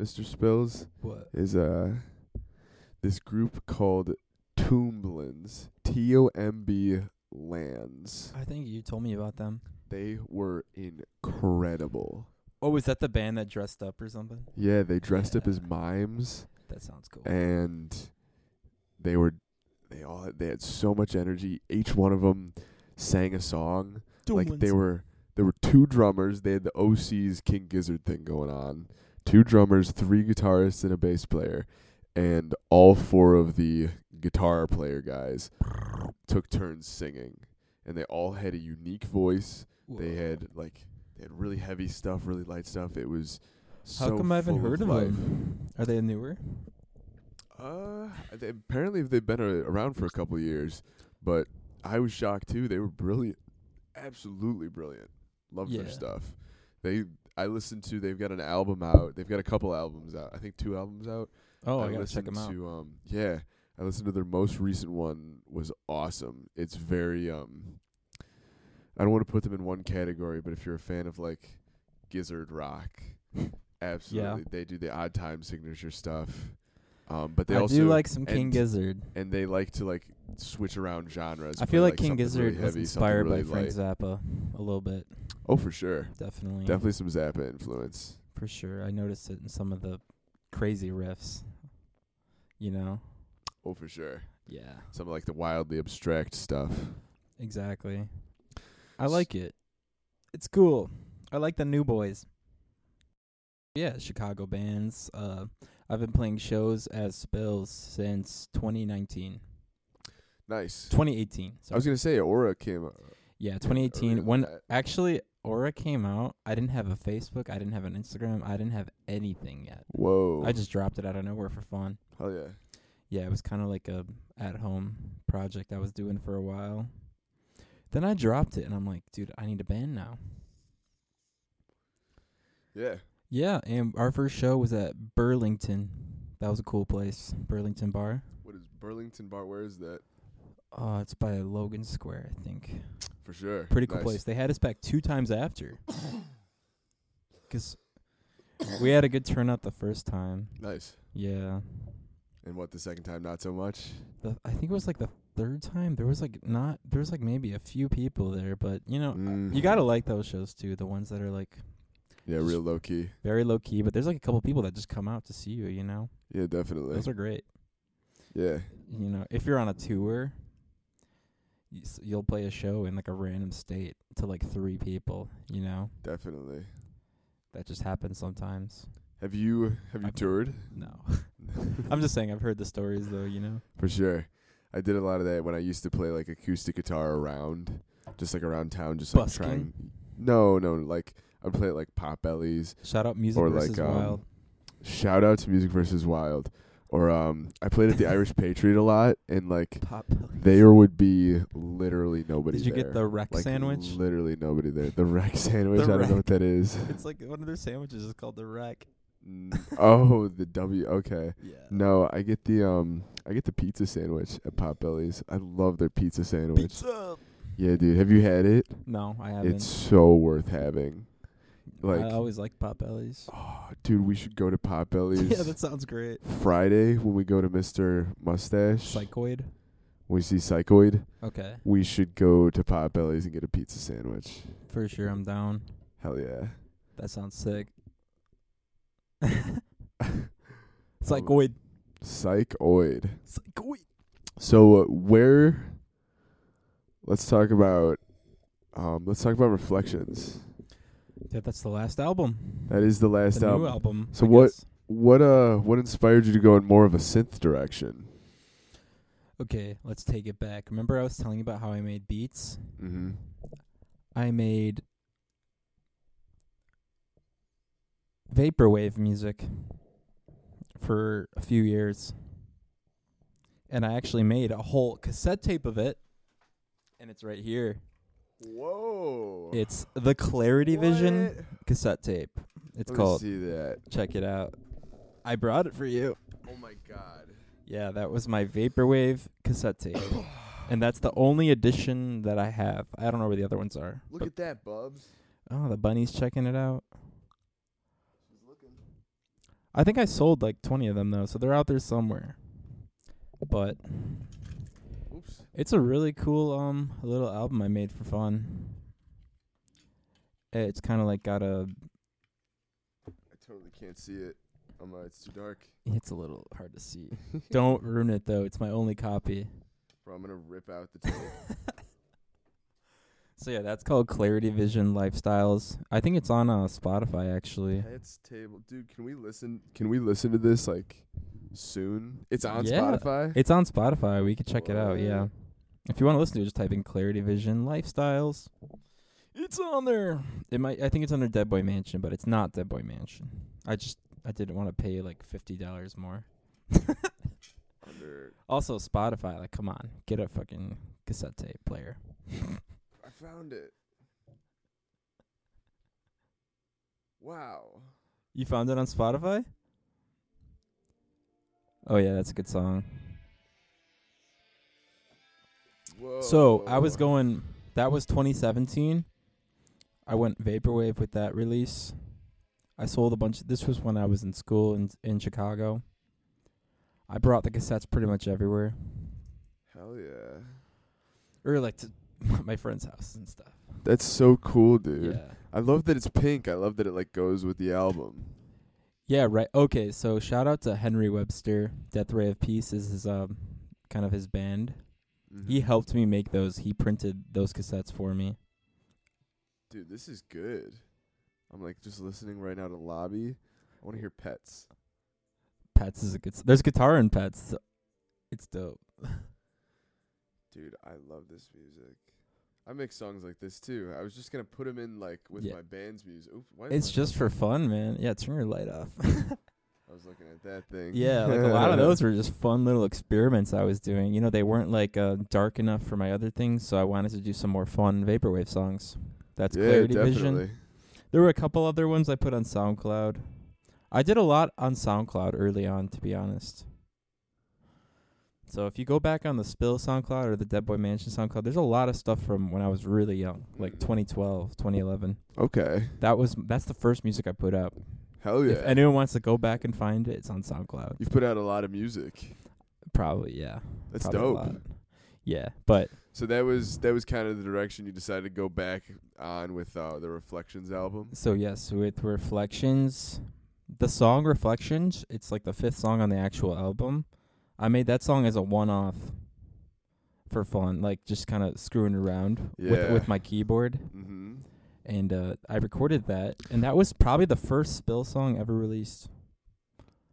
Speaker 2: Mr. Spills?
Speaker 1: What?
Speaker 2: Is uh this group called Tomblands. T O M B Lands.
Speaker 1: I think you told me about them.
Speaker 2: They were incredible.
Speaker 1: Oh, is that the band that dressed up or something?
Speaker 2: Yeah, they dressed up
Speaker 1: Yeah.
Speaker 2: as mimes
Speaker 1: That sounds cool.
Speaker 2: and they were they all they had so much energy. Each one of them sang a song. like they were there were two drummers. They had the OC's King Gizzard thing going on. Two drummers, three guitarists, and a bass player, and all four of the guitar player guys took turns singing, and they all had a unique voice. They had like they had really heavy stuff, really light stuff. It was
Speaker 1: How
Speaker 2: so
Speaker 1: come I haven't
Speaker 2: full
Speaker 1: heard of
Speaker 2: life.
Speaker 1: them? Are they newer?
Speaker 2: Uh, they, apparently they've been a, around for a couple of years, but I was shocked too. They were brilliant, absolutely brilliant. Love
Speaker 1: Yeah.
Speaker 2: their stuff. They I listened to. They've got an album out. They've got a couple albums out. I think two albums out.
Speaker 1: Oh,
Speaker 2: I,
Speaker 1: I, gotta check
Speaker 2: listened
Speaker 1: them out.
Speaker 2: to um yeah. I listened to their most recent one was awesome. It's very um. I don't want to put them in one category, but if you're a fan of like Gizzard Rock, absolutely they do the odd time signature stuff. Um, but they
Speaker 1: I
Speaker 2: also
Speaker 1: do like some King
Speaker 2: and-
Speaker 1: Gizzard.
Speaker 2: and they like to like switch around genres.
Speaker 1: I
Speaker 2: play,
Speaker 1: feel like, King
Speaker 2: something
Speaker 1: Gizzard
Speaker 2: really
Speaker 1: was
Speaker 2: heavy, something
Speaker 1: inspired
Speaker 2: really
Speaker 1: by Frank
Speaker 2: light.
Speaker 1: Zappa a little bit,
Speaker 2: Oh, for sure,
Speaker 1: definitely,
Speaker 2: definitely some Zappa influence.
Speaker 1: for sure. I noticed it in some of the crazy riffs. You know?
Speaker 2: Oh, for sure,
Speaker 1: Yeah,
Speaker 2: some of like the wildly abstract stuff.
Speaker 1: exactly. I
Speaker 2: S-
Speaker 1: like it. It's cool. I like the new boys. Yeah, Chicago bands. Uh, I've been playing shows as Spills since 2019,
Speaker 2: Nice.
Speaker 1: 2018.
Speaker 2: I
Speaker 1: Sorry.
Speaker 2: was gonna say Aura came. uh,
Speaker 1: yeah, 2018.
Speaker 2: earlier
Speaker 1: When
Speaker 2: than that.
Speaker 1: actually Aura came out, I didn't have a Facebook, I didn't have an Instagram, I didn't have anything yet.
Speaker 2: Whoa.
Speaker 1: I just dropped it out of nowhere for fun.
Speaker 2: Hell yeah.
Speaker 1: Yeah, it was kind of like a at home project I was doing for a while. Then I dropped it and I'm like, dude, I need a band now.
Speaker 2: Yeah.
Speaker 1: Yeah, and our first show was at Burlington. That was a cool place, Burlington Bar.
Speaker 2: What is Burlington Bar? Where is that?
Speaker 1: Uh, it's by Logan Square, I think.
Speaker 2: For sure.
Speaker 1: Pretty cool
Speaker 2: Nice.
Speaker 1: place. They had us back two times after. 'Cause we had a good turnout the first time.
Speaker 2: Nice.
Speaker 1: Yeah.
Speaker 2: And what the second time? Not so much.
Speaker 1: the I think it was like the third time there was like not there was like maybe a few people there, but you know
Speaker 2: Mm.
Speaker 1: Oh, you gotta like those shows too, the ones that are like
Speaker 2: Yeah, real low key.
Speaker 1: very low key, but there's like a couple people that just come out to see you, you know.
Speaker 2: Yeah, definitely.
Speaker 1: Those are great.
Speaker 2: yeah.
Speaker 1: You know, if you're on a tour, you s- you'll play a show in like a random state to like three people. You know,
Speaker 2: Definitely.
Speaker 1: that just happens sometimes.
Speaker 2: Have you have you
Speaker 1: I've-
Speaker 2: toured?
Speaker 1: No, I'm just saying I've heard the stories though. You know,
Speaker 2: For sure. I did a lot of that when I used to play like acoustic guitar around, just like around town, just like
Speaker 1: Busking?
Speaker 2: trying. No, no, like I would play at, like pop bellies.
Speaker 1: shout out music
Speaker 2: Or like,
Speaker 1: versus
Speaker 2: um,
Speaker 1: wild.
Speaker 2: Shout out to Music versus Wild, or um, I played at the Irish Patriot a lot, and like
Speaker 1: Pop.
Speaker 2: there would be literally nobody.
Speaker 1: Did you
Speaker 2: there.
Speaker 1: get the wreck
Speaker 2: like,
Speaker 1: sandwich?
Speaker 2: Literally nobody there. The wreck sandwich.
Speaker 1: The
Speaker 2: I don't
Speaker 1: wreck.
Speaker 2: know what that is.
Speaker 1: it's like one of their sandwiches is called the wreck.
Speaker 2: N- oh, the W. Okay.
Speaker 1: Yeah.
Speaker 2: No, I get the um, I get the pizza sandwich at Pop Bellies. I love their pizza sandwich.
Speaker 1: Pizza.
Speaker 2: Yeah, dude. Have you had it?
Speaker 1: No, I haven't. Uh,
Speaker 2: It's so worth having. like-
Speaker 1: I always liked pot bellies.
Speaker 2: Oh, dude, we should go to Pop Bellies.
Speaker 1: yeah, that sounds great.
Speaker 2: Friday when we go to Mr. Mustache.
Speaker 1: Psychoid.
Speaker 2: when we see Psychoid.
Speaker 1: Okay,
Speaker 2: We should go to Pop Bellies and get a pizza sandwich.
Speaker 1: for sure I'm down.
Speaker 2: Hell yeah.
Speaker 1: That sounds sick.
Speaker 2: Oh.
Speaker 1: Psychoid.
Speaker 2: Psychoid.
Speaker 1: Psychoid.
Speaker 2: So uh, where? Let's talk about. Um, let's talk about reflections.
Speaker 1: Yeah, that's the last album.
Speaker 2: That is the
Speaker 1: the
Speaker 2: last
Speaker 1: new
Speaker 2: album.
Speaker 1: album.
Speaker 2: So
Speaker 1: I
Speaker 2: what-
Speaker 1: guess.
Speaker 2: What uh? What inspired you to go in more of a synth direction?
Speaker 1: Okay, let's take it back. Remember, I was telling you about how I made beats.
Speaker 2: Mm-hmm.
Speaker 1: I made vaporwave music for a few years. And I actually made a whole cassette tape of it. And it's right here.
Speaker 2: Whoa.
Speaker 1: It's the Clarity Vision
Speaker 2: What?
Speaker 1: cassette tape. It's
Speaker 2: Let me
Speaker 1: called
Speaker 2: see that.
Speaker 1: Check It Out. I brought it for you.
Speaker 2: Oh my god.
Speaker 1: Yeah, that was my vaporwave cassette tape. and that's the only edition that I have. I don't know where the other ones are.
Speaker 2: Look
Speaker 1: but-
Speaker 2: at that, Bubs.
Speaker 1: oh, the bunny's checking it out. I think I sold like 20 of them though, so they're out there somewhere. But
Speaker 2: Oops.
Speaker 1: it's a really cool um little album I made for fun. It's kind of like got a
Speaker 2: I totally can't see it. I'm uh, it's too dark.
Speaker 1: it's a little hard to see. Don't ruin it though. It's my only copy.
Speaker 2: Bro, I'm gonna rip out the tape.
Speaker 1: So yeah, that's called Clarity Vision Lifestyles. I think it's on uh, Spotify actually.
Speaker 2: Pets table, dude. Can we listen? Can we listen to this like soon? It's on
Speaker 1: Yeah.
Speaker 2: Spotify.
Speaker 1: It's on Spotify. We could check it out. Yeah.
Speaker 2: What?
Speaker 1: If you want to listen to it, just type in Clarity Vision Lifestyles. It's on there. It might. I think it's under Dead Boy Mansion, but it's not Dead Boy Mansion. I just I didn't want to pay like fifty dollars more.
Speaker 2: Under,
Speaker 1: Also Spotify. Like, come on, get a fucking cassette tape player.
Speaker 2: I found it. Wow.
Speaker 1: You found it on Spotify? Oh yeah, that's a good song.
Speaker 2: Whoa.
Speaker 1: So I was going. That was 2017. I went vaporwave with that release. I sold a bunch. this was when I was in school in in Chicago. I brought the cassettes pretty much everywhere,
Speaker 2: Hell yeah.
Speaker 1: or like to my friend's house and stuff.
Speaker 2: That's so cool, dude.
Speaker 1: Yeah.
Speaker 2: I love that it's pink. I love that it like goes with the album.
Speaker 1: Yeah. Right. Okay. So shout out to Henry Webster. Death Ray of Peace is his um kind of his band.
Speaker 2: Mm-hmm.
Speaker 1: He helped me make those. He printed those cassettes for me.
Speaker 2: Dude, this is good. I'm like just listening right now to Lobby. I want to hear Pets.
Speaker 1: Pets is a good. s- There's guitar in Pets. so It's dope.
Speaker 2: Dude, I love this music. I make songs like this too. I was just gonna put 'em in like with
Speaker 1: Yeah.
Speaker 2: my band's music. Oop, why is
Speaker 1: It's
Speaker 2: my-
Speaker 1: just for fun, man. Yeah, turn your light off.
Speaker 2: I was looking at that thing.
Speaker 1: yeah, like a lot of those were just fun little experiments I was doing. You know, they weren't like uh, dark enough for my other things, so I wanted to do some more fun vaporwave songs. That's
Speaker 2: yeah,
Speaker 1: Clarity
Speaker 2: definitely.
Speaker 1: Vision. There were a couple other ones I put on SoundCloud. I did a lot on SoundCloud early on, to be honest. So if you go back on the Spill SoundCloud or the Dead Boy Mansion SoundCloud, there's a lot of stuff from when I was really young, like
Speaker 2: Mm.
Speaker 1: 2012, 2011.
Speaker 2: Okay.
Speaker 1: That was that's the first music I put out.
Speaker 2: Hell yeah.
Speaker 1: If anyone wants to go back and find it, it's on SoundCloud.
Speaker 2: You've put out a lot of music.
Speaker 1: Probably, yeah.
Speaker 2: That's
Speaker 1: Probably a
Speaker 2: dope.
Speaker 1: lot. Yeah, but
Speaker 2: So that was that was kind of the direction you decided to go back on with uh, the Reflections album.
Speaker 1: so yes, with Reflections, the song Reflections, it's like the fifth song on the actual album. I made that song as a one-off for fun, like just kind of screwing around with
Speaker 2: Yeah.
Speaker 1: with my keyboard,
Speaker 2: Mm-hmm.
Speaker 1: and uh, I recorded that, and that was probably the first Spill song ever released.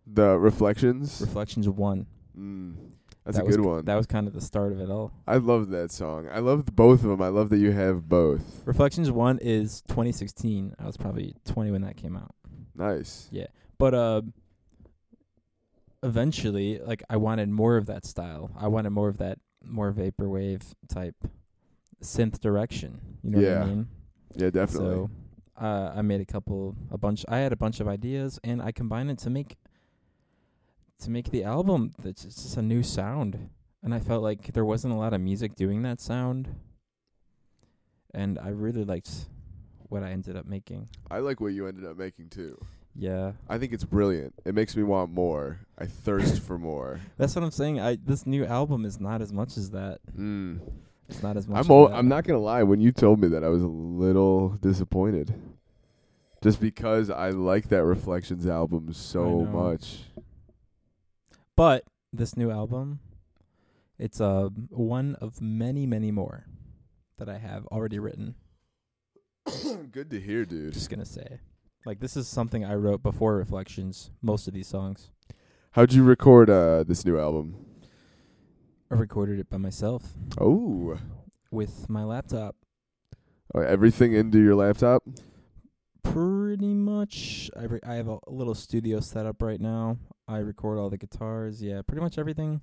Speaker 2: The Reflections.
Speaker 1: Reflections one.
Speaker 2: mm. That's
Speaker 1: that
Speaker 2: a
Speaker 1: was,
Speaker 2: good one.
Speaker 1: That was kind of the start of it all.
Speaker 2: I love that song. I love both of them. I love that you have both.
Speaker 1: Reflections one is 2016. I was probably 20 when that came out.
Speaker 2: Nice.
Speaker 1: but uh eventually like i wanted more of that style i wanted more of that more vaporwave type synth direction you know
Speaker 2: Yeah,
Speaker 1: what i mean
Speaker 2: Yeah, definitely.
Speaker 1: so uh, i made a couple a bunch i had a bunch of ideas and i combined it to make to make the album that's it's just a new sound and i felt like there wasn't a lot of music doing that sound and i really liked what i ended up making
Speaker 2: I like what you ended up making too.
Speaker 1: yeah
Speaker 2: I think it's brilliant. It makes me want more. I thirst for more.
Speaker 1: That's what I'm saying. I this new album is not as much as that.
Speaker 2: Mm.
Speaker 1: It's not as much.
Speaker 2: I'm
Speaker 1: as
Speaker 2: o-
Speaker 1: that.
Speaker 2: I'm not gonna lie. When you told me that, I was a little disappointed. Just because I like that Reflections album so
Speaker 1: I know.
Speaker 2: much.
Speaker 1: But this new album, it's uh one of many many more that I have already written.
Speaker 2: Good to hear, dude.
Speaker 1: Just gonna say, like this is something I wrote before Reflections. Most of these songs
Speaker 2: How'd you record uh, this new album?
Speaker 1: I recorded it by myself
Speaker 2: Oh,
Speaker 1: with my laptop.
Speaker 2: Oh, everything into your laptop.
Speaker 1: pretty much I re- I have a little studio set up right now. I record all the guitars. Yeah, pretty much everything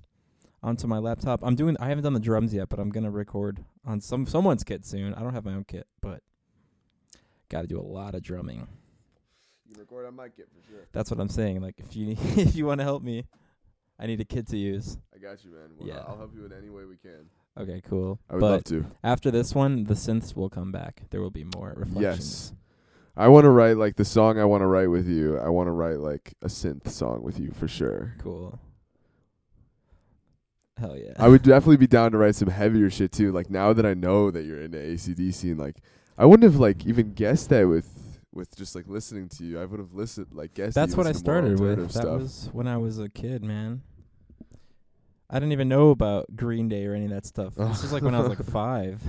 Speaker 1: onto my laptop. I'm doing I haven't done the drums yet, but I'm going to record on some someone's kit soon. I don't have my own kit, but got to do a lot of drumming.
Speaker 2: You can record on my kit for sure.
Speaker 1: That's what I'm saying. Like if you if you want to help me, I need a kit to use.
Speaker 2: I got you, man. Well,
Speaker 1: Yeah.
Speaker 2: I'll help you in any way we can.
Speaker 1: Okay, cool.
Speaker 2: I would
Speaker 1: but
Speaker 2: love to.
Speaker 1: after this one, the synths will come back. There will be more reflections.
Speaker 2: Yes. I want to write like the song I want to write with you. I want to write like a synth song with you for sure.
Speaker 1: Cool. Hell yeah.
Speaker 2: I would definitely be down to write some heavier shit too. Like now that I know that you're into ACDC and like I wouldn't have like even guessed that with with just like listening to you. I would have listened like guessed. that
Speaker 1: That's
Speaker 2: you
Speaker 1: what I
Speaker 2: listened to more
Speaker 1: started with.
Speaker 2: alternative
Speaker 1: That
Speaker 2: stuff.
Speaker 1: was when I was a kid, man. I didn't even know about Green Day or any of that stuff. This was like when I was like five.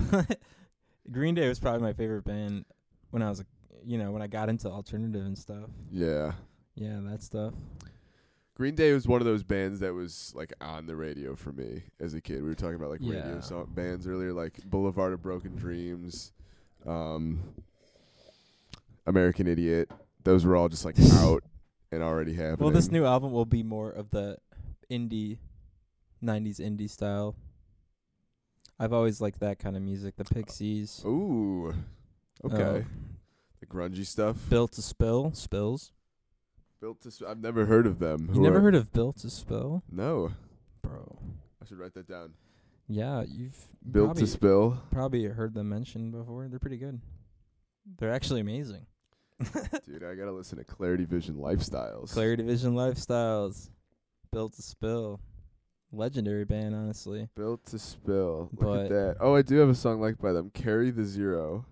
Speaker 1: Green Day was probably my favorite band when I was, a, you know, when I got into alternative and stuff.
Speaker 2: yeah.
Speaker 1: Yeah, that stuff.
Speaker 2: Green Day was one of those bands that was like on the radio for me as a kid. We were talking about like
Speaker 1: Yeah.
Speaker 2: radio song bands earlier, like Boulevard of Broken Dreams, um, American Idiot. Those were all just like out and already happening.
Speaker 1: Well, this new album will be more of the indie, '90s indie style. I've always liked that kind of music. The Pixies.
Speaker 2: Ooh, okay,
Speaker 1: uh,
Speaker 2: the grungy stuff.
Speaker 1: Built to Spill. Spills.
Speaker 2: Built to. s- I've never heard of them.
Speaker 1: You
Speaker 2: Who
Speaker 1: never
Speaker 2: are-
Speaker 1: heard of Built to Spill,
Speaker 2: No,
Speaker 1: bro?
Speaker 2: I should write that down.
Speaker 1: Yeah, you've
Speaker 2: Built
Speaker 1: probably,
Speaker 2: to spill.
Speaker 1: probably heard them mentioned before. They're pretty good. They're actually amazing.
Speaker 2: Dude, I gotta listen to Clarity Vision Lifestyles.
Speaker 1: Clarity Vision Lifestyles, Built to Spill, legendary band, honestly.
Speaker 2: Built to spill. Look
Speaker 1: But-
Speaker 2: at that. Oh, I do have a song liked by them. Carry the zero.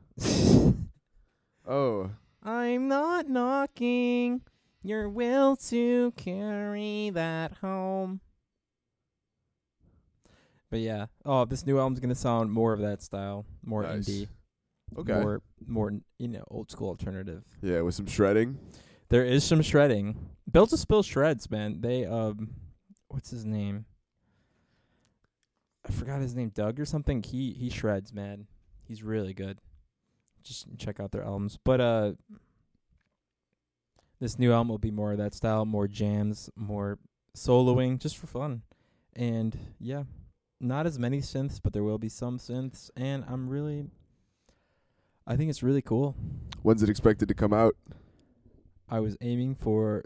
Speaker 2: Oh.
Speaker 1: I'm not knocking your will to carry that home. But yeah, oh, this new album's gonna sound more of that style, more
Speaker 2: Nice.
Speaker 1: indie,
Speaker 2: Okay.
Speaker 1: more more you know old school alternative.
Speaker 2: Yeah, with some shredding.
Speaker 1: There is some shredding. Built to Spill shreds, man. They um, what's his name? I forgot his name, Doug or something. He he shreds, man. He's really good. Just check out their albums. But uh, this new album will be more of that style, more jams, more soloing, just for fun. And yeah, not as many synths, but there will be some synths. And I'm really, I think it's really cool.
Speaker 2: When's it expected to come out?
Speaker 1: I was aiming for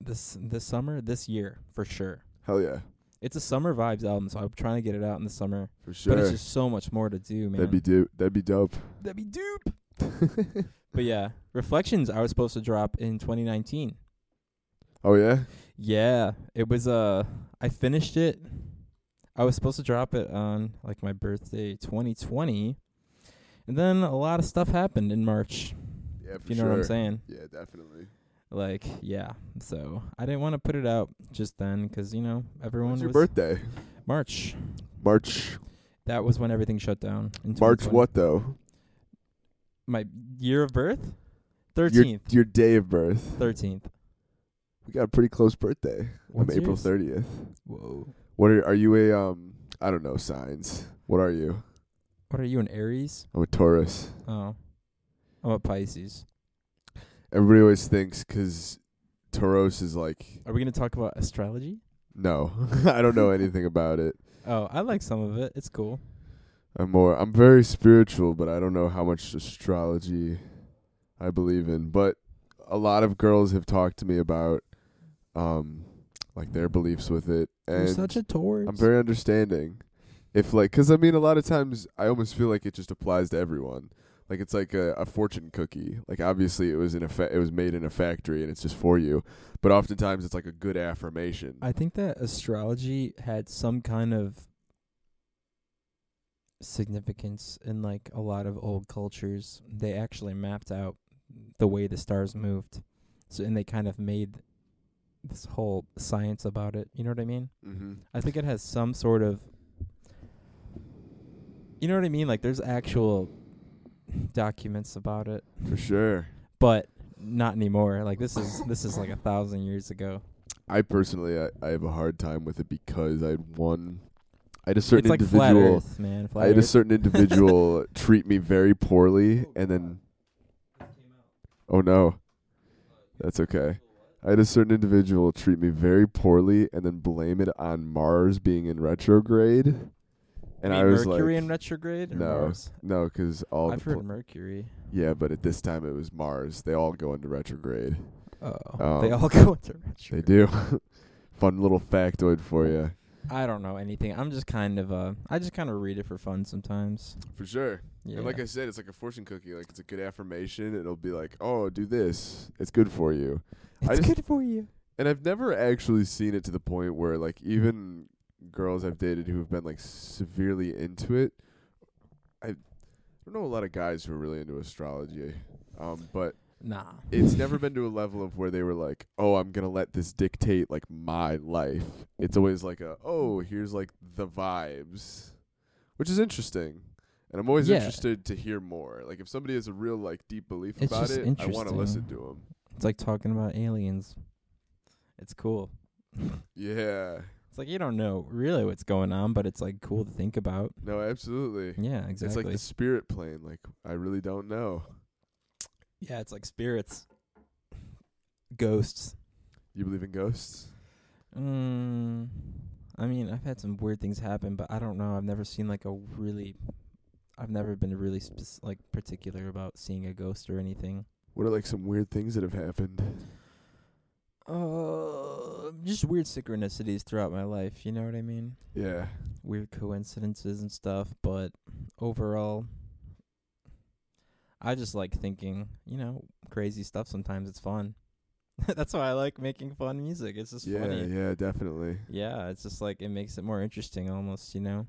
Speaker 1: this this summer, this year for sure.
Speaker 2: Hell yeah,
Speaker 1: It's a summer vibes album, so I'm trying to get it out in the summer.
Speaker 2: for sure.
Speaker 1: But it's just so much more to do, man.
Speaker 2: That'd be do. That'd be dope.
Speaker 1: that'd be dupe. But yeah, reflections I was supposed to drop in 2019.
Speaker 2: oh yeah.
Speaker 1: Yeah, it was. Uh, I finished it. I was supposed to drop it on like my birthday, 2020, and then a lot of stuff happened in March.
Speaker 2: Yeah,
Speaker 1: If you know what I'm saying.
Speaker 2: Yeah, definitely.
Speaker 1: Like, yeah. So I didn't want to put it out just then 'cause you know everyone
Speaker 2: When's your
Speaker 1: was
Speaker 2: birthday?
Speaker 1: March.
Speaker 2: March.
Speaker 1: That was when everything shut down. in
Speaker 2: March
Speaker 1: 2020.
Speaker 2: what though?
Speaker 1: My year of birth,
Speaker 2: Your,
Speaker 1: thirteenth.
Speaker 2: your day of birth.
Speaker 1: Thirteenth.
Speaker 2: We got a pretty close birthday.
Speaker 1: What's
Speaker 2: I'm April
Speaker 1: yours?
Speaker 2: 30th.
Speaker 1: Whoa.
Speaker 2: What are are you a um? I don't know signs. What are you?
Speaker 1: What are you an Aries?
Speaker 2: I'm a Taurus.
Speaker 1: Oh, I'm a Pisces.
Speaker 2: Everybody always thinks 'cause Taurus is like
Speaker 1: Are we gonna talk about astrology?
Speaker 2: no. I don't know anything about it.
Speaker 1: Oh, I like some of it. It's cool.
Speaker 2: I'm more I'm very spiritual, but I don't know how much astrology I believe in. But a lot of girls have talked to me about um like their beliefs with it and
Speaker 1: a Taurus.
Speaker 2: I'm very understanding. If like cuz I mean a lot of times I almost feel like it just applies to everyone. Like it's like a, a fortune cookie. Like obviously it was in a fa- it was made in a factory and it's just for you. But oftentimes it's like a good affirmation.
Speaker 1: I think that astrology had some kind of significance in like a lot of old cultures. They actually mapped out the way the stars moved. So and they kind of made this whole science about it. You know what I mean?
Speaker 2: mm-hmm.
Speaker 1: I think it has some sort of You know what I mean? Like there's actual documents about it,
Speaker 2: For sure.
Speaker 1: but not anymore. Like this is this is like a thousand years ago.
Speaker 2: I personally, I, I have a hard time with it because I had one, I had a certain
Speaker 1: it's like flat
Speaker 2: individual,
Speaker 1: earth, man. Flat
Speaker 2: I had a
Speaker 1: earth.
Speaker 2: certain individual treat me very poorly, and then Oh no. That's okay. I had a certain individual treat me very poorly and then blame it on Mars being in retrograde.
Speaker 1: Mean
Speaker 2: And I was
Speaker 1: Mercury
Speaker 2: like,
Speaker 1: in retrograde. Or
Speaker 2: no.
Speaker 1: Mars?
Speaker 2: no, because all
Speaker 1: I've
Speaker 2: the pla-
Speaker 1: heard Mercury.
Speaker 2: yeah, but at this time it was Mars. They all go into retrograde.
Speaker 1: Oh,
Speaker 2: Oh.
Speaker 1: they all go into
Speaker 2: They
Speaker 1: retrograde.
Speaker 2: do. Fun little factoid for you.
Speaker 1: I don't know anything. I'm just kind of uh, I just kind of read it for fun sometimes.
Speaker 2: For sure.
Speaker 1: Yeah.
Speaker 2: And like I said, it's like a fortune cookie. Like it's a good affirmation. It'll be like, oh, do this. It's good for you. I
Speaker 1: it's
Speaker 2: just-
Speaker 1: good for you.
Speaker 2: And I've never actually seen it to the point where like even girls I've dated who have been like severely into it. I don't know a lot of guys who are really into astrology. Um, but
Speaker 1: Nah.
Speaker 2: it's never been to a level of where they were like, "Oh, I'm gonna let this dictate like my life." It's always like a, "Oh, here's like the vibes," which is interesting, and I'm always
Speaker 1: Yeah.
Speaker 2: interested to hear more. Like if somebody has a real like deep belief
Speaker 1: It's
Speaker 2: about
Speaker 1: just
Speaker 2: it, I want to
Speaker 1: interesting.
Speaker 2: listen to them.
Speaker 1: It's like talking about aliens. It's cool. it's
Speaker 2: Yeah,
Speaker 1: like you don't know really what's going on, but it's like cool to think about.
Speaker 2: no, absolutely.
Speaker 1: Yeah, exactly.
Speaker 2: It's like the spirit plane. Like I really don't know.
Speaker 1: yeah, it's like spirits, ghosts.
Speaker 2: You believe in ghosts?
Speaker 1: Mm, I mean, I've had some weird things happen, but I don't know. I've never seen like a really, I've never been really spec- like particular about seeing a ghost or anything.
Speaker 2: What are like some weird things that have happened?
Speaker 1: Uh, just weird synchronicities throughout my life. You know what I mean?
Speaker 2: Yeah,
Speaker 1: Weird coincidences and stuff. But overall, I just like thinking. You know, crazy stuff. Sometimes it's fun. That's why I like making fun music. It's just
Speaker 2: yeah,
Speaker 1: funny.
Speaker 2: yeah, definitely.
Speaker 1: Yeah, it's just like it makes it more interesting almost, you know.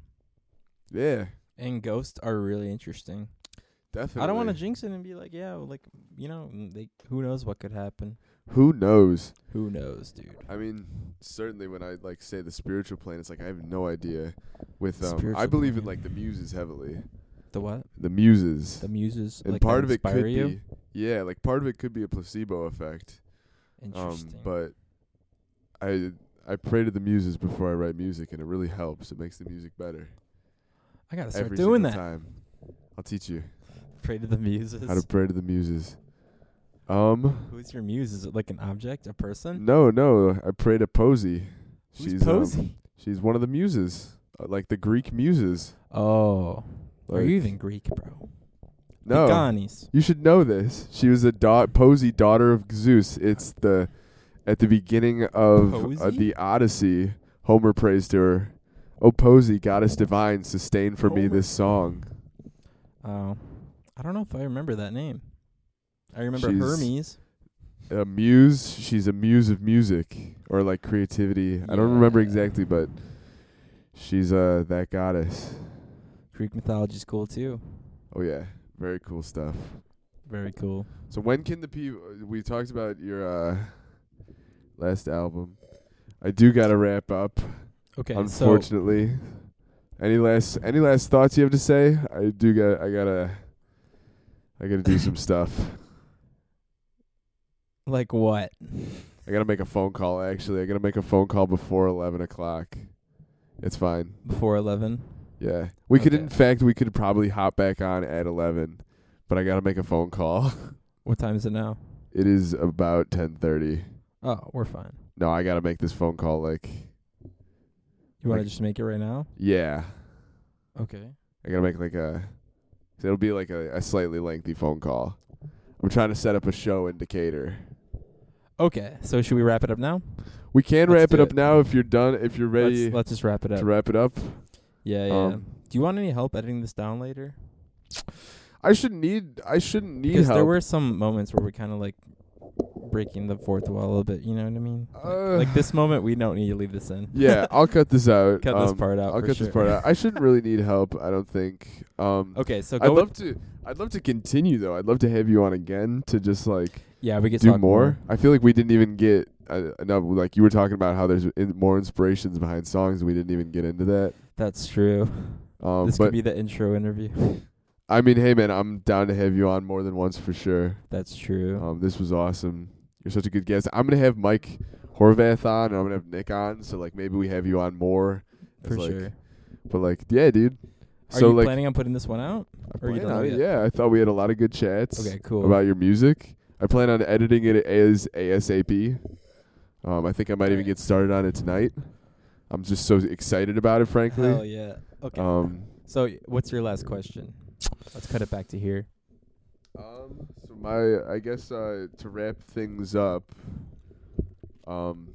Speaker 2: Yeah,
Speaker 1: And ghosts are really interesting.
Speaker 2: definitely.
Speaker 1: I don't want to jinx it and be like, yeah, well, like you know, mm, they who knows what could happen.
Speaker 2: Who knows?
Speaker 1: Who knows, dude?
Speaker 2: I mean, certainly when I like say the spiritual plane, it's like I have no idea. With um, I
Speaker 1: Spiritual
Speaker 2: believe in
Speaker 1: plane.
Speaker 2: like the muses heavily,
Speaker 1: The what?
Speaker 2: the muses,
Speaker 1: The muses
Speaker 2: and
Speaker 1: like
Speaker 2: part
Speaker 1: that
Speaker 2: of it
Speaker 1: inspire
Speaker 2: could
Speaker 1: you?
Speaker 2: be yeah, like part of it could be a placebo effect. Um,
Speaker 1: Interesting.
Speaker 2: but I I pray to the muses before I write music, and it really helps. It makes the music better
Speaker 1: I gotta start
Speaker 2: every
Speaker 1: doing
Speaker 2: single
Speaker 1: that.
Speaker 2: time. I'll teach you
Speaker 1: Pray to the muses.
Speaker 2: how to pray to the muses. Um,
Speaker 1: Who's your muse? Is it like an object, a person?
Speaker 2: no, no, I pray to Posey.
Speaker 1: Who's
Speaker 2: she's um,
Speaker 1: Posey?
Speaker 2: she's one of the muses, uh, like the Greek muses.
Speaker 1: oh, are
Speaker 2: Like-
Speaker 1: you even Greek, bro?
Speaker 2: No.
Speaker 1: the Ganis.
Speaker 2: You should know this. She was a da- Posey, daughter of Zeus. It's the at the beginning of uh,
Speaker 1: Posey?
Speaker 2: the Odyssey. Homer praised her. O Posey, goddess divine, sustain for me
Speaker 1: Homer.
Speaker 2: this song.
Speaker 1: Oh, I don't know if I remember that name. I remember
Speaker 2: She's-
Speaker 1: Hermes.
Speaker 2: A muse. She's a muse of music or like creativity. I don't remember
Speaker 1: Yeah.
Speaker 2: exactly, but she's uh that goddess.
Speaker 1: Greek mythology's cool too.
Speaker 2: Oh yeah, very cool stuff.
Speaker 1: Very cool.
Speaker 2: So when can the people? We talked about your uh last album. I do gotta wrap up.
Speaker 1: Okay, so
Speaker 2: unfortunately. any last any last thoughts you have to say? I do got I gotta I gotta do some stuff.
Speaker 1: like what?
Speaker 2: I gotta make a phone call actually. I gotta make a phone call before eleven o'clock. It's fine.
Speaker 1: Before eleven?
Speaker 2: Yeah. We could
Speaker 1: Okay.
Speaker 2: in fact we could probably hop back on at eleven, but I gotta make a phone call.
Speaker 1: What time is it now?
Speaker 2: It is about ten thirty.
Speaker 1: Oh, we're fine.
Speaker 2: No, I gotta make this phone call like
Speaker 1: You want to
Speaker 2: Like-
Speaker 1: just make it right now?
Speaker 2: yeah.
Speaker 1: Okay.
Speaker 2: I gotta make like a. It'll be like a, a slightly lengthy phone call. I'm trying to set up a show in Decatur.
Speaker 1: Okay. So should we wrap it up now?
Speaker 2: We can
Speaker 1: Let's
Speaker 2: wrap it
Speaker 1: do
Speaker 2: up
Speaker 1: it.
Speaker 2: now if you're done. If you're ready
Speaker 1: Let's, let's just wrap it up.
Speaker 2: to wrap it up.
Speaker 1: yeah, yeah.
Speaker 2: Um,
Speaker 1: Do you want any help editing this down later?
Speaker 2: I should need. I shouldn't need
Speaker 1: Because
Speaker 2: help.
Speaker 1: there were some moments where we're kind of like breaking the fourth wall a little bit. You know what I mean? Like,
Speaker 2: Uh,
Speaker 1: like this moment, we don't need to leave this in.
Speaker 2: yeah, I'll cut this out.
Speaker 1: Cut this
Speaker 2: Um,
Speaker 1: part out
Speaker 2: I'll
Speaker 1: for
Speaker 2: cut
Speaker 1: sure.
Speaker 2: this part out. I shouldn't really need help. I don't think. Um,
Speaker 1: okay. So
Speaker 2: I'd
Speaker 1: go.
Speaker 2: love
Speaker 1: With,
Speaker 2: to. I'd love to continue though. I'd love to have you on again to just like
Speaker 1: yeah, we could
Speaker 2: do
Speaker 1: talk
Speaker 2: more. I feel like we didn't even get uh, enough. Like you were talking about how there's in, more inspirations behind songs. We didn't even get into that.
Speaker 1: That's true.
Speaker 2: Um,
Speaker 1: this
Speaker 2: but
Speaker 1: could be the intro interview.
Speaker 2: I mean, hey man, I'm down to have you on more than once for sure.
Speaker 1: That's true.
Speaker 2: Um, this was awesome. You're such a good guest. I'm gonna have Mike Horvath on, and I'm gonna have Nick on. So like maybe we have you on more.
Speaker 1: for
Speaker 2: like-
Speaker 1: sure.
Speaker 2: But like, yeah, dude.
Speaker 1: Are
Speaker 2: so
Speaker 1: you
Speaker 2: like,
Speaker 1: planning on putting this one out?
Speaker 2: I
Speaker 1: or you
Speaker 2: plan
Speaker 1: don't know
Speaker 2: on it.
Speaker 1: yet?
Speaker 2: yeah, I thought we had a lot of good chats
Speaker 1: Okay, cool.
Speaker 2: about your music. I plan on editing it as ASAP. Um, I think I might even
Speaker 1: Alright.
Speaker 2: get started on it tonight. I'm just so excited about it, frankly.
Speaker 1: Hell yeah. Okay.
Speaker 2: Um,
Speaker 1: so y- what's your last question? Let's cut it back to here.
Speaker 2: Um, so my, I guess uh, to wrap things up, um,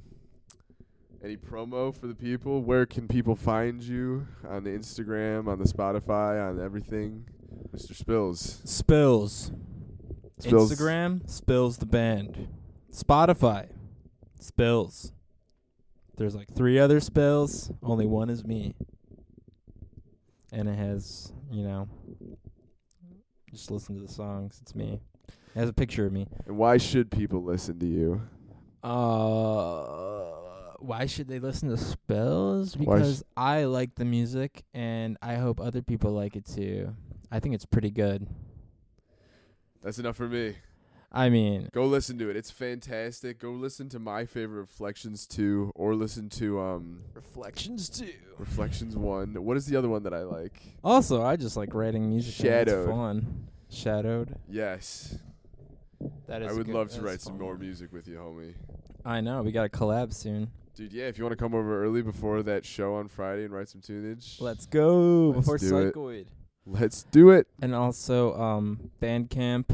Speaker 2: any promo for the people? Where can people find you on the Instagram, on the Spotify, on everything? Mr. Spills.
Speaker 1: Spills.
Speaker 2: Spills.
Speaker 1: Instagram, Spills the Band. Spotify, Spills. There's like three other spills, only one is me. And it has, you know, just listen to the songs, it's me. It has a picture of me.
Speaker 2: And why should people listen to you?
Speaker 1: Uh, why should they listen to Spills?
Speaker 2: Why
Speaker 1: Because I like the music and I hope other people like it too. I think it's pretty good.
Speaker 2: That's enough for me.
Speaker 1: I mean,
Speaker 2: Go listen to it. It's fantastic. Go listen to my favorite Reflections 2 or listen to um
Speaker 1: Reflections too.
Speaker 2: Reflections 1. What is the other one that I like?
Speaker 1: Also, I just like writing music. down.
Speaker 2: Shadowed.
Speaker 1: It's fun. Shadowed.
Speaker 2: Yes.
Speaker 1: That
Speaker 2: I
Speaker 1: a
Speaker 2: would
Speaker 1: good-
Speaker 2: love to
Speaker 1: that's
Speaker 2: write some
Speaker 1: fun.
Speaker 2: more music with you, homie.
Speaker 1: I know. We got a collab soon.
Speaker 2: Dude, yeah, if you want to come over early before that show on Friday and write some tunage,
Speaker 1: Let's go
Speaker 2: Let's
Speaker 1: before
Speaker 2: do it.
Speaker 1: Psychoid.
Speaker 2: let's do it.
Speaker 1: And also, um, Bandcamp.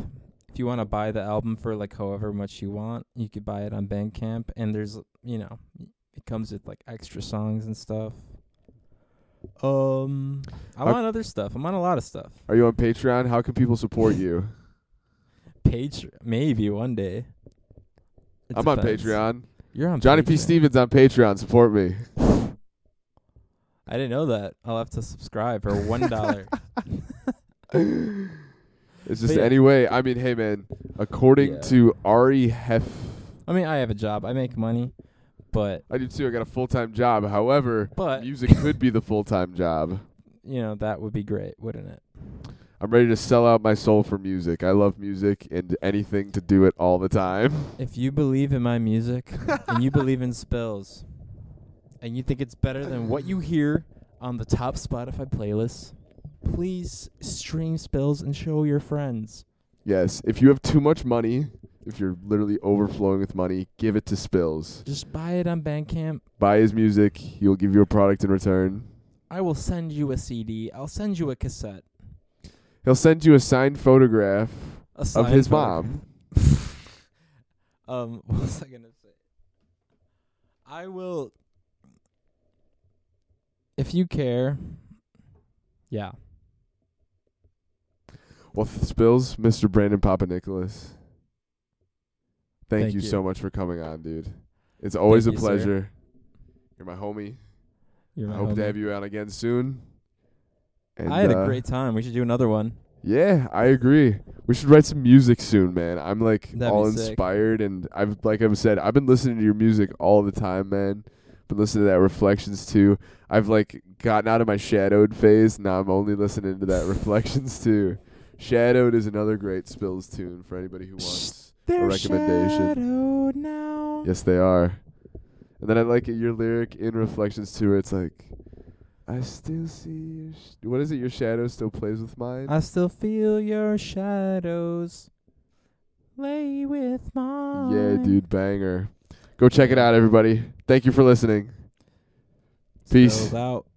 Speaker 1: If you want to buy the album for like however much you want, you could buy it on Bandcamp. And there's, you know, it comes with like extra songs and stuff. Um, I'm
Speaker 2: Are-
Speaker 1: on other stuff. I'm on a lot of stuff.
Speaker 2: Are you on Patreon? How can people support you?
Speaker 1: Page, maybe one day. It
Speaker 2: I'm on
Speaker 1: depends.
Speaker 2: Patreon.
Speaker 1: You're on
Speaker 2: Johnny P.
Speaker 1: Patreon.
Speaker 2: Stevens on Patreon. Support me.
Speaker 1: I didn't know that. I'll have to subscribe for one dollar.
Speaker 2: It's just
Speaker 1: yeah.
Speaker 2: anyway. I mean, hey man, according
Speaker 1: Yeah.
Speaker 2: to Ari Hef,
Speaker 1: I mean, I have a job. I make money, but
Speaker 2: I do too. I got a full time job. However,
Speaker 1: but
Speaker 2: music could be the full time job.
Speaker 1: you know that would be great, wouldn't it?
Speaker 2: I'm ready to sell out my soul for music. I love music and anything to do it all the time.
Speaker 1: If you believe in my music and you believe in spells, and you think it's better than what you hear on the top Spotify playlists, please stream spells and show your friends.
Speaker 2: Yes. If you have too much money, if you're literally overflowing with money, give it to Spills.
Speaker 1: Just buy it on Bandcamp.
Speaker 2: Buy his music. He'll give you a product in return.
Speaker 1: I will send you a CD. I'll send you a cassette.
Speaker 2: He'll send you a signed photograph
Speaker 1: A
Speaker 2: of his
Speaker 1: signed book.
Speaker 2: mom.
Speaker 1: um, what was I gonna say? I will. If you care, yeah.
Speaker 2: Well, th- Spills, Mr. Brandon Papa Nicholas. Thank,
Speaker 1: Thank
Speaker 2: you,
Speaker 1: you.
Speaker 2: so much for coming on, dude. It's always
Speaker 1: Thank
Speaker 2: a
Speaker 1: you, sir.
Speaker 2: pleasure. You're my homie.
Speaker 1: You're
Speaker 2: I
Speaker 1: my
Speaker 2: hope to
Speaker 1: homie.
Speaker 2: have you on again soon. And,
Speaker 1: I had
Speaker 2: uh,
Speaker 1: a great time. We should do another one.
Speaker 2: Yeah, I agree. We should write some music soon, man. I'm like
Speaker 1: That'd be
Speaker 2: all
Speaker 1: sick.
Speaker 2: inspired, and I've like I've said, I've been listening to your music all the time, man. Been listening to that Reflections too. I've like gotten out of my Shadowed phase. Now I'm only listening to that Reflections too. Shadowed is another great Spills tune for anybody who wants.
Speaker 1: They're
Speaker 2: recommendation.
Speaker 1: shadowed now.
Speaker 2: Yes, they are. And then I like your lyric in Reflections too, where it's like, "I still see your sh- what is it? Your shadow still plays with mine."
Speaker 1: I still feel your shadows lay with mine.
Speaker 2: Yeah, dude, banger. Go check it out, everybody. Thank you for listening. Peace.
Speaker 1: Spells out.